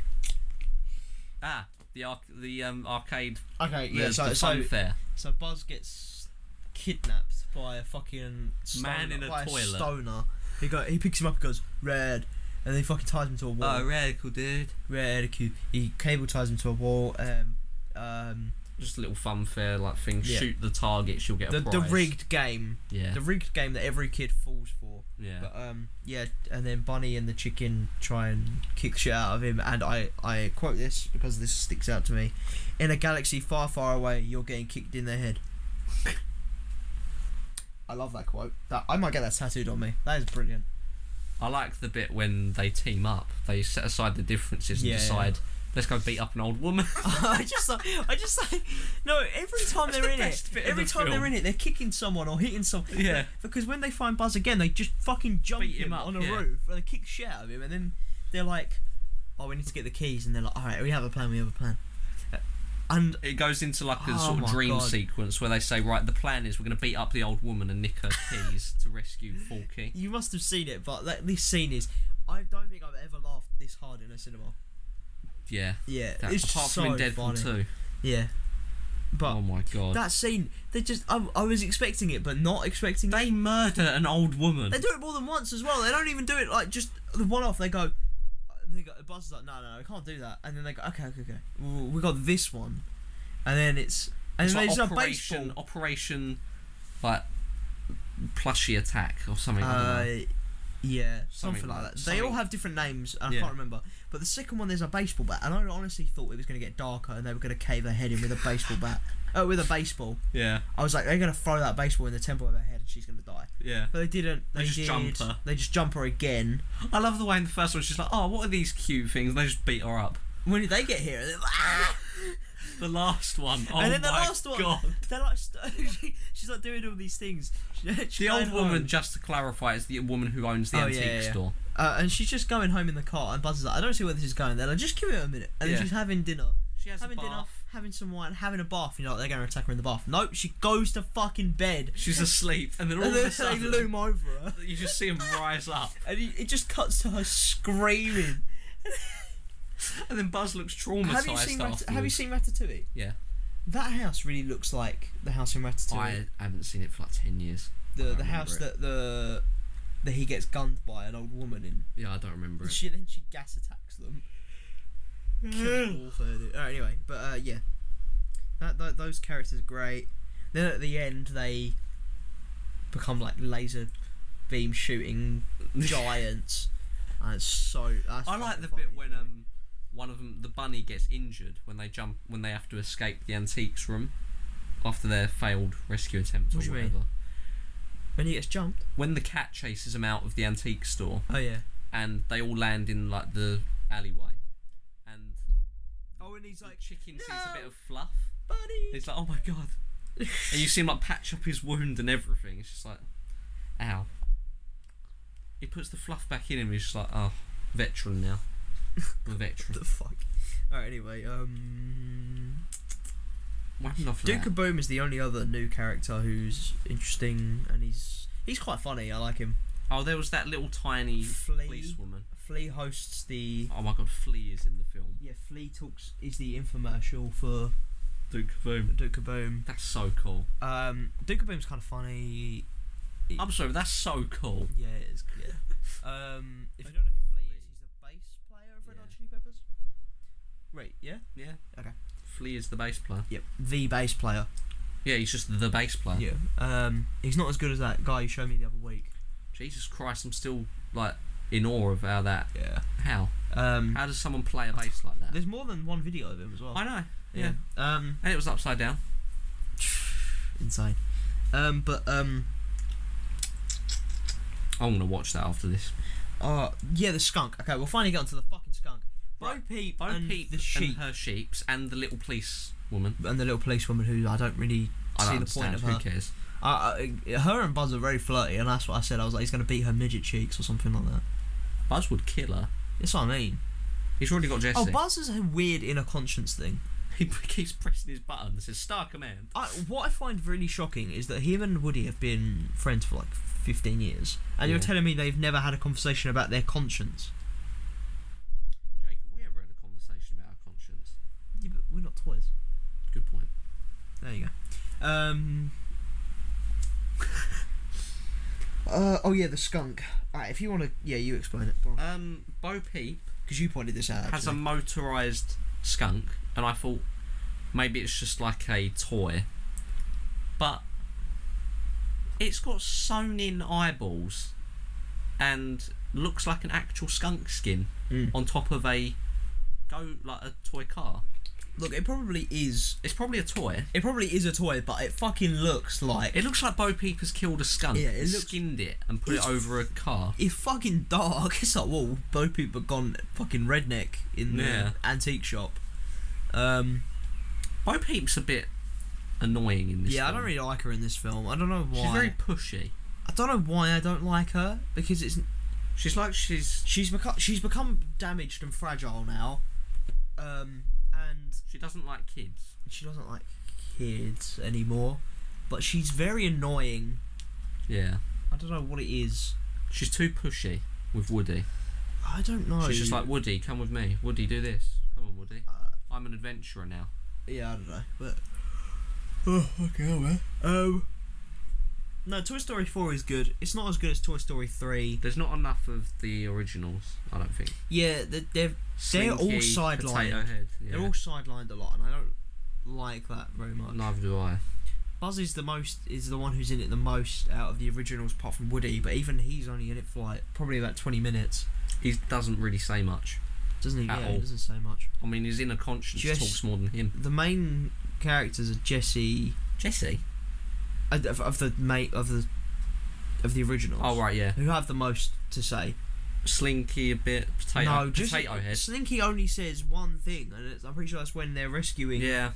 Speaker 2: Ah,
Speaker 3: The arc, the um, arcade.
Speaker 1: Okay,
Speaker 3: The,
Speaker 1: yeah.
Speaker 3: the
Speaker 1: So, so,
Speaker 3: fun fair.
Speaker 1: so Buzz gets kidnapped by a fucking stoner,
Speaker 3: Man in a
Speaker 1: by
Speaker 3: toilet.
Speaker 1: stoner. He go, he picks him up and goes red, and then he fucking ties him to a wall.
Speaker 3: Oh, radical dude.
Speaker 1: red Q. He cable ties him to a wall. Um, um,
Speaker 2: Just a little fun fair like thing.
Speaker 1: Yeah.
Speaker 2: Shoot the target, she'll get
Speaker 1: the
Speaker 2: a
Speaker 1: the
Speaker 2: prize.
Speaker 1: rigged game,
Speaker 2: Yeah,
Speaker 1: the rigged game that every kid falls for.
Speaker 2: yeah.
Speaker 1: But um, yeah, and then Bunny and the chicken try and kick shit out of him. And I, I quote this because this sticks out to me. In a galaxy far, far away, you're getting kicked in the head. I love that quote. That I might get that tattooed on me. That is brilliant.
Speaker 2: I like the bit when they team up. They set aside the differences and
Speaker 1: Yeah.
Speaker 2: decide, let's go beat up an old woman.
Speaker 1: I just, like- I just like, no. Every time
Speaker 2: That's
Speaker 1: they're
Speaker 2: the
Speaker 1: in it,
Speaker 2: best bit of
Speaker 1: every
Speaker 2: the
Speaker 1: time
Speaker 2: film.
Speaker 1: they're in it, they're kicking someone or hitting someone.
Speaker 2: Yeah.
Speaker 1: Because when they find Buzz again, they just fucking jump
Speaker 2: Beat
Speaker 1: him,
Speaker 2: him up,
Speaker 1: on a
Speaker 2: yeah.
Speaker 1: roof and they kick shit out of him, and then they're like, "Oh, we need to get the keys," and they're like, "All right, we have a plan. We have a plan." Uh, And
Speaker 2: it goes into like a
Speaker 1: Oh
Speaker 2: sort of
Speaker 1: my
Speaker 2: dream
Speaker 1: God.
Speaker 2: sequence where they say, right, the plan is we're going to beat up the old woman and nick her keys to rescue Forky.
Speaker 1: you must have seen it, but that, this scene is—I don't think I've ever laughed this hard in a cinema.
Speaker 2: Yeah.
Speaker 1: Yeah,
Speaker 2: That,
Speaker 1: it's
Speaker 2: apart
Speaker 1: so
Speaker 2: from in Deadpool
Speaker 1: funny.
Speaker 2: 2.
Speaker 1: Yeah, but
Speaker 2: oh my god.
Speaker 1: that scene—they just—I I was expecting it, but not expecting it.
Speaker 2: they murder an old woman.
Speaker 1: They do it more than once as well. They don't even do it like just the one off. They go, they go. Buzz is like, no, no, no, we can't do that. And then they go, okay, okay, okay. Well, we got this one, and then it's and
Speaker 2: It's
Speaker 1: then
Speaker 2: like
Speaker 1: there's a
Speaker 2: Operation,
Speaker 1: baseball.
Speaker 2: Operation, like, plushy attack or something. I don't
Speaker 1: Uh,
Speaker 2: know.
Speaker 1: yeah, something,
Speaker 2: Something
Speaker 1: like
Speaker 2: like-
Speaker 1: that. They all
Speaker 2: something-
Speaker 1: have different names, and I
Speaker 2: Yeah.
Speaker 1: can't remember. But the second one, there's a baseball bat, and I honestly thought it was going to get darker, and they were going to cave their head in with a baseball bat. Oh, with a baseball.
Speaker 2: Yeah,
Speaker 1: I was like, they're going to throw that baseball in the temple of her head, and she's going to die.
Speaker 2: yeah.
Speaker 1: But they didn't. They,
Speaker 2: They just
Speaker 1: did.
Speaker 2: jump her.
Speaker 1: They just jump her again.
Speaker 2: I love the way in the first one she's like, oh, what are these cute things? And they just beat her up.
Speaker 1: When did they get here? They're like, "Ah!"
Speaker 2: The last one. Oh
Speaker 1: and then the
Speaker 2: my
Speaker 1: last one,
Speaker 2: god.
Speaker 1: they're like, st- she, she's like doing all these things. She- she's
Speaker 2: The
Speaker 1: going
Speaker 2: old woman,
Speaker 1: home.
Speaker 2: just to clarify, is the woman who owns the
Speaker 1: Oh, yeah,
Speaker 2: antique
Speaker 1: yeah, yeah.
Speaker 2: store.
Speaker 1: uh, and she's just going home in the car, and Buzz is like, I don't see where this is going. They're like, just give it a minute, and
Speaker 2: Yeah.
Speaker 1: then she's having dinner,
Speaker 2: She has
Speaker 1: having dinner, having some wine, having a bath. You know, they're going to attack her in the bath. Nope, she goes to fucking bed,
Speaker 2: She's asleep, and then all
Speaker 1: and
Speaker 2: of
Speaker 1: then
Speaker 2: a
Speaker 1: they
Speaker 2: sudden,
Speaker 1: loom over her,
Speaker 2: you just see him rise up,
Speaker 1: and it, it just cuts to her screaming.
Speaker 2: and then Buzz looks traumatized.
Speaker 1: have you seen Rat- Have you
Speaker 2: afterwards.
Speaker 1: seen Ratatouille?
Speaker 2: Yeah.
Speaker 1: That house really looks like the house in Ratatouille.
Speaker 2: I haven't seen it for like ten years. I
Speaker 1: the
Speaker 2: don't
Speaker 1: the house
Speaker 2: remember
Speaker 1: that the that he gets gunned by an old woman in.
Speaker 2: Yeah, I don't remember it.
Speaker 1: She then she gas attacks them.
Speaker 2: Mm.
Speaker 1: Alright, anyway, but uh, yeah, that, tho- those characters are great. Then at the end they become like laser beam shooting giants. And it's so. That's
Speaker 2: I like
Speaker 1: fucking
Speaker 2: the bit
Speaker 1: funny.
Speaker 2: when um one of them, the bunny, gets injured when they jump when they have to escape the antiques room after their failed rescue attempt or
Speaker 1: What do you mean?
Speaker 2: whatever.
Speaker 1: when he gets jumped.
Speaker 2: When the cat chases them out of the antique store,
Speaker 1: Oh yeah.
Speaker 2: and they all land in like the alleyway. And
Speaker 1: Oh, and he's
Speaker 2: the
Speaker 1: like,
Speaker 2: chicken sees a
Speaker 1: "No."
Speaker 2: bit of fluff.
Speaker 1: buddy.
Speaker 2: He's like, oh my god. and you see him like patch up his wound and everything. It's just like, ow. He puts the fluff back in him. He's just like, oh, veteran now. I'm a veteran.
Speaker 1: the fuck. Alright, anyway. Um.
Speaker 2: What happened after
Speaker 1: Duke
Speaker 2: that?
Speaker 1: of Boom is the only other new character who's interesting, and he's he's quite funny. I like him.
Speaker 2: Oh, there was that little tiny
Speaker 1: Flea.
Speaker 2: police woman.
Speaker 1: Flea hosts the
Speaker 2: Oh my god, Flea is in the film.
Speaker 1: yeah. Flea talks is the infomercial for
Speaker 2: Duke of Boom.
Speaker 1: Duke of Boom.
Speaker 2: That's so cool.
Speaker 1: Um, Duke of Boom's kind of funny.
Speaker 2: I'm sorry, but that's so cool.
Speaker 1: Yeah, it is. Yeah. um, if
Speaker 2: I
Speaker 1: you don't know who Flea
Speaker 2: Flea is.
Speaker 1: is, he's the bass player of Red
Speaker 2: Yeah.
Speaker 1: Hot Chili Peppers. Right. Yeah.
Speaker 2: Yeah.
Speaker 1: Okay.
Speaker 2: Flea is the bass player.
Speaker 1: Yep. The bass player.
Speaker 2: Yeah, he's just the bass player.
Speaker 1: Yeah. Um, he's not as good as that guy you showed me the other week.
Speaker 2: Jesus Christ, I'm still like in awe of how that.
Speaker 1: Yeah.
Speaker 2: How?
Speaker 1: Um,
Speaker 2: How does someone play a bass like that?
Speaker 1: there's more than one video of him as well.
Speaker 2: I know. Yeah.
Speaker 1: Um.
Speaker 2: And it was upside down.
Speaker 1: insane. Um, but um,
Speaker 2: I'm gonna watch that after this.
Speaker 1: uh, yeah, the skunk. Okay, we'll finally get onto the fucking skunk. Bo
Speaker 2: Right,
Speaker 1: Peep
Speaker 2: Bo
Speaker 1: and
Speaker 2: Peep
Speaker 1: the sheep
Speaker 2: and her sheeps and the little police woman.
Speaker 1: and, the little policewoman who I don't really
Speaker 2: I
Speaker 1: see
Speaker 2: don't
Speaker 1: the point
Speaker 2: understand.
Speaker 1: of
Speaker 2: Who
Speaker 1: her.
Speaker 2: cares?
Speaker 1: I, I, her and Buzz are very flirty, and that's what I said. I was like, he's gonna beat her midget cheeks or something like that.
Speaker 2: Buzz would kill her.
Speaker 1: That's what I mean.
Speaker 2: He's already got Jesse.
Speaker 1: Oh, Buzz is a weird inner conscience thing.
Speaker 2: he keeps pressing his button. It says Star Command.
Speaker 1: I, what I find really shocking is that him and Woody have been friends for like 15 years, and you're
Speaker 2: Yeah.
Speaker 1: telling me they've never had a conversation about their conscience.
Speaker 2: Jake, have we ever had a conversation about our conscience?
Speaker 1: Yeah, but not toys.
Speaker 6: Good point.
Speaker 1: There you go. Um. uh, oh yeah, the skunk. Alright, if you want to, yeah, you explain it.
Speaker 2: Um, Bo Peep
Speaker 1: Because you pointed this out.
Speaker 2: has a
Speaker 1: actually.
Speaker 2: motorized skunk, and I thought maybe it's just like a toy, but it's got sewn-in eyeballs, and looks like an actual skunk skin
Speaker 1: Mm.
Speaker 2: on top of a go like a toy car.
Speaker 1: Look, it probably is.
Speaker 2: It's probably a toy.
Speaker 1: It probably is a toy, but it fucking looks like
Speaker 2: It looks like Bo Peep has killed a skunk,
Speaker 1: Yeah, it looks-
Speaker 2: skinned it, and put it
Speaker 1: It's-
Speaker 2: over a car.
Speaker 1: it's fucking dark. It's like, whoa, both people have gone fucking redneck in the
Speaker 2: Yeah.
Speaker 1: antique shop. Um,
Speaker 2: Bo Peep's a bit annoying in this.
Speaker 1: yeah, I
Speaker 2: film.
Speaker 1: don't really like her in this film. I don't know why.
Speaker 2: She's very pushy.
Speaker 1: I don't know why I don't like her because it's
Speaker 2: She's like she's
Speaker 1: she's become she's become damaged and fragile now, um, and
Speaker 2: she doesn't like kids.
Speaker 1: she doesn't like kids anymore. But she's very annoying.
Speaker 2: Yeah.
Speaker 1: I don't know what it is.
Speaker 2: She's too pushy with Woody.
Speaker 1: I don't know.
Speaker 2: She's just like Woody, come with me. Woody, do this. Come on, Woody.
Speaker 1: Uh,
Speaker 2: I'm an adventurer now.
Speaker 1: Yeah, I don't know, but oh, okay, oh well. Um, no, Toy Story four is good. It's not as good as Toy Story three.
Speaker 2: There's not enough of the originals. I don't think.
Speaker 1: Yeah, they- they're They're all
Speaker 2: Slinky,
Speaker 1: sidelined.
Speaker 2: Potato Head. Yeah.
Speaker 1: they're all sidelined a lot, and I don't like that very much.
Speaker 2: Neither do I.
Speaker 1: Buzz is the most is the one who's in it the most out of the originals, apart from Woody. But even he's only in it for like probably about twenty minutes,
Speaker 2: He doesn't really say much.
Speaker 1: doesn't he?
Speaker 2: At
Speaker 1: yeah,
Speaker 2: all.
Speaker 1: he doesn't say much.
Speaker 2: I mean, his inner conscience
Speaker 1: Just-
Speaker 2: talks more than him.
Speaker 1: The main characters are Jesse
Speaker 2: Jesse.
Speaker 1: uh, of, of the mate of the of the originals.
Speaker 2: Oh right, yeah.
Speaker 1: Who have the most to say?
Speaker 2: Slinky a bit. Potato.
Speaker 1: no, just
Speaker 2: potato Head.
Speaker 1: Slinky only says one thing, and it's, I'm pretty sure that's when they're rescuing.
Speaker 2: Yeah.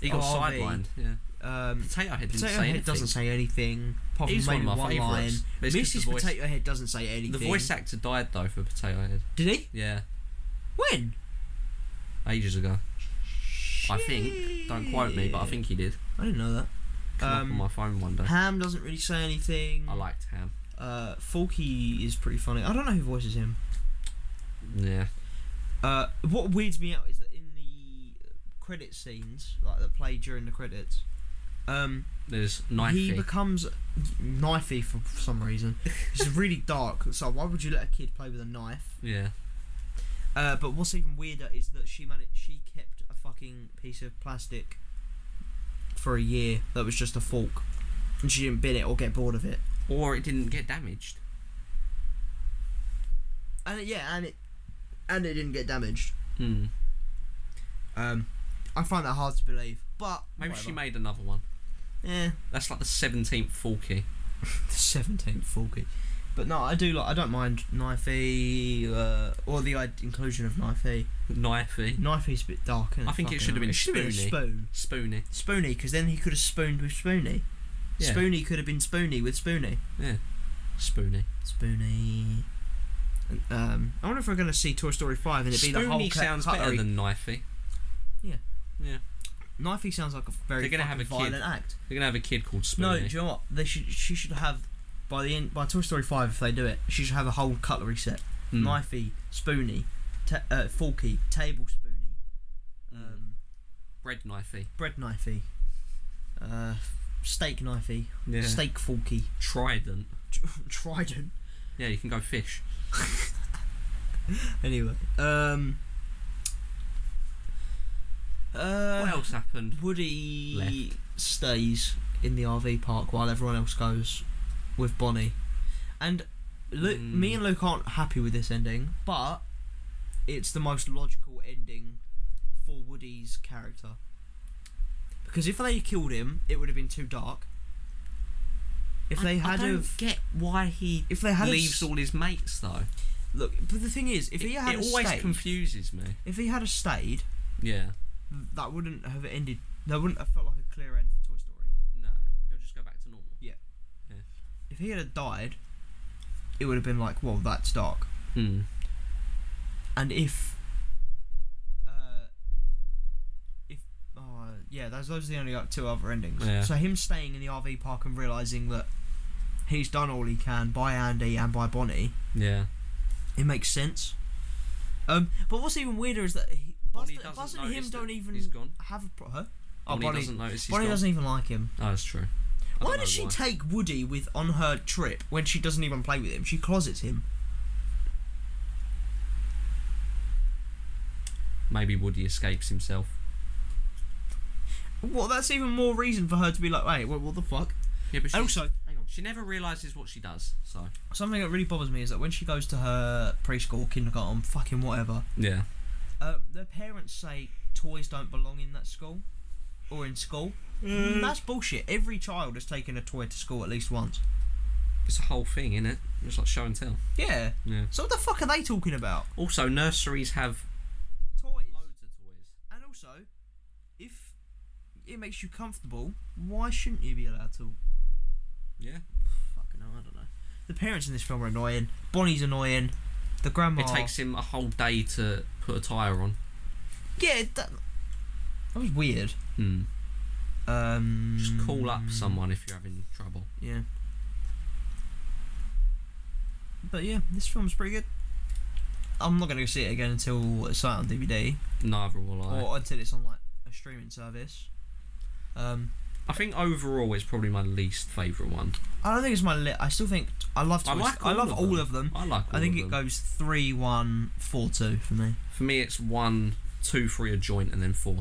Speaker 2: He got
Speaker 1: Oh, they-
Speaker 2: sidelined. Yeah.
Speaker 1: Um,
Speaker 2: Potato Head didn't
Speaker 1: Potato
Speaker 2: say
Speaker 1: Head
Speaker 2: anything.
Speaker 1: doesn't say anything. Apart
Speaker 2: He's
Speaker 1: from
Speaker 2: one of
Speaker 1: maybe
Speaker 2: my
Speaker 1: one line.
Speaker 2: favourites. but it's 'cause the
Speaker 1: Mrs.
Speaker 2: voice-
Speaker 1: Potato Head doesn't say anything.
Speaker 2: The voice actor died though for Potato Head.
Speaker 1: Did he?
Speaker 2: Yeah,
Speaker 1: When?
Speaker 2: ages ago. I think. Don't quote me, but I
Speaker 1: Shit.
Speaker 2: think he did.
Speaker 1: I didn't know that.
Speaker 2: Come up on
Speaker 1: Um,
Speaker 2: my phone one day.
Speaker 1: Ham doesn't really say anything.
Speaker 2: I liked Ham.
Speaker 1: Uh, Forky is pretty funny. I don't know who voices him.
Speaker 2: Yeah.
Speaker 1: Uh, what weirds me out is that in the credit scenes, like that play during the credits, um,
Speaker 2: There's Nike.
Speaker 1: He becomes knifey for some reason. It's really dark. So why would you let a kid play with a knife?
Speaker 2: yeah.
Speaker 1: Uh, but what's even weirder is that she managed. She kept a fucking piece of plastic for a year that was just a fork, and she didn't bin it or get bored of it.
Speaker 2: Or it didn't get damaged.
Speaker 1: And it- yeah, and it and it didn't get damaged.
Speaker 2: Hmm.
Speaker 1: Um, I find that hard to believe. But
Speaker 2: Maybe she
Speaker 1: whatever.
Speaker 2: made another one.
Speaker 1: Yeah,
Speaker 2: That's like the seventeenth Forky.
Speaker 1: the seventeenth forky. But no, I do like. I don't mind knifey uh, or the i- inclusion of knifey.
Speaker 2: Knifey.
Speaker 1: Knife is a bit dark. Isn't
Speaker 2: I think it
Speaker 1: Fucking
Speaker 2: should have
Speaker 1: hell.
Speaker 2: been
Speaker 1: It should have been a
Speaker 2: spoony.
Speaker 1: spoon.
Speaker 2: Spoony.
Speaker 1: Spoony, because then he could have spooned with Spoony.
Speaker 2: Yeah.
Speaker 1: Spoony could have been Spoony with Spoony.
Speaker 2: Spoony.
Speaker 1: Spoony. Um, I wonder if we're going to see Toy Story 5 and it be
Speaker 2: Spoony
Speaker 1: the whole cut-
Speaker 2: sounds better
Speaker 1: cutlery-
Speaker 2: than Knifey.
Speaker 1: Knifey sounds like a very
Speaker 2: They're
Speaker 1: going
Speaker 2: gonna
Speaker 1: to
Speaker 2: have a kid.
Speaker 1: violent act.
Speaker 2: They're gonna have a kid called
Speaker 1: No,
Speaker 2: Spoony.
Speaker 1: do you know what? They should, she should have, by the end, by Toy Story 5, if they do it, she should have a whole cutlery set.
Speaker 2: Hmm.
Speaker 1: Knifey, Spoony, ta- uh, Forky, Table Spoony, um,
Speaker 2: Uh, Bread Knifey.
Speaker 1: Bread Knifey, uh, Steak Knifey,
Speaker 2: Yeah.
Speaker 1: Steak Forky,
Speaker 2: Trident.
Speaker 1: Trident.
Speaker 2: Yeah, you can go fish.
Speaker 1: Anyway, um, uh,
Speaker 2: what else happened?
Speaker 1: Woody stays in the RV park while everyone else goes with Bonnie, and Lu
Speaker 2: Mm.
Speaker 1: me and Luke aren't happy with this ending, but it's the most logical ending for Woody's character. Because if they killed him, it would have been too dark. If
Speaker 2: I-
Speaker 1: they had
Speaker 2: I don't
Speaker 1: of,
Speaker 2: get why he
Speaker 1: if they had
Speaker 2: leaves
Speaker 1: of,
Speaker 2: all his mates though.
Speaker 1: look, but the thing is, if he
Speaker 2: it,
Speaker 1: had
Speaker 2: it
Speaker 1: a
Speaker 2: always
Speaker 1: stayed-
Speaker 2: confuses me.
Speaker 1: if he had a stayed,
Speaker 2: Yeah.
Speaker 1: that wouldn't have ended. That wouldn't have felt like a clear end for Toy Story.
Speaker 2: No, he'll just go back to normal.
Speaker 1: If he had have died, it would have been like, well, that's dark.
Speaker 2: Hmm.
Speaker 1: And if, uh, if, oh, yeah, those those are the only like two other endings.
Speaker 2: Yeah.
Speaker 1: So him staying in the RV park and realizing that he's done all he can by Andy and by Bonnie,
Speaker 2: Yeah.
Speaker 1: it makes sense. Um, but what's even weirder is that he,
Speaker 2: Bonnie
Speaker 1: Buster-
Speaker 2: doesn't
Speaker 1: Buster and
Speaker 2: notice
Speaker 1: him
Speaker 2: that
Speaker 1: don't even
Speaker 2: he's gone.
Speaker 1: have a pro- huh? Oh,
Speaker 2: Bonnie,
Speaker 1: Bonnie,
Speaker 2: doesn't notice he's
Speaker 1: Bonnie
Speaker 2: gone.
Speaker 1: doesn't even like him.
Speaker 2: Oh, that's true. I
Speaker 1: Why
Speaker 2: don't know
Speaker 1: does she take Woody with on her trip when she doesn't even play with him? She closets him.
Speaker 2: Maybe Woody escapes himself.
Speaker 1: Well, that's even more reason for her to be like, wait, what, what the fuck?
Speaker 2: Yeah, but she,
Speaker 1: And also, hang on.
Speaker 2: she never realizes what she does. So
Speaker 1: Something that really bothers me is that when she goes to her preschool, kindergarten, fucking whatever,
Speaker 2: yeah,
Speaker 1: uh, their parents say toys don't belong in that school or in school.
Speaker 2: Mm.
Speaker 1: That's bullshit. Every child has taken a toy to school at least once.
Speaker 2: it's a whole thing, isn't it? It's like show and tell.
Speaker 1: Yeah.
Speaker 2: Yeah.
Speaker 1: So what the fuck are they talking about?
Speaker 2: Also, nurseries have
Speaker 1: Toys.
Speaker 2: loads of toys.
Speaker 1: And also, if it makes you comfortable, why shouldn't you be allowed to?
Speaker 2: Yeah,
Speaker 1: Fucking hell, I don't know. The parents in this film are annoying. Bonnie's annoying. The grandma.
Speaker 2: it takes him a whole day to put a tire on.
Speaker 1: Yeah, that, that was weird.
Speaker 2: Hmm.
Speaker 1: Um,
Speaker 2: Just call up someone if you're having trouble.
Speaker 1: Yeah. But yeah, this film's pretty good. I'm not gonna go see it again until it's out on DVD
Speaker 2: Neither will I.
Speaker 1: or until it's on like a streaming service. Um,
Speaker 2: I think overall it's probably my least favourite one.
Speaker 1: I don't think it's my lit. I still think I love.
Speaker 2: I
Speaker 1: Toy
Speaker 2: like
Speaker 1: Sto- I
Speaker 2: all
Speaker 1: love
Speaker 2: of
Speaker 1: all
Speaker 2: them.
Speaker 1: of them.
Speaker 2: I like. All
Speaker 1: I think
Speaker 2: of
Speaker 1: it
Speaker 2: them.
Speaker 1: goes three, one, four, two for me.
Speaker 2: For me, it's one, two, three, a joint, and then four.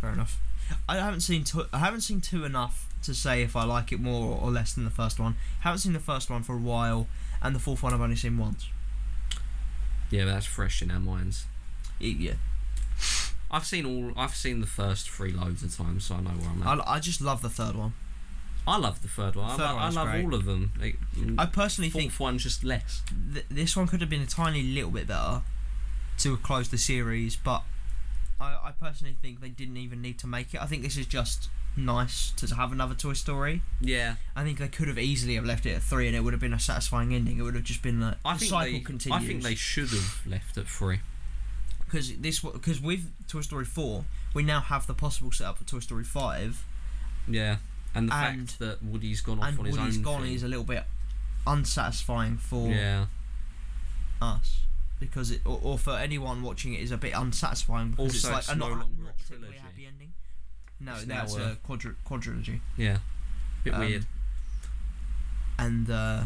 Speaker 1: Fair enough. I haven't seen two. I haven't seen two enough to say if I like it more or less than the first one. Haven't seen the first one for a while, and the fourth one I've only seen once.
Speaker 2: Yeah, that's fresh in our minds.
Speaker 1: It- yeah,
Speaker 2: I've seen all. I've seen the first three loads of times, so I know where I'm at.
Speaker 1: I, I just love the third one.
Speaker 2: I, love the third one. I
Speaker 1: Third
Speaker 2: lo- I,
Speaker 1: one's
Speaker 2: love
Speaker 1: great.
Speaker 2: all of them. Like,
Speaker 1: I personally
Speaker 2: fourth
Speaker 1: think
Speaker 2: one's just less.
Speaker 1: th- this one could have been a tiny little bit better to close the series, but I, I personally think they didn't even need to make it. I think this is just nice to have another Toy Story.
Speaker 2: Yeah,
Speaker 1: I think they could have easily have left it at three, and it would have been a satisfying ending. It would have just been like
Speaker 2: I
Speaker 1: the
Speaker 2: think
Speaker 1: cycle
Speaker 2: they.
Speaker 1: continues.
Speaker 2: I think they should have left at three.
Speaker 1: because this because with Toy Story four, we now have the possible setup for Toy Story five,
Speaker 2: Yeah, and the
Speaker 1: And-
Speaker 2: fact that Woody's gone off
Speaker 1: and
Speaker 2: on his
Speaker 1: Woody's
Speaker 2: own.
Speaker 1: gone
Speaker 2: thing.
Speaker 1: is a little bit unsatisfying for
Speaker 2: yeah.
Speaker 1: us because it or, or for anyone watching it is a bit unsatisfying because
Speaker 2: Also,
Speaker 1: it's
Speaker 2: it's
Speaker 1: like
Speaker 2: no
Speaker 1: not,
Speaker 2: longer a
Speaker 1: not particularly
Speaker 2: trilogy.
Speaker 1: happy ending. No,
Speaker 2: It's
Speaker 1: that's
Speaker 2: now a-
Speaker 1: a quadri- quadrilogy.
Speaker 2: Yeah. Bit
Speaker 1: Um,
Speaker 2: weird.
Speaker 1: And uh,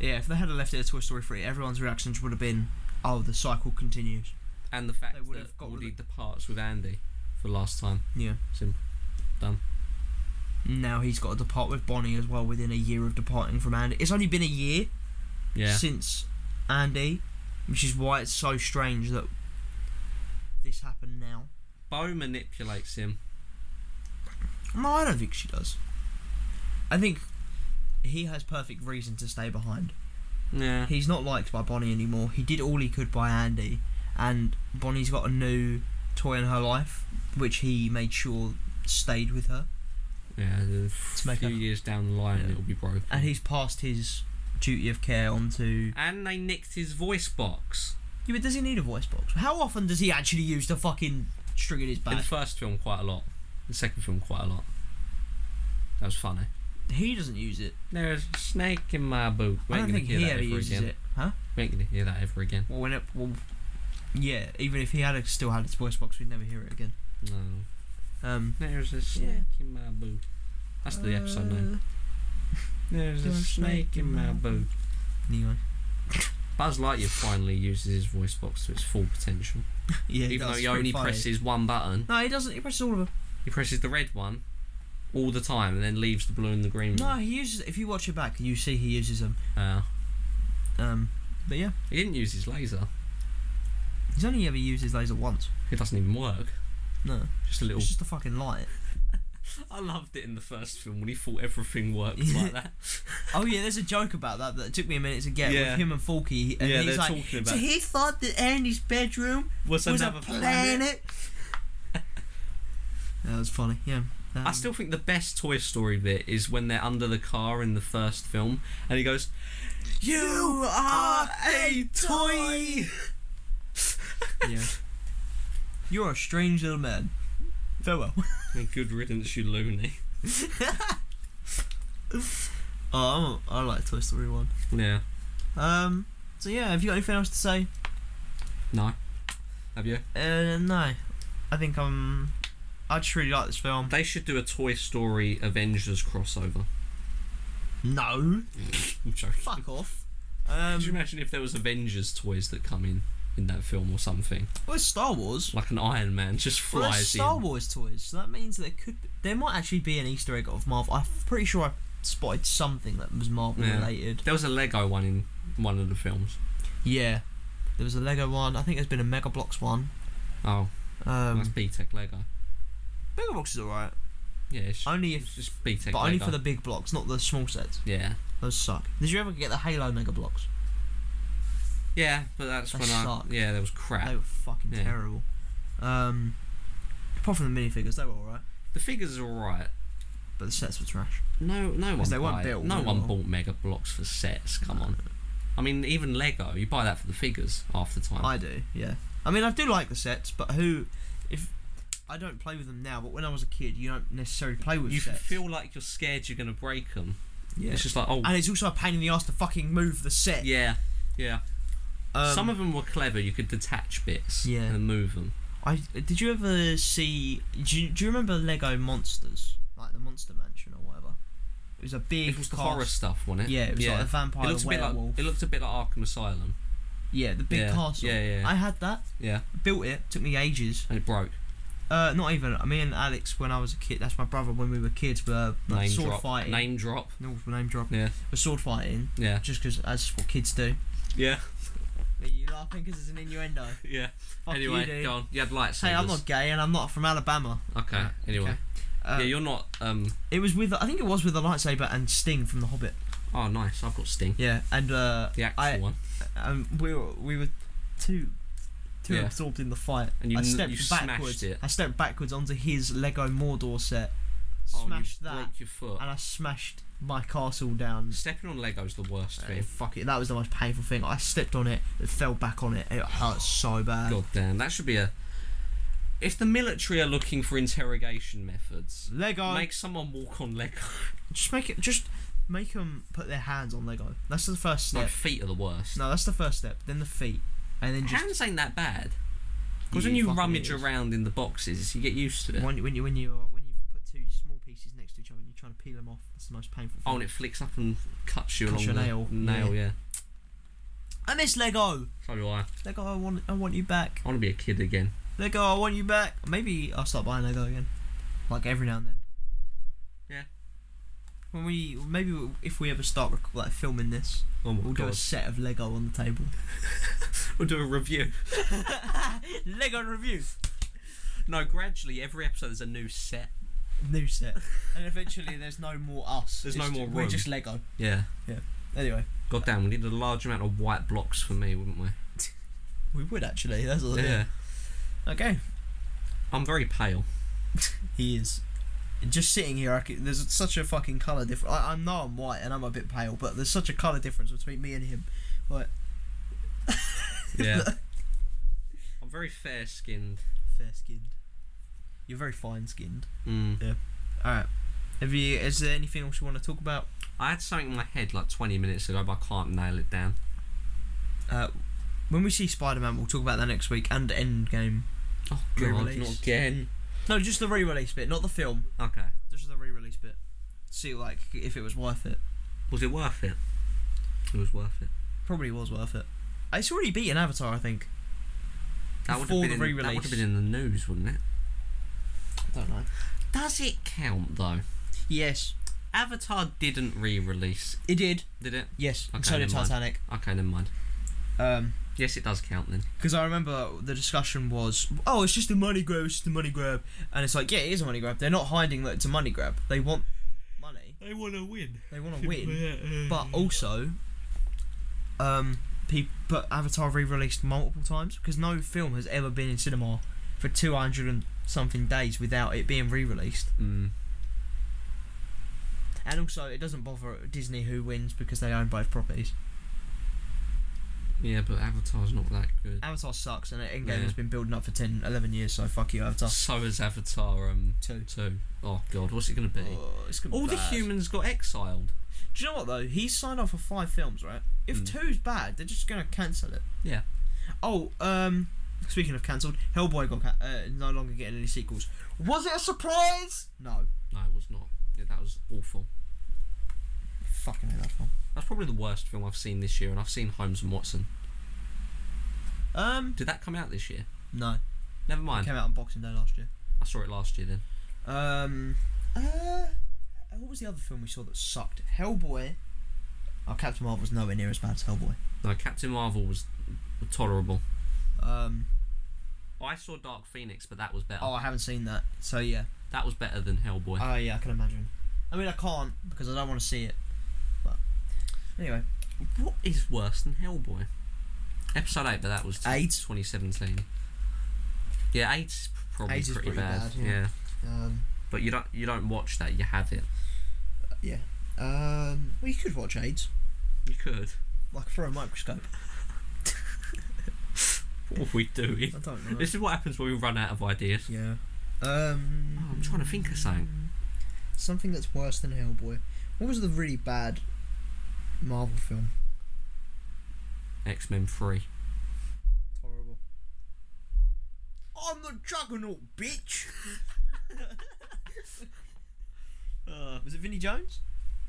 Speaker 1: yeah, if they had left it at Toy Story three, everyone's reactions would have been, "Oh, the cycle continues."
Speaker 2: And the fact
Speaker 1: they would have
Speaker 2: that
Speaker 1: got
Speaker 2: Woody
Speaker 1: rid
Speaker 2: departs with Andy for the last time.
Speaker 1: Yeah.
Speaker 2: Simple.
Speaker 1: Now he's got to depart with Bonnie as well within a year of departing from Andy. It's only been a year
Speaker 2: Yeah.
Speaker 1: since Andy, which is why it's so strange that this happened now.
Speaker 2: Bo manipulates him.
Speaker 1: No, I don't think she does. I think he has perfect reason to stay behind.
Speaker 2: Yeah.
Speaker 1: He's not liked by Bonnie anymore. He did all he could by Andy, and Bonnie's got a new toy in her life, which he made sure stayed with her.
Speaker 2: Yeah, a
Speaker 1: make
Speaker 2: few
Speaker 1: up-
Speaker 2: years down the line,
Speaker 1: Yeah.
Speaker 2: it'll be broken.
Speaker 1: And he's passed his duty of care onto.
Speaker 2: and they nicked his voice box
Speaker 1: Yeah, but does he need a voice box? How often does he actually use the fucking string in his
Speaker 2: in the
Speaker 1: back?
Speaker 2: first film quite a lot. The second film quite a lot. That was funny.
Speaker 1: He doesn't use it.
Speaker 2: There's a snake in my boot. We
Speaker 1: I
Speaker 2: ain't
Speaker 1: don't
Speaker 2: gonna
Speaker 1: think
Speaker 2: hear
Speaker 1: he
Speaker 2: that
Speaker 1: ever
Speaker 2: ever
Speaker 1: uses
Speaker 2: again.
Speaker 1: it, huh?
Speaker 2: We ain't gonna hear that ever again.
Speaker 1: Well, when it, well, yeah. Even if he had a, still had his voice box, we'd never hear it again.
Speaker 2: No.
Speaker 1: Um,
Speaker 2: There's a snake in my boot. That's the episode name. There's a
Speaker 1: there's Uh. a
Speaker 2: snake in my boot.
Speaker 1: Anyway,
Speaker 2: Buzz Lightyear finally uses his voice box to its full potential.
Speaker 1: yeah.
Speaker 2: Even though
Speaker 1: does,
Speaker 2: he
Speaker 1: pretty
Speaker 2: only
Speaker 1: funny.
Speaker 2: presses one button,
Speaker 1: No, he doesn't. He presses all of them.
Speaker 2: he presses the red one all the time and then leaves the blue and the green
Speaker 1: No,
Speaker 2: one.
Speaker 1: he uses. If you watch it back, you see he uses them.
Speaker 2: Uh,
Speaker 1: Um, but yeah,
Speaker 2: he didn't use his laser.
Speaker 1: he's only ever used his laser once.
Speaker 2: It doesn't even work.
Speaker 1: No,
Speaker 2: Just a little.
Speaker 1: it's just a fucking light.
Speaker 2: I loved it in the first film when he thought everything worked
Speaker 1: Yeah.
Speaker 2: like that.
Speaker 1: Oh yeah, there's a joke about that that took me a minute to get
Speaker 2: Yeah.
Speaker 1: with him and Falky. And
Speaker 2: Yeah,
Speaker 1: he's
Speaker 2: they're
Speaker 1: like,
Speaker 2: talking about
Speaker 1: So
Speaker 2: it."
Speaker 1: he thought that Andy's bedroom
Speaker 2: Was,
Speaker 1: was a
Speaker 2: another
Speaker 1: planet. that was funny. Yeah. Um,
Speaker 2: I still think the best Toy Story bit is when they're under the car in the first film and he goes,
Speaker 1: You
Speaker 2: are a toy!
Speaker 1: yeah. You're a strange little man. Farewell.
Speaker 2: And good riddance, you loony.
Speaker 1: Oh, I'm a, I like Toy Story one.
Speaker 2: Yeah.
Speaker 1: Um. So yeah, have you got anything else to say?
Speaker 2: No. Have you?
Speaker 1: Uh, no, I think I'm. I just really like this film.
Speaker 2: They should do a Toy Story Avengers crossover.
Speaker 1: No,
Speaker 2: I'm joking.
Speaker 1: fuck off.
Speaker 2: Could you
Speaker 1: Um,
Speaker 2: imagine if there was Avengers toys that come in in that film or something?
Speaker 1: well, it's Star Wars.
Speaker 2: Like an Iron Man just
Speaker 1: Well, there's
Speaker 2: flies
Speaker 1: Star
Speaker 2: in.
Speaker 1: Wars toys, so that means there could be, there might actually be an Easter egg of Marvel. I'm pretty sure I spotted something that was Marvel
Speaker 2: Yeah.
Speaker 1: related.
Speaker 2: There was a Lego one in one of the films.
Speaker 1: Yeah, there was a Lego one. I think there's been a Mega Bloks one.
Speaker 2: Oh, that's
Speaker 1: Um,
Speaker 2: B Tech Lego.
Speaker 1: Mega Bloks is alright,
Speaker 2: Yeah, it's,
Speaker 1: only
Speaker 2: it's
Speaker 1: if
Speaker 2: just B Tech
Speaker 1: but
Speaker 2: Lego.
Speaker 1: only for the big blocks, not the small sets.
Speaker 2: Yeah.
Speaker 1: Those suck. Did you ever get the Halo Mega Blocks?
Speaker 2: Yeah, but that's
Speaker 1: They
Speaker 2: when I.
Speaker 1: suck.
Speaker 2: Yeah, that was crap.
Speaker 1: They were fucking
Speaker 2: Yeah.
Speaker 1: terrible. Um, apart from the minifigures, they were alright,
Speaker 2: The figures are alright.
Speaker 1: but the sets were trash.
Speaker 2: No, no one.
Speaker 1: they weren't
Speaker 2: buy-
Speaker 1: built,
Speaker 2: No
Speaker 1: were
Speaker 2: one
Speaker 1: they?
Speaker 2: bought Mega Blocks for sets. Come on. I mean, even Lego, you buy that for the figures half the time.
Speaker 1: I do, yeah. I mean, I do like the sets, but who, if I don't play with them now, but when I was a kid, you don't necessarily play with
Speaker 2: you
Speaker 1: sets.
Speaker 2: feel like you're scared you're gonna break them.
Speaker 1: yeah.
Speaker 2: It's just like, oh,
Speaker 1: and it's also a pain in the ass to fucking move the set.
Speaker 2: yeah, yeah.
Speaker 1: Um,
Speaker 2: Some of them were clever. You could detach bits
Speaker 1: Yeah.
Speaker 2: and move them.
Speaker 1: I did you ever see? Do you, do you remember Lego Monsters, like the Monster Mansion or whatever? It was a big
Speaker 2: It was the
Speaker 1: cast-
Speaker 2: horror stuff, wasn't it?
Speaker 1: Yeah, it was like a vampire
Speaker 2: It looked a bit like
Speaker 1: werewolf.
Speaker 2: it looked a bit like Arkham Asylum.
Speaker 1: yeah, the big
Speaker 2: yeah,
Speaker 1: castle.
Speaker 2: Yeah, yeah, yeah.
Speaker 1: I had that.
Speaker 2: yeah.
Speaker 1: Built it. Took me ages.
Speaker 2: And it broke.
Speaker 1: Uh, not even. Me and Alex, when I was a kid, that's my brother. When we were kids, were like,
Speaker 2: Name
Speaker 1: sword
Speaker 2: drop.
Speaker 1: fighting.
Speaker 2: Name drop.
Speaker 1: no, name drop.
Speaker 2: Yeah,
Speaker 1: We're sword fighting,
Speaker 2: yeah,
Speaker 1: just because that's what kids do.
Speaker 2: yeah,
Speaker 1: Are you laughing because it's an innuendo?
Speaker 2: yeah.
Speaker 1: Fuck
Speaker 2: anyway,
Speaker 1: you, dude.
Speaker 2: go on. You had lightsabers.
Speaker 1: Hey, I'm not gay and I'm not from Alabama.
Speaker 2: Okay.
Speaker 1: Right,
Speaker 2: anyway,
Speaker 1: okay. Uh,
Speaker 2: yeah, you're not. Um.
Speaker 1: it was with I think it was with the lightsaber and Sting from The Hobbit.
Speaker 2: Oh, nice. I've got Sting.
Speaker 1: Yeah, and uh,
Speaker 2: The actual
Speaker 1: I-
Speaker 2: one.
Speaker 1: um, we were we were too too
Speaker 2: Yeah.
Speaker 1: absorbed in the fight.
Speaker 2: And you
Speaker 1: I
Speaker 2: kn-
Speaker 1: stepped
Speaker 2: you smashed
Speaker 1: backwards.
Speaker 2: it.
Speaker 1: I stepped backwards onto his Lego Mordor set,
Speaker 2: Oh, you
Speaker 1: smashed that,
Speaker 2: Broke your foot.
Speaker 1: and I smashed my castle down.
Speaker 2: Stepping on Lego's the worst
Speaker 1: Uh,
Speaker 2: thing.
Speaker 1: fuck it, that was the most painful thing. I stepped on it, it fell back on it, it hurt so bad.
Speaker 2: God damn, that should be a. If the military are looking for interrogation methods,
Speaker 1: Lego,
Speaker 2: make someone walk on Lego.
Speaker 1: just make it, just make them put their hands on Lego. That's the first
Speaker 2: No,
Speaker 1: step.
Speaker 2: feet are the worst.
Speaker 1: No, that's the first step. Then the feet, and then just
Speaker 2: Hands ain't that bad. Because
Speaker 1: Yeah,
Speaker 2: when you
Speaker 1: fucking
Speaker 2: rummage
Speaker 1: it is.
Speaker 2: around in the boxes, you get used to it.
Speaker 1: when, when you when you uh, when you put two small pieces next to each other and you're trying to peel them off. That's the most painful. Thing.
Speaker 2: Oh, and it flicks up and cuts you
Speaker 1: Cuts
Speaker 2: along
Speaker 1: your
Speaker 2: the
Speaker 1: nail.
Speaker 2: Nail, yeah.
Speaker 1: I miss Lego.
Speaker 2: So do I.
Speaker 1: Lego, I want I want you back.
Speaker 2: I want to be a kid again.
Speaker 1: Lego, I want you back. Maybe I'll start buying Lego again, like every now and then.
Speaker 2: Yeah.
Speaker 1: When we maybe if we ever start rec- like filming this,
Speaker 2: Oh my
Speaker 1: we'll do a set of Lego on the table.
Speaker 2: We'll do a review.
Speaker 1: Lego review.
Speaker 2: No, gradually, every episode there's a new set.
Speaker 1: New set. And eventually, there's no more us.
Speaker 2: There's
Speaker 1: It's
Speaker 2: no
Speaker 1: ju-
Speaker 2: more
Speaker 1: We're
Speaker 2: room.
Speaker 1: just Lego.
Speaker 2: Yeah.
Speaker 1: Anyway,
Speaker 2: God damn, we need a large amount of white blocks for me, wouldn't we?
Speaker 1: we would actually. That's all. Okay.
Speaker 2: I'm very pale.
Speaker 1: He is. Just sitting here, I could, there's such a fucking colour difference. I, I know I'm white and I'm a bit pale, but there's such a colour difference between me and him. Like,
Speaker 2: Yeah. I'm very fair skinned.
Speaker 1: fair skinned. You're very fine skinned.
Speaker 2: Mm.
Speaker 1: Alright. Have you. Is there anything else you want to talk about?
Speaker 2: I had something in my head like 20 minutes ago, but I can't nail it down.
Speaker 1: Uh, when we see Spider Man, we'll talk about that next week and Endgame.
Speaker 2: Oh,
Speaker 1: Re-release.
Speaker 2: not again.
Speaker 1: No, just the re release bit, not the film.
Speaker 2: Okay.
Speaker 1: Just the re release bit. See, like, if it was worth it.
Speaker 2: Was it worth it? It was worth it.
Speaker 1: Probably was worth it. It's already beaten Avatar, I think.
Speaker 2: That would have
Speaker 1: Before
Speaker 2: been,
Speaker 1: the
Speaker 2: in- that would
Speaker 1: re-release.
Speaker 2: have been in the news, wouldn't it?
Speaker 1: I don't know.
Speaker 2: Does it count though?
Speaker 1: Yes.
Speaker 2: Avatar didn't re-release,
Speaker 1: It did.
Speaker 2: did it?
Speaker 1: Yes. and
Speaker 2: Okay,
Speaker 1: so did
Speaker 2: never mind.
Speaker 1: Titanic.
Speaker 2: Okay, never mind.
Speaker 1: Um.
Speaker 2: Yes, it does count then.
Speaker 1: Because I remember the discussion was, oh, it's just a money grab, it's just a money grab. And it's like, yeah, it is a money grab. They're not hiding that it's a money grab. They want money,
Speaker 2: They want to win.
Speaker 1: they want to win. But also, um, people, but Avatar re released multiple times because no film has ever been in cinema for 200 and something days without it being re released.
Speaker 2: Mm.
Speaker 1: And also, it doesn't bother Disney who wins because they own both properties.
Speaker 2: Yeah, but Avatar's not that good.
Speaker 1: Avatar sucks, and Endgame
Speaker 2: Yeah.
Speaker 1: has been building up for 10, 11 years, so fuck you, Avatar.
Speaker 2: So is Avatar um
Speaker 1: Two.
Speaker 2: two. Oh god, what's it gonna be?
Speaker 1: Oh, it's gonna be
Speaker 2: All the
Speaker 1: bad.
Speaker 2: humans got exiled.
Speaker 1: Do you know what though? He's signed off for five films, right? If
Speaker 2: Hmm.
Speaker 1: two's bad, they're just gonna cancel it.
Speaker 2: Yeah.
Speaker 1: Oh, um, Speaking of cancelled, Hellboy got ca- uh, no longer getting any sequels. Was it a surprise? No.
Speaker 2: No, it was not. Yeah, that was awful.
Speaker 1: Fucking hell, that film.
Speaker 2: That's probably the worst film I've seen this year, and I've seen Holmes and Watson.
Speaker 1: Um,
Speaker 2: Did that come out this year?
Speaker 1: no.
Speaker 2: Never
Speaker 1: It
Speaker 2: mind.
Speaker 1: came out on Boxing Day last year.
Speaker 2: I saw it last year then.
Speaker 1: Um, uh, what was the other film we saw that sucked? Hellboy. Oh, Captain Marvel's nowhere near as bad as Hellboy.
Speaker 2: No, Captain Marvel was tolerable.
Speaker 1: Um,
Speaker 2: I saw Dark Phoenix, but that was better.
Speaker 1: oh, I haven't seen that. So yeah.
Speaker 2: That was better than Hellboy.
Speaker 1: Oh yeah, I can imagine. I mean, I can't because I don't want to see it. But anyway,
Speaker 2: what is worse than Hellboy? Episode 8, but that was
Speaker 1: AIDS.
Speaker 2: 2017. Yeah, 8 is probably
Speaker 1: Eight's is
Speaker 2: pretty,
Speaker 1: pretty
Speaker 2: bad.
Speaker 1: bad, yeah.
Speaker 2: yeah.
Speaker 1: um,
Speaker 2: But you don't you don't watch that, you have it.
Speaker 1: yeah. Um, well, you could watch AIDS,
Speaker 2: You could.
Speaker 1: like through a microscope.
Speaker 2: What are we doing?
Speaker 1: I don't know.
Speaker 2: This is what happens when we run out of ideas.
Speaker 1: yeah. Um,
Speaker 2: Oh, I'm trying to think of something.
Speaker 1: Something that's worse than Hellboy. What was the really bad Marvel film?
Speaker 2: X Men 3.
Speaker 1: Horrible. I'm the Juggernaut, bitch. Uh, was it Vinnie Jones?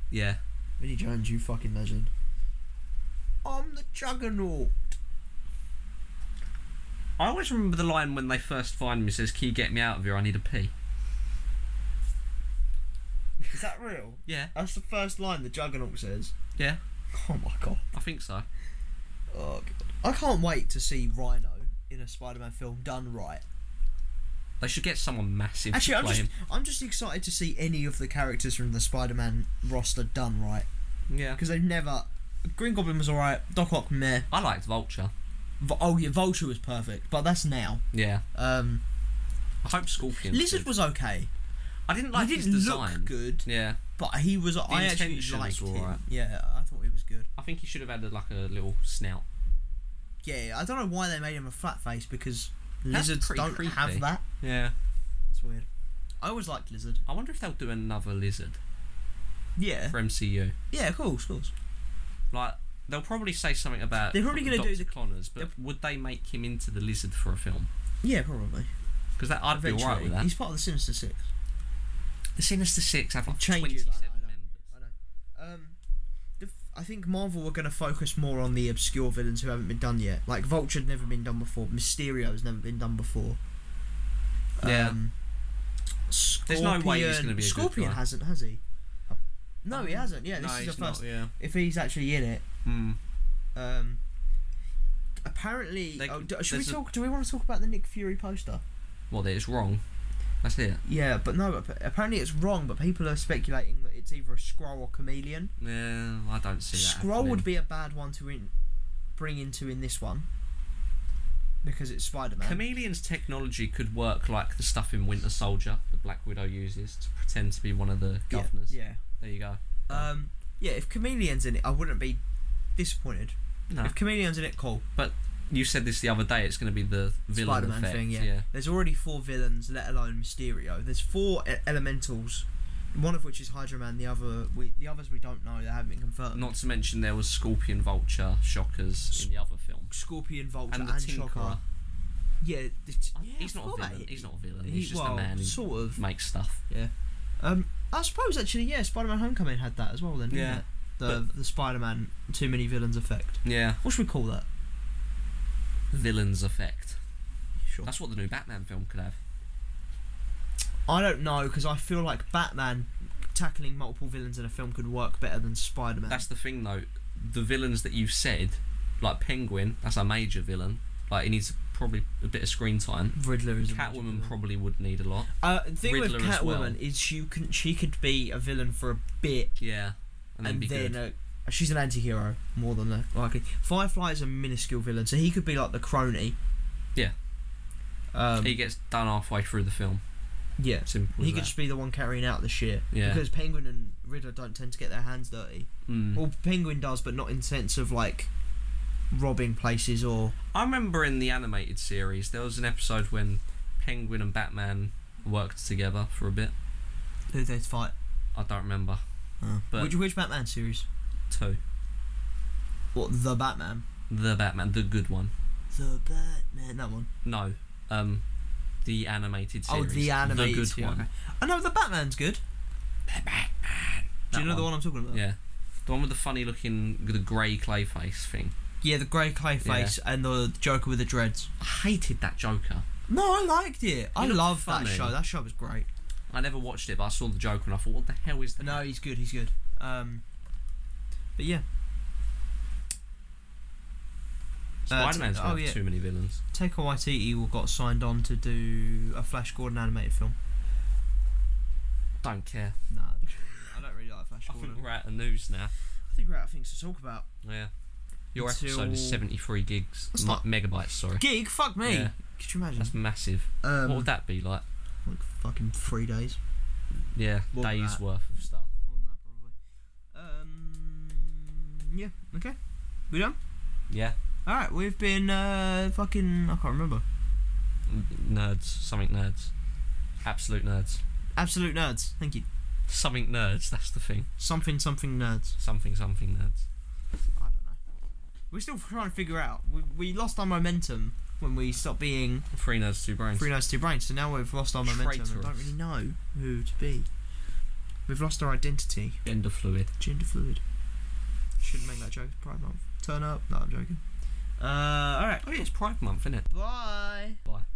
Speaker 2: Yeah.
Speaker 1: Vinnie Jones, you fucking legend. I'm the Juggernaut.
Speaker 2: I always remember the line when they first find him. He says, Can you get me out of here? I need a pee.
Speaker 1: Is that real?
Speaker 2: Yeah.
Speaker 1: That's the first line the Juggernaut says.
Speaker 2: Yeah.
Speaker 1: Oh my god.
Speaker 2: I think so.
Speaker 1: Oh god. I can't wait to see Rhino in a Spider-Man film done right.
Speaker 2: They should get someone massive
Speaker 1: Actually,
Speaker 2: to
Speaker 1: I'm
Speaker 2: play
Speaker 1: just
Speaker 2: him.
Speaker 1: I'm just excited to see any of the characters from the Spider-Man roster done right
Speaker 2: Yeah.
Speaker 1: because they've never. Green Goblin was alright. Doc Ock meh.
Speaker 2: I liked Vulture.
Speaker 1: Vo- oh yeah, Vulture was perfect, but that's now.
Speaker 2: Yeah.
Speaker 1: Um,
Speaker 2: I hope Scorpion.
Speaker 1: Lizard was okay.
Speaker 2: I didn't like
Speaker 1: he
Speaker 2: his
Speaker 1: didn't
Speaker 2: design.
Speaker 1: look good,
Speaker 2: Yeah.
Speaker 1: but he was. I actually
Speaker 2: intention
Speaker 1: liked
Speaker 2: was
Speaker 1: him.
Speaker 2: alright.
Speaker 1: Yeah, I thought he was good.
Speaker 2: I think he should have had like a little snout.
Speaker 1: Yeah, I don't know why they made him a flat face because
Speaker 2: That's
Speaker 1: lizards
Speaker 2: pretty
Speaker 1: don't
Speaker 2: creepy.
Speaker 1: have that.
Speaker 2: Yeah.
Speaker 1: It's weird. I always liked lizard.
Speaker 2: I wonder if they'll do another lizard
Speaker 1: Yeah.
Speaker 2: for MCU.
Speaker 1: Yeah, of course, of course.
Speaker 2: Like they'll probably say something about.
Speaker 1: They're probably gonna do
Speaker 2: Dr.
Speaker 1: the-
Speaker 2: Connors, but would they make him into the lizard for a film?
Speaker 1: Yeah, probably.
Speaker 2: Because that I'd be alright with that.
Speaker 1: He's part of the Sinister Six.
Speaker 2: The Sinister Six have like
Speaker 1: Changes,
Speaker 2: twenty-seven
Speaker 1: I know, I know.
Speaker 2: members.
Speaker 1: I know. Um, the, f- I think Marvel were going to focus more on the obscure villains who haven't been done yet. Like Vulture had never been done before. Mysterio has never been done before.
Speaker 2: Yeah.
Speaker 1: Um,
Speaker 2: There's no way he's
Speaker 1: Scorpion-
Speaker 2: gonna be a good
Speaker 1: Scorpion
Speaker 2: guy. Um,
Speaker 1: hasn't, has he? No, he hasn't. Yeah, this
Speaker 2: no,
Speaker 1: is the
Speaker 2: he's
Speaker 1: first.
Speaker 2: Not, yeah.
Speaker 1: If he's actually in it,
Speaker 2: Hmm.
Speaker 1: um, apparently.
Speaker 2: They-
Speaker 1: oh, do, should we
Speaker 2: there's a-
Speaker 1: talk? Do we want to talk about the Nick Fury poster?
Speaker 2: Well, it's wrong. That's it.
Speaker 1: Yeah, but no. ap- Apparently, it's wrong. But people are speculating that it's either a Skrull or Chameleon.
Speaker 2: Yeah, I don't see that.
Speaker 1: Scroll would be a bad one to in, bring into in this one because it's Spider Man.
Speaker 2: Chameleon's technology could work like the stuff in Winter Soldier that Black Widow uses to pretend to be one of the governors.
Speaker 1: Yeah.
Speaker 2: There you go.
Speaker 1: yeah. Um. Yeah. If Chameleon's in it, I wouldn't be disappointed.
Speaker 2: No.
Speaker 1: If Chameleon's in it, cool.
Speaker 2: You said this the other day. It's going to be the villain
Speaker 1: Spider Man
Speaker 2: effect.
Speaker 1: thing. Yeah. There's already four villains, let alone Mysterio. There's four e- elementals. One of which is Hydra Man. The other, we, the others we don't know. They haven't been confirmed.
Speaker 2: Not to mention there was Scorpion, Vulture, Shockers in the other film,
Speaker 1: Scorpion, Vulture,
Speaker 2: and
Speaker 1: and,
Speaker 2: the Tinkerer.
Speaker 1: Shocker. Yeah, it's- yeah,
Speaker 2: he's
Speaker 1: I
Speaker 2: not a
Speaker 1: forgot about
Speaker 2: villain.
Speaker 1: it.
Speaker 2: He's not a villain.
Speaker 1: He-
Speaker 2: He's just
Speaker 1: well,
Speaker 2: a man who
Speaker 1: Sort of.
Speaker 2: makes stuff.
Speaker 1: Um, I suppose actually, yeah, Spider-Man: Homecoming had that as well. Then, didn't
Speaker 2: Yeah.
Speaker 1: it? the the Spider-Man too many villains effect.
Speaker 2: Yeah.
Speaker 1: What should we call that?
Speaker 2: Villains effect.
Speaker 1: Sure.
Speaker 2: That's what the new Batman film could have.
Speaker 1: I don't know because I feel like Batman tackling multiple villains in a film could work better than Spider-Man.
Speaker 2: That's the thing though. The villains that you've said, like Penguin, that's a major villain. Like he needs probably a bit of screen time.
Speaker 1: Riddler is a major
Speaker 2: Catwoman
Speaker 1: villain.
Speaker 2: probably would need a lot.
Speaker 1: uh, the thing with
Speaker 2: Riddler as
Speaker 1: Catwoman
Speaker 2: well.
Speaker 1: is you can she could be a villain for a bit
Speaker 2: Yeah. And then
Speaker 1: and
Speaker 2: be
Speaker 1: then
Speaker 2: good.
Speaker 1: uh, she's an anti-hero more than li- likely. Firefly is a minuscule villain, so he could be like the crony.
Speaker 2: Yeah.
Speaker 1: Um,
Speaker 2: he gets done halfway through the film.
Speaker 1: yeah.
Speaker 2: Simple.
Speaker 1: He
Speaker 2: as
Speaker 1: could
Speaker 2: that.
Speaker 1: just be the one carrying out the shit.
Speaker 2: Yeah.
Speaker 1: Because Penguin and Riddler don't tend to get their hands dirty.
Speaker 2: Mm.
Speaker 1: Well, Penguin does, but not in sense of like robbing places or.
Speaker 2: I remember in the animated series there was an episode when Penguin and Batman worked together for a bit.
Speaker 1: Who they fight.
Speaker 2: I don't remember. Uh, But-
Speaker 1: which, which Batman series?
Speaker 2: Two.
Speaker 1: What, The Batman?
Speaker 2: The Batman, the good one.
Speaker 1: the Batman. That one.
Speaker 2: No, um, the animated
Speaker 1: Oh,
Speaker 2: series.
Speaker 1: the animated.
Speaker 2: good
Speaker 1: yeah,
Speaker 2: one.
Speaker 1: okay. I know Uh, the Batman's good. Do you
Speaker 2: That
Speaker 1: know the
Speaker 2: one.
Speaker 1: one I'm talking about?
Speaker 2: Yeah, the one with the funny looking, the grey clay face thing.
Speaker 1: Yeah, the grey clay face and the Joker with the dreads.
Speaker 2: I hated that Joker.
Speaker 1: No, I liked it. I
Speaker 2: looked
Speaker 1: love that
Speaker 2: funny.
Speaker 1: show. That show was great.
Speaker 2: I never watched it, but I saw the Joker and I thought, what the hell is that?
Speaker 1: No, he's good. He's good. Um, but yeah, uh,
Speaker 2: Spider Man's
Speaker 1: t-
Speaker 2: got
Speaker 1: oh, yeah.
Speaker 2: too many villains.
Speaker 1: Taika Waititi will got signed on to do a Flash Gordon animated film.
Speaker 2: Don't care.
Speaker 1: Nah, I don't really like Flash
Speaker 2: I think
Speaker 1: Gordon.
Speaker 2: we're out of news now.
Speaker 1: I think we're out of things to talk about.
Speaker 2: Yeah. Your
Speaker 1: Until-
Speaker 2: episode is 73 gigs.
Speaker 1: That's
Speaker 2: Mi-
Speaker 1: not-
Speaker 2: megabytes, sorry.
Speaker 1: Gig, fuck me.
Speaker 2: Yeah.
Speaker 1: Could you imagine?
Speaker 2: That's massive.
Speaker 1: Um,
Speaker 2: what would that be like?
Speaker 1: like fucking three days.
Speaker 2: Yeah,
Speaker 1: more than
Speaker 2: days
Speaker 1: that.
Speaker 2: worth of stuff.
Speaker 1: More than that, probably. Um, yeah. Okay. We done?
Speaker 2: Yeah.
Speaker 1: All right. We've been uh, fucking. I can't remember.
Speaker 2: N- Nerds. Something nerds. Absolute nerds.
Speaker 1: Absolute nerds. Thank you.
Speaker 2: Something nerds, that's the thing.
Speaker 1: Something something nerds.
Speaker 2: Something, something nerds.
Speaker 1: I don't know. We're still trying to figure out. We, we lost our momentum when we stopped being
Speaker 2: Three nerds, two brains.
Speaker 1: Three Nights Two Brains, so now we've lost our momentum. and
Speaker 2: Traitorous.
Speaker 1: don't really know who to be. We've lost our identity.
Speaker 2: Gender fluid.
Speaker 1: Gender fluid. Shouldn't make that joke. Pride month. Turn up. No, I'm joking. Uh, all right.
Speaker 2: Oh, yeah, it's Pride Month, isn't it?
Speaker 1: Bye.